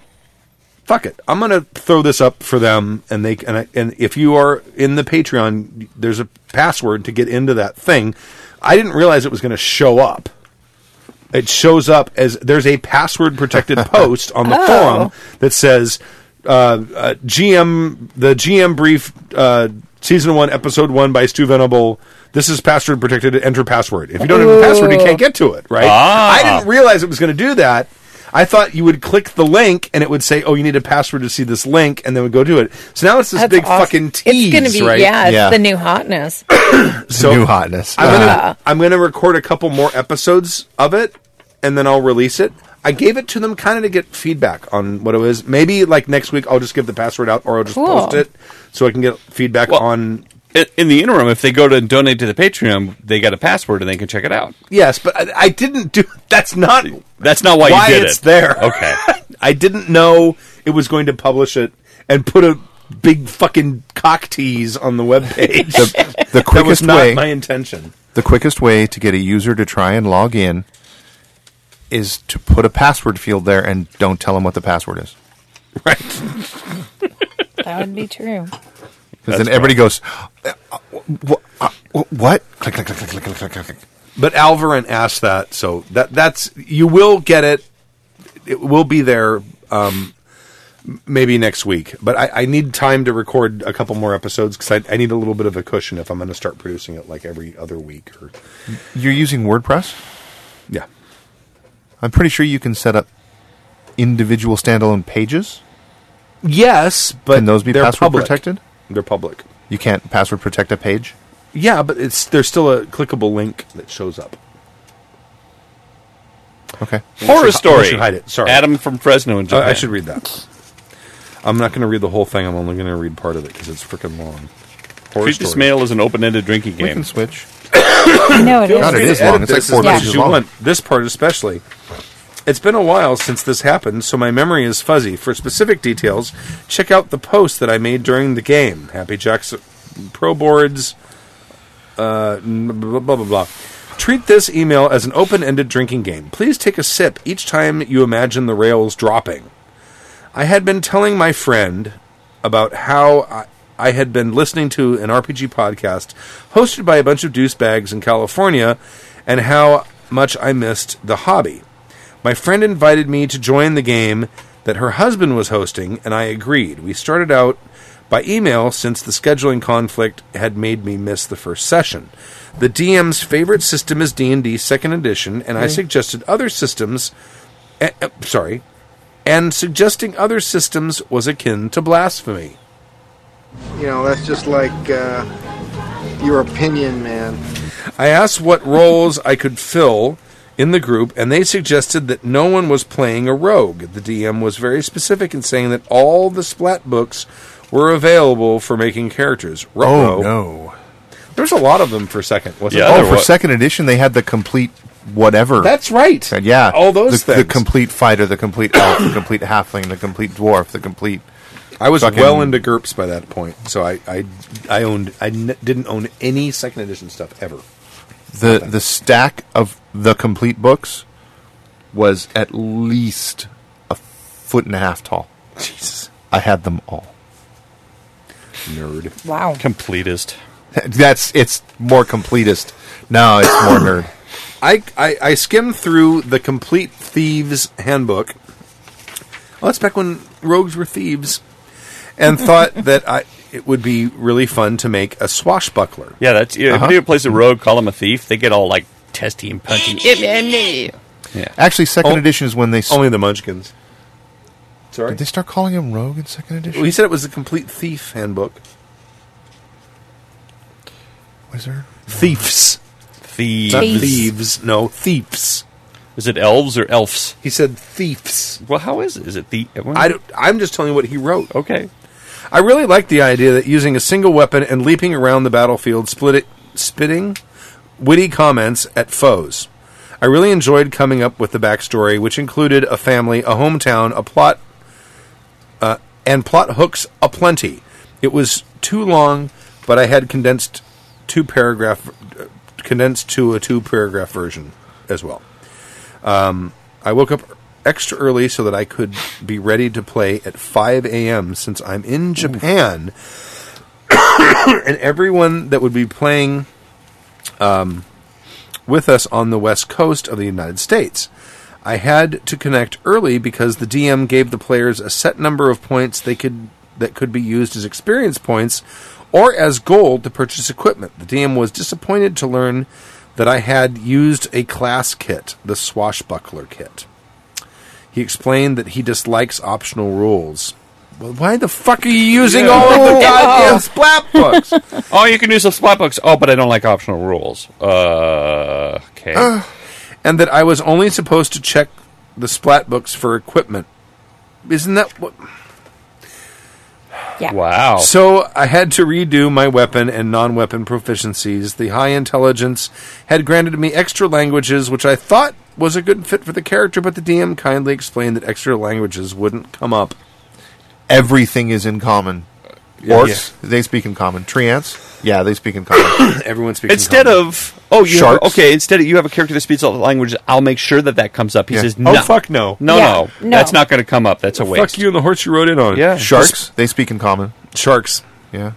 S1: fuck it. I'm gonna throw this up for them, and they and I, and if you are in the Patreon, there's a password to get into that thing. I didn't realize it was gonna show up. It shows up as there's a password protected post on the forum that says uh, uh, GM the GM brief uh, season one episode one by Stu Venable. This is password protected. Enter password. If you don't have a password, you can't get to it. Right?
S4: Ah.
S1: I didn't realize it was going to do that. I thought you would click the link and it would say, "Oh, you need a password to see this link," and then would go do it. So now it's this
S3: That's
S1: big
S3: awesome.
S1: fucking tease,
S3: It's gonna be
S1: right?
S3: yeah, it's
S5: Yeah.
S3: the new hotness.
S1: So
S5: New hotness.
S1: I'm
S5: Uh,
S1: gonna I'm gonna record a couple more episodes of it, and then I'll release it. I gave it to them kind of to get feedback on what it was. Maybe like next week I'll just give the password out, or I'll just
S3: Cool.
S1: post it so I can get feedback
S4: Well-
S1: on.
S4: I- In the interim, if they go to donate to the Patreon, they got a password and they can check it out.
S1: Yes, but I, I didn't do. That's not
S4: That's not why,
S1: why
S4: you did
S1: it's
S4: it.
S1: there.
S4: Okay.
S1: [laughs] I didn't know it was going to publish it and put a big fucking cock tease on the webpage.
S5: the, the
S1: [laughs] that was
S5: quickest
S1: not
S5: way
S1: my intention.
S5: the quickest way to get a user to try and log in is to put a password field there and don't tell them what the password is.
S1: Right.
S3: that would be [clears throat] true.
S5: Because then everybody goes, "Uh, uh, wh- uh, wh- what? Click, click, click, click, click, click, click, click, click.
S1: But Alvarin asked that, so that that's you will get it. It will be there um, maybe next week. But I, I need time to record a couple more episodes because I, I need a little bit of a cushion if I'm going to start producing it like every other week. Or
S5: You're using WordPress?
S1: yeah,
S5: I'm pretty sure you can set up individual standalone pages.
S1: yes, but
S5: can those be
S1: they're
S5: password
S1: public.
S5: protected?
S1: They're public.
S5: You can't password protect a page.
S1: Yeah, but it's there's still a clickable link that shows up.
S5: Okay.
S4: Horror
S1: Unless you hi- unless
S4: story.
S1: you hide it. Sorry.
S4: Adam from Fresno in
S1: Uh,
S4: Japan.
S1: I should read that. I'm not going to read the whole thing. I'm only going to read part of it because it's freaking long. Horror
S4: Treat this
S1: story.
S4: mail as an open-ended drinking
S5: We can
S4: game.
S5: switch.
S3: I know it is.
S5: God, it
S1: free
S5: is
S1: to
S5: long.
S1: edit
S5: It's like
S1: this
S5: four
S1: as much
S5: pages
S1: as you
S5: long.
S1: want. This part especially. It's been a while since this happened, so my memory is fuzzy. For specific details, check out the post that I made during the game. Happy Jacks Pro Boards. Uh, n- blah, blah, blah, blah. Treat this email as an open ended drinking game. Please take a sip each time you imagine the rails dropping. I had been telling my friend about how I, I had been listening to an RPG podcast hosted by a bunch of douchebags in California and how much I missed the hobby. My friend invited me to join the game that her husband was hosting, and I agreed. We started out by email since the scheduling conflict had made me miss the first session. The DM's favorite system is D&D 2nd edition, and I suggested other systems eh, eh, sorry, and suggesting other systems was akin to blasphemy.
S6: You know, that's just like uh, your opinion, man.
S1: I asked what roles I could fill in the group, and they suggested that no one was playing a rogue. The DM was very specific in saying that all the splat books were available for making characters.
S5: Oh,
S1: Ruh-roh.
S5: no.
S1: There's a lot of them for second, wasn't
S4: Yeah,
S1: there?
S5: Oh,
S4: there
S5: for
S4: wa-
S5: second edition, they had the complete whatever.
S1: That's right.
S5: And yeah,
S1: all those
S5: the,
S1: things.
S5: the complete fighter, the complete elf, the complete halfling, the complete dwarf, the complete.
S1: I was
S5: fucking-
S1: well into GURPS by that point, so I I, I owned I n- didn't own any second edition stuff ever.
S5: the the stack of the complete books was at least a foot and a half tall.
S1: Jesus,
S5: I had them all.
S1: nerd.
S3: Wow.
S4: Completist.
S5: That's it's more completist. No, it's more nerd.
S1: I, I, I skimmed through the Complete Thieves Handbook. Well, that's back when rogues were thieves,
S5: [laughs]
S1: and thought that I it would be really fun to make a swashbuckler.
S4: Yeah, that's yeah, if
S1: Uh-huh.
S4: you plays a rogue, call him a thief. They get all like testy and punchy. yeah.
S5: [coughs] Actually, second
S1: Oh,
S5: edition is when they s-
S1: Only the Munchkins. Sorry,
S5: did they start calling him Rogue in second edition.
S1: Well, he said it was the Complete Thief Handbook.
S5: Was there?
S1: Thieves,
S4: Thieves.
S1: not thieves. No, thieves.
S4: Is it elves or elfs?
S1: He said thieves.
S4: Well, how is it? Is it the?
S1: I don't- I'm just telling you what he wrote.
S4: okay.
S1: I really like the idea that using a single weapon and leaping around the battlefield, split it, spitting witty comments at foes. I really enjoyed coming up with the backstory, which included a family, a hometown, a plot, uh, and plot hooks aplenty. It was too long, but I had condensed two paragraph, uh, condensed to a two paragraph version as well. I woke up extra early so that I could be ready to play at 5 a.m. since I'm in Japan. [coughs] and everyone that would be playing um, with us on the west coast of the United States. I had to connect early because the DM gave the players a set number of points they could that could be used as experience points or as gold to purchase equipment. The DM was disappointed to learn that I had used a class kit, the swashbuckler kit. He explained that he dislikes optional rules. Well, why the fuck are you using
S4: Yeah.
S1: all of the goddamn splat books?
S4: Oh, you can do some splat books. Oh, but I don't like optional rules. Uh, okay.
S1: and that I was only supposed to check the splat books for equipment. Isn't that what?
S3: Yeah.
S4: wow.
S1: So I had to redo my weapon and non weapon proficiencies. The high intelligence had granted me extra languages, which I thought was a good fit for the character, but the DM kindly explained that extra languages wouldn't come up.
S5: Everything is in common.
S1: Yeah.
S5: Orcs, they speak in common. Treants, yeah, they speak in [coughs] common.
S1: Everyone speaks
S4: Instead of oh, you have,
S5: Sharks.
S4: okay. Instead of you have a character that speaks all the languages, I'll make sure that that comes up. He
S5: Yeah.
S4: says,
S5: Oh,
S4: no.
S5: fuck no.
S4: no,
S3: Yeah,
S4: no,
S3: no.
S4: that's not going to come up. That's a waste.
S1: Fuck you and the horse you rode in on.
S4: Yeah.
S5: Sharks, they speak in common.
S1: Sharks.
S5: Yeah.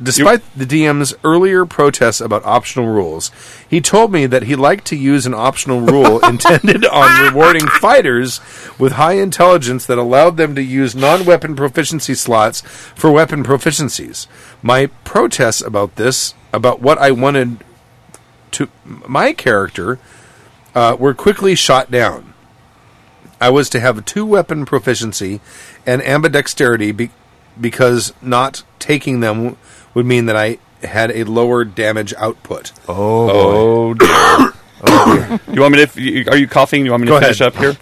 S1: Despite the DM's earlier protests about optional rules, he told me that he liked to use an optional rule intended on rewarding fighters with high intelligence that allowed them to use non weapon proficiency slots for weapon proficiencies. My protests about this, about what I wanted to my character, uh, were quickly shot down. I was to have a two weapon proficiency and ambidexterity be- because not taking them would mean that I had a lower damage output.
S4: Oh, dear.
S1: [coughs]
S4: you want me to? you- Are you coughing? You want me to
S1: Go
S4: finish
S1: ahead.
S4: up here?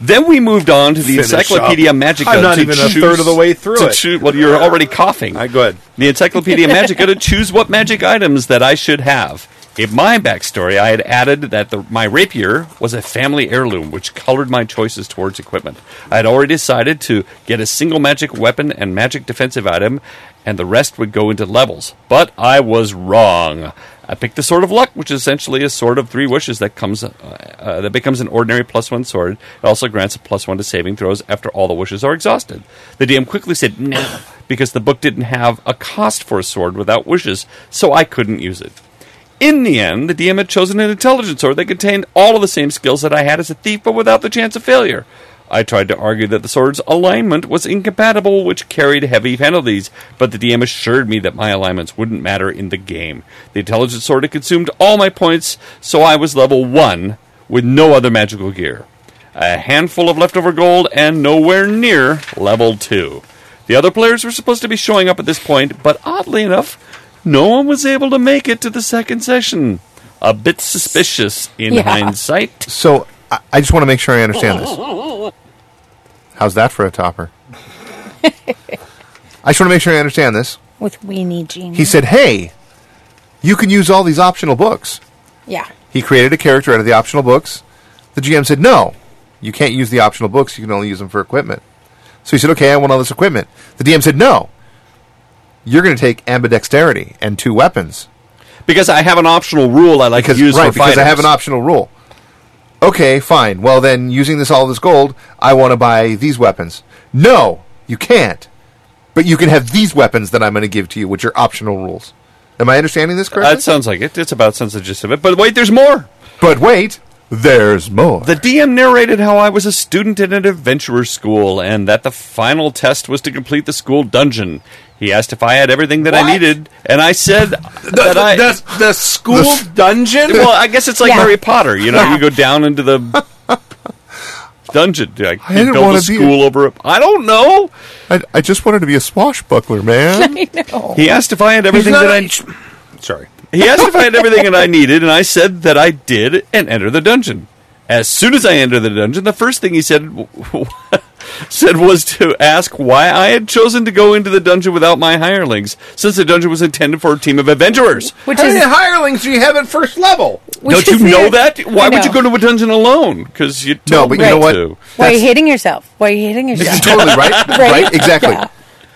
S4: Then we moved on to the
S1: Finish
S4: Encyclopedia
S1: up.
S4: Magica.
S1: I'm not
S4: to
S1: even a
S4: choose-
S1: third of the way through
S4: to
S1: it.
S4: choo- well, you're already coughing.
S1: I go ahead.
S4: the Encyclopedia Magica to choose what magic items that I should have. In my backstory, I had added that the, my rapier was a family heirloom, which colored my choices towards equipment. I had already decided to get a single magic weapon and magic defensive item, and the rest would go into levels. But I was wrong. I picked the Sword of Luck, which is essentially a sword of three wishes that comes uh, uh, that becomes an ordinary plus one sword. It also grants a plus one to saving throws after all the wishes are exhausted. The DM quickly said no because the book didn't have a cost for a sword without wishes, so I couldn't use it. In the end, the DM had chosen an intelligence sword that contained all of the same skills that I had as a thief, but without the chance of failure. I tried to argue that the sword's alignment was incompatible, which carried heavy penalties, but the DM assured me that my alignments wouldn't matter in the game. The intelligence sword had consumed all my points, so I was level 1 with no other magical gear. A handful of leftover gold and nowhere near level 2. The other players were supposed to be showing up at this point, but oddly enough, no one was able to make it to the second session. A bit suspicious in
S3: Yeah.
S4: hindsight.
S5: So I, I just want to make sure I understand this. [coughs] How's that for a topper? [laughs] I just want to make sure I understand this.
S3: With Weenie Genie.
S5: He said, "Hey, you can use all these optional books."
S3: yeah. [laughs]
S5: He created a character out of the optional books. The GM said, "No, you can't use the optional books. You can only use them for equipment." So he said, "Okay, I want all this equipment." The DM said, "No, you're going to take ambidexterity and two weapons
S4: Because I have an optional rule I like
S5: because
S4: to use
S5: right
S4: for
S5: because
S4: fighters.
S5: I have an optional rule." Okay, fine. Well, then, using this all this gold, I want to buy these weapons. No, you can't. But you can have these weapons that I'm going to give to you, which are optional rules. Am I understanding this correctly?
S4: That sounds like it. It's about sounds the gist of it. But wait, there's more.
S5: But wait, there's more.
S4: The DM narrated how I was a student in an adventurer school and that the final test was to complete the school dungeon. He asked if I had everything that I needed, and I said that I.
S10: the, the school
S5: The s-
S10: dungeon?
S4: well, I guess it's like
S3: Yeah.
S4: Harry Potter. You know,
S3: Yeah.
S4: you go down into the dungeon. Like,
S5: I
S4: you
S5: didn't
S4: build
S5: wanna
S4: a
S5: be-
S4: school over. A, I don't know.
S5: I, I just wanted to be a
S3: [laughs]
S5: swashbuckler, man.
S3: I know.
S4: He asked if I had
S10: He's
S4: everything
S10: not
S4: that
S10: a-
S4: I.
S10: Sorry.
S4: He asked if I had everything that I needed, and I said that I did, and enter the dungeon. As soon as I entered the dungeon, the first thing he said [laughs] said was to ask why I had chosen to go into the dungeon without my hirelings, since the dungeon was intended for a team of adventurers.
S3: Which
S10: How
S3: is
S10: many hirelings do you have at first level?
S3: which
S4: Don't
S3: is
S4: you know
S3: weird.
S4: that? Why
S3: I
S4: would you
S3: know.
S4: go to a dungeon alone? Because you
S5: No,
S4: told
S5: but
S4: me
S5: you know what?
S4: to.
S3: Why are you hitting yourself? Why are you hitting yourself?
S5: totally right. right. Exactly.
S3: Yeah.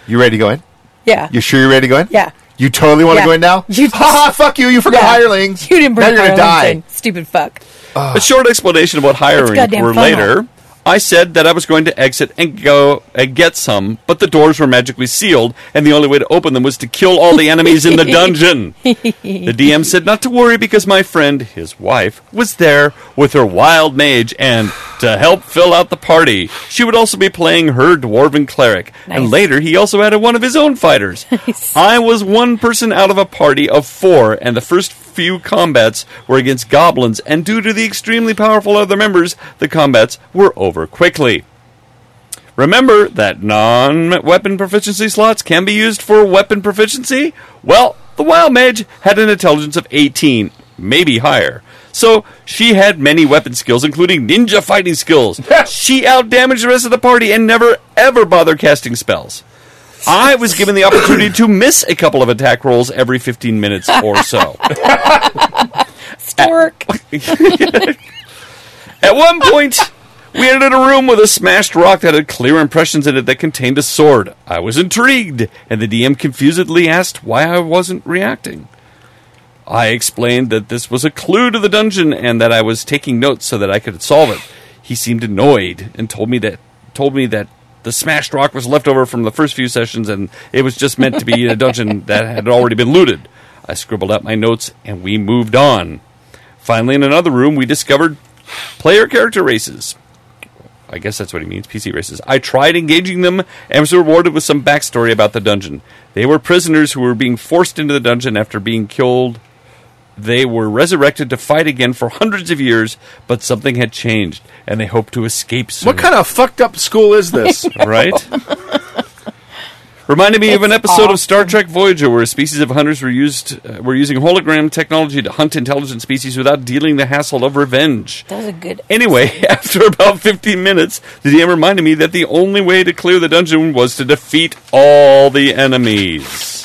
S5: You ready to go in?
S3: [laughs] Yeah.
S5: You sure you're ready to go in?
S3: Yeah.
S5: You totally want to
S3: Yeah.
S5: go in now?
S3: You
S5: ha ha! Fuck you! You forgot
S3: Yeah.
S5: hirelings.
S3: You didn't bring
S5: now you're gonna
S3: hirelings
S5: die.
S3: in, Stupid fuck.
S4: a short explanation about hiring
S3: goddamn
S4: were
S3: fun.
S4: later. I said that I was going to exit and go and get some, but the doors were magically sealed, and the only way to open them was to kill all the enemies in the dungeon.
S3: [laughs]
S4: The DM said not to worry because my friend, his wife, was there with her wild mage and to help fill out the party. She would also be playing her dwarven cleric. And
S3: Nice.
S4: later he also added one of his own fighters.
S3: [laughs] Nice.
S4: I was one person out of a party of four, and the first few combats were against goblins, and due to the extremely powerful other members, the combats were over quickly. Remember that non weapon proficiency slots can be used for weapon proficiency? Well, the Wild Mage had an intelligence of 18, maybe higher. So she had many weapon skills, including ninja fighting skills. she outdamaged the rest of the party and never ever bothered casting spells. I was given the opportunity to miss a couple of attack rolls every 15 minutes or so.
S3: Stork.
S4: At one point, we entered a room with a smashed rock that had clear impressions in it that contained a sword. I was intrigued, and the DM confusedly asked why I wasn't reacting. I explained that this was a clue to the dungeon and that I was taking notes so that I could solve it. He seemed annoyed and told me that told me that the smashed rock was left over from the first few sessions and it was just meant to be in a dungeon that had already been looted. I scribbled out my notes and we moved on. Finally, in another room, we discovered player character races. I guess that's what he means, PC races. I tried engaging them and was rewarded with some backstory about the dungeon. They were prisoners who were being forced into the dungeon after being killed. They were resurrected to fight again for hundreds of years, but something had changed, and they hoped to escape soon.
S10: What kind of fucked up school is [laughs] this?
S4: right? Reminded me of an
S3: It's
S4: episode of Star Trek Voyager where a species of hunters were used uh, were using hologram technology to hunt intelligent species without dealing the hassle of revenge.
S3: That was a good.
S4: Anyway, [laughs] after about 15 minutes, the DM reminded me that the only way to clear the dungeon was to defeat all the enemies.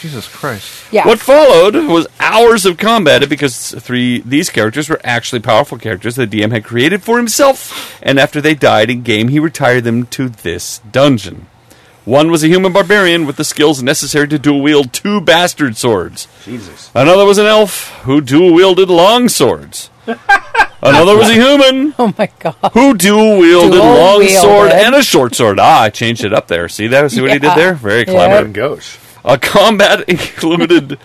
S5: Jesus Christ!
S3: Yeah.
S4: What followed was hours of combat because three these characters were actually powerful characters the DM had created for himself, and after they died in game, he retired them to this dungeon. One was a human barbarian with the skills necessary to dual wield two bastard swords. Jesus. Another was an elf who dual wielded
S3: [laughs]
S4: long swords. Another was a human
S3: Oh my
S4: [laughs]
S3: god.
S4: who dual wielded
S3: Dual
S4: long
S3: wielded.
S4: sword and a short sword. Ah, I changed it up there. See that? See what he did
S3: Yeah.
S4: there? Very
S3: Yeah.
S4: clever.
S10: Gosh.
S4: A combat [laughs] included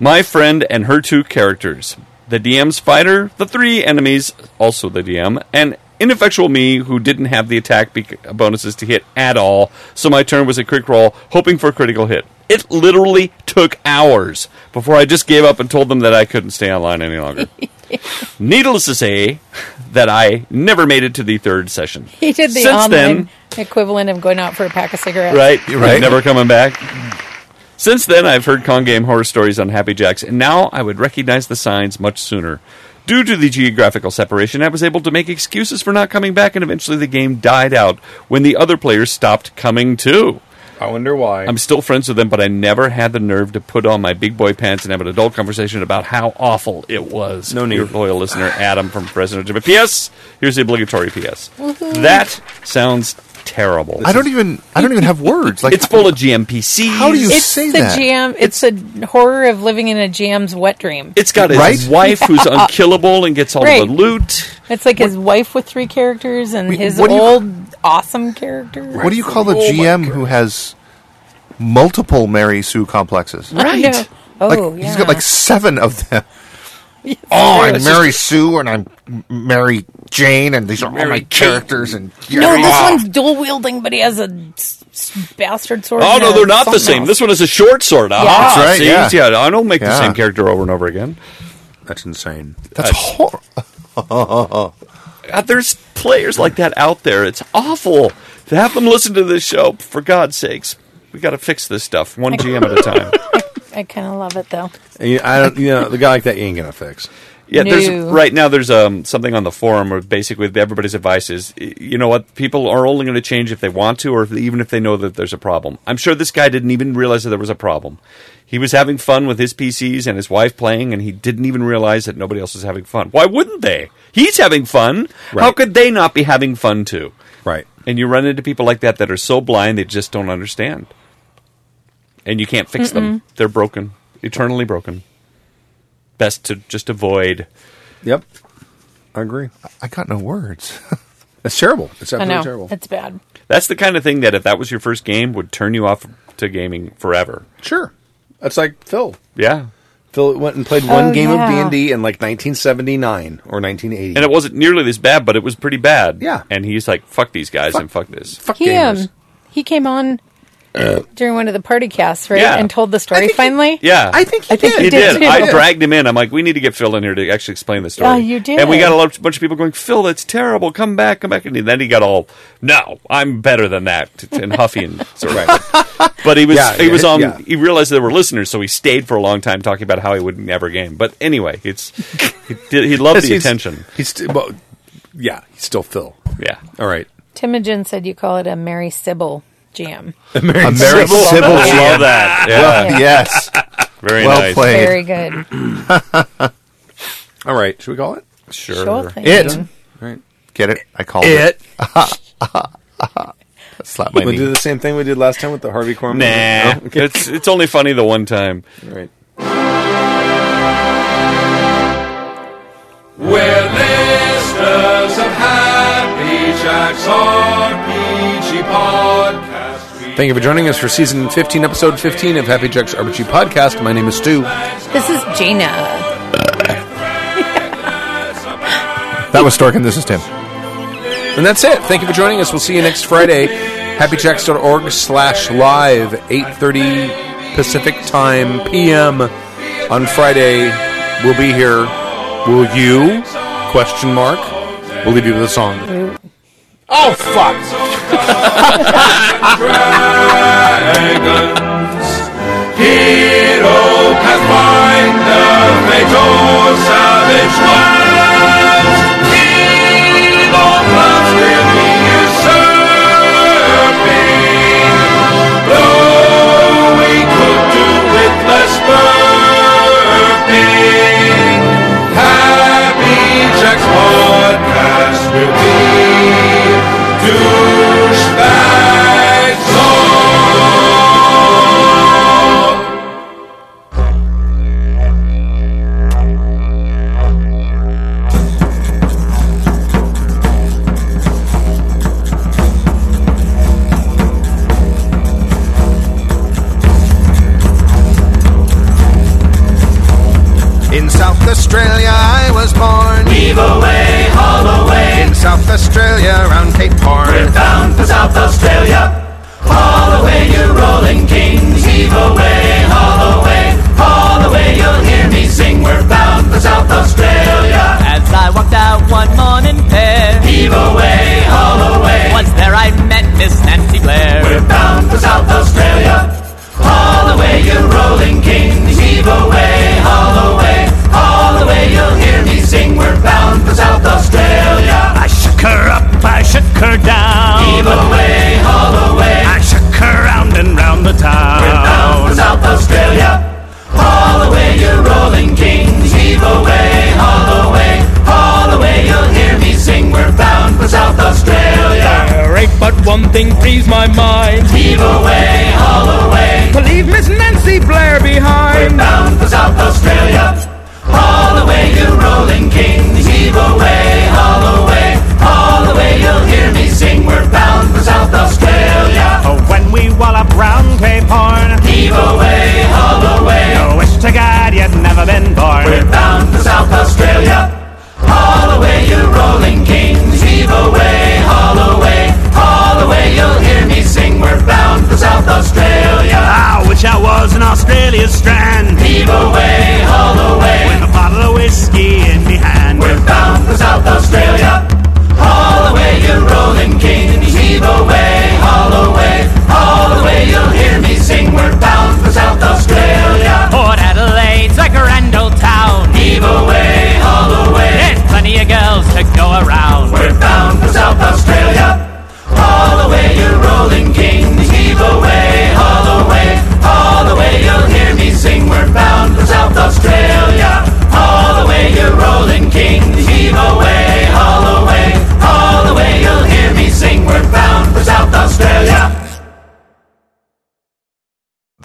S4: my friend and her two characters, the DM's fighter, the three enemies, also the DM, and ineffectual me who didn't have the attack bec- bonuses to hit at all. So my turn was a quick roll, hoping for a critical hit. It literally took hours before I just gave up and told them that I couldn't stay online
S3: [laughs]
S4: any longer. Needless to say, that I never made it to the third session.
S3: He did the
S4: Since
S3: online
S4: then,
S3: equivalent of going out for a pack of cigarettes.
S4: [laughs] Right,
S5: You're right.
S4: Never coming back. Since then, I've heard con game horror stories on Happy Jacks, and now I would recognize the signs much sooner. Due to the geographical separation, I was able to make excuses for not coming back, and eventually the game died out when the other players stopped coming too.
S10: I wonder why.
S4: I'm still friends with them, but I never had the nerve to put on my big boy pants and have an adult conversation about how awful it was. No need. Your loyal listener, Adam from Fresno. But P.S. Here's the obligatory P.S. That sounds terrible.
S5: I don't even. I don't even have words. Like
S4: It's full of GMPCs.
S5: How do you
S3: It's
S5: say
S3: the
S5: that?
S3: GM. It's the horror of living in a GM's wet dream.
S4: It's got his
S5: Right?
S4: wife
S3: [laughs]
S4: who's unkillable and gets all
S3: Right.
S4: the loot.
S3: It's like his wife with three characters and his
S5: what do you-
S3: old awesome character.
S5: What do you call a GM who has multiple Mary Sue complexes.
S3: [laughs] I know.
S5: Like,
S3: Oh, yeah.
S5: He's got like seven of
S3: [laughs]
S5: them. oh, I'm Mary Sue and I'm M- Mary Jane, and these are all my characters. And
S3: No, this
S5: Ah.
S3: one's dual wielding, but he has a s- s- bastard sword.
S4: Oh
S3: and
S4: no,
S3: a
S4: they're not the
S3: something
S4: same.
S3: else.
S4: This one is a short sword. Ah,
S5: That's right,
S4: see?
S5: yeah.
S4: yeah. I don't make the
S5: Yeah.
S4: same character over and over again.
S10: That's insane.
S5: That's horrible.
S4: God, there's players like that out there. It's awful to have them listen to this show. For God's sakes, we got to fix this stuff one GM at a time.
S3: I kind of love it though.
S10: And you, I don't, you know, the guy like that you ain't gonna fix.
S4: Yeah, there's
S3: No.
S4: right now there's um, something on the forum where basically everybody's advice is, y- you know what, people are only going to change if they want to, or if, even if they know that there's a problem. I'm sure this guy didn't even realize that there was a problem. He was having fun with his PCs and his wife playing, and he didn't even realize that nobody else was having fun. Why wouldn't they? He's having fun. How
S10: Right.
S4: could they not be having fun too?
S10: Right.
S4: And you run into people like that that are so blind they just don't understand, and you can't fix them. They're broken, eternally broken. Best to just avoid.
S10: Yep. I agree.
S5: I got no words.
S10: That's terrible. It's
S3: I
S10: absolutely
S3: know
S10: terrible.
S3: it's bad.
S4: That's the kind of thing that if that was your first game would turn you off to gaming forever.
S10: sure. That's like Phil.
S4: Yeah.
S10: Phil went and played one
S3: Oh,
S10: game
S3: yeah.
S10: of D and D in like 1979 or 1980.
S4: And it wasn't nearly this bad, but it was pretty bad.
S10: Yeah.
S4: And he's like, fuck these guys and fuck this.
S10: fuck
S3: He um,
S10: gamers.
S3: he came on during one of the party casts, right,
S4: Yeah.
S3: and told the story finally.
S4: Yeah.
S10: I think he
S3: I think
S10: did.
S4: he did.
S3: too.
S4: I dragged him in. I'm like, we need to get Phil in here to actually explain the story.
S3: Yeah, you did.
S4: And we got a lo- bunch of people going, Phil, that's terrible. Come back, come back. And then he got all, no, I'm better than that, and huffy and
S10: [laughs]
S4: sort of. But he was
S10: Yeah,
S4: he was
S10: yeah,
S4: on.
S10: yeah.
S4: He realized there were listeners, so he stayed for a long time talking about how he would never game. But anyway, it's he, did, he loved the
S10: He's-
S4: attention.
S10: He's st- well, yeah, he's still Phil.
S4: Yeah.
S10: All right.
S3: Timogen said you call it a Mary Sybil jam.
S5: A Mary Sybil.
S4: I love that. Yeah.
S5: [laughs] Yes.
S4: Very
S5: Well
S4: nice.
S5: played.
S3: Very good.
S10: All right. Should we call it?
S4: Sure.
S3: Sure thing.
S5: It.
S10: Right.
S5: Get it? I called it. Slap my
S10: We'll do
S5: knee.
S10: the same thing we did last time with the Harvey Korman.
S4: [laughs] Nah.
S10: No? Okay.
S4: it's it's only funny the one time.
S10: All right.
S2: We're listeners of Happy Jack's RPG Podcast. We
S10: Thank you for joining us for season 15, episode 15 of Happy Jack's RPG Podcast. My name is Stu.
S3: This is Gina.
S5: That was Stork, and this is Tim.
S10: And that's it. Thank you for joining us. We'll see you next Friday. HappyJacks.org slash live, 8.30 Pacific time p.m. Um, on Friday. We'll be here. Will you? Question mark. We'll leave you with a song. Oh, fuck.
S2: dragons. Hero can find the fatal savage lands. Hero plans will be usurping. Though we could do with less burping. Happy Jack's podcast will be douchebags
S6: In South Australia, I was born.
S2: Leave away, haul away.
S6: In South Australia, around Cape Horn.
S2: We're bound for South Australia. Haul away, you rolling kings. Heave away, haul away. Haul away, you'll hear me sing. We're bound for South Australia.
S13: As I walked out one morning fair,
S2: Heave away, haul away.
S13: once there I met Miss Nancy Blair.
S2: We're bound for South Australia. Haul away, you rolling kings. Heave away, haul away. Haul away, you'll hear me sing. We're bound for South Australia.
S13: I shook her up, I shook her down.
S2: Heave away, haul away.
S13: I shook her round and round the
S2: We're bound
S13: town.
S2: for South sail ya. Haul away, you rolling kings. Heave away, haul away, haul away. You'll hear me sing. We're bound for South Australia. I wish Ah, I was an Australia's strand. Heave away, haul away. With a bottle of whiskey in me hand. We're bound for South Australia. Haul away, you rolling kings. Heave away, haul away, haul away. You'll hear me sing. We're bound for South Australia.
S13: Port Adelaide's a grand old town.
S2: Heave away, haul away.
S13: There's plenty of girls to go around.
S2: We're bound for South Australia. Haul away, you rolling kings. Heave away, haul away, haul away. You'll hear me sing. We're bound for South Australia. Haul away, you rolling kings. Heave away, haul away, haul away. You'll hear me sing. We're bound for South Australia.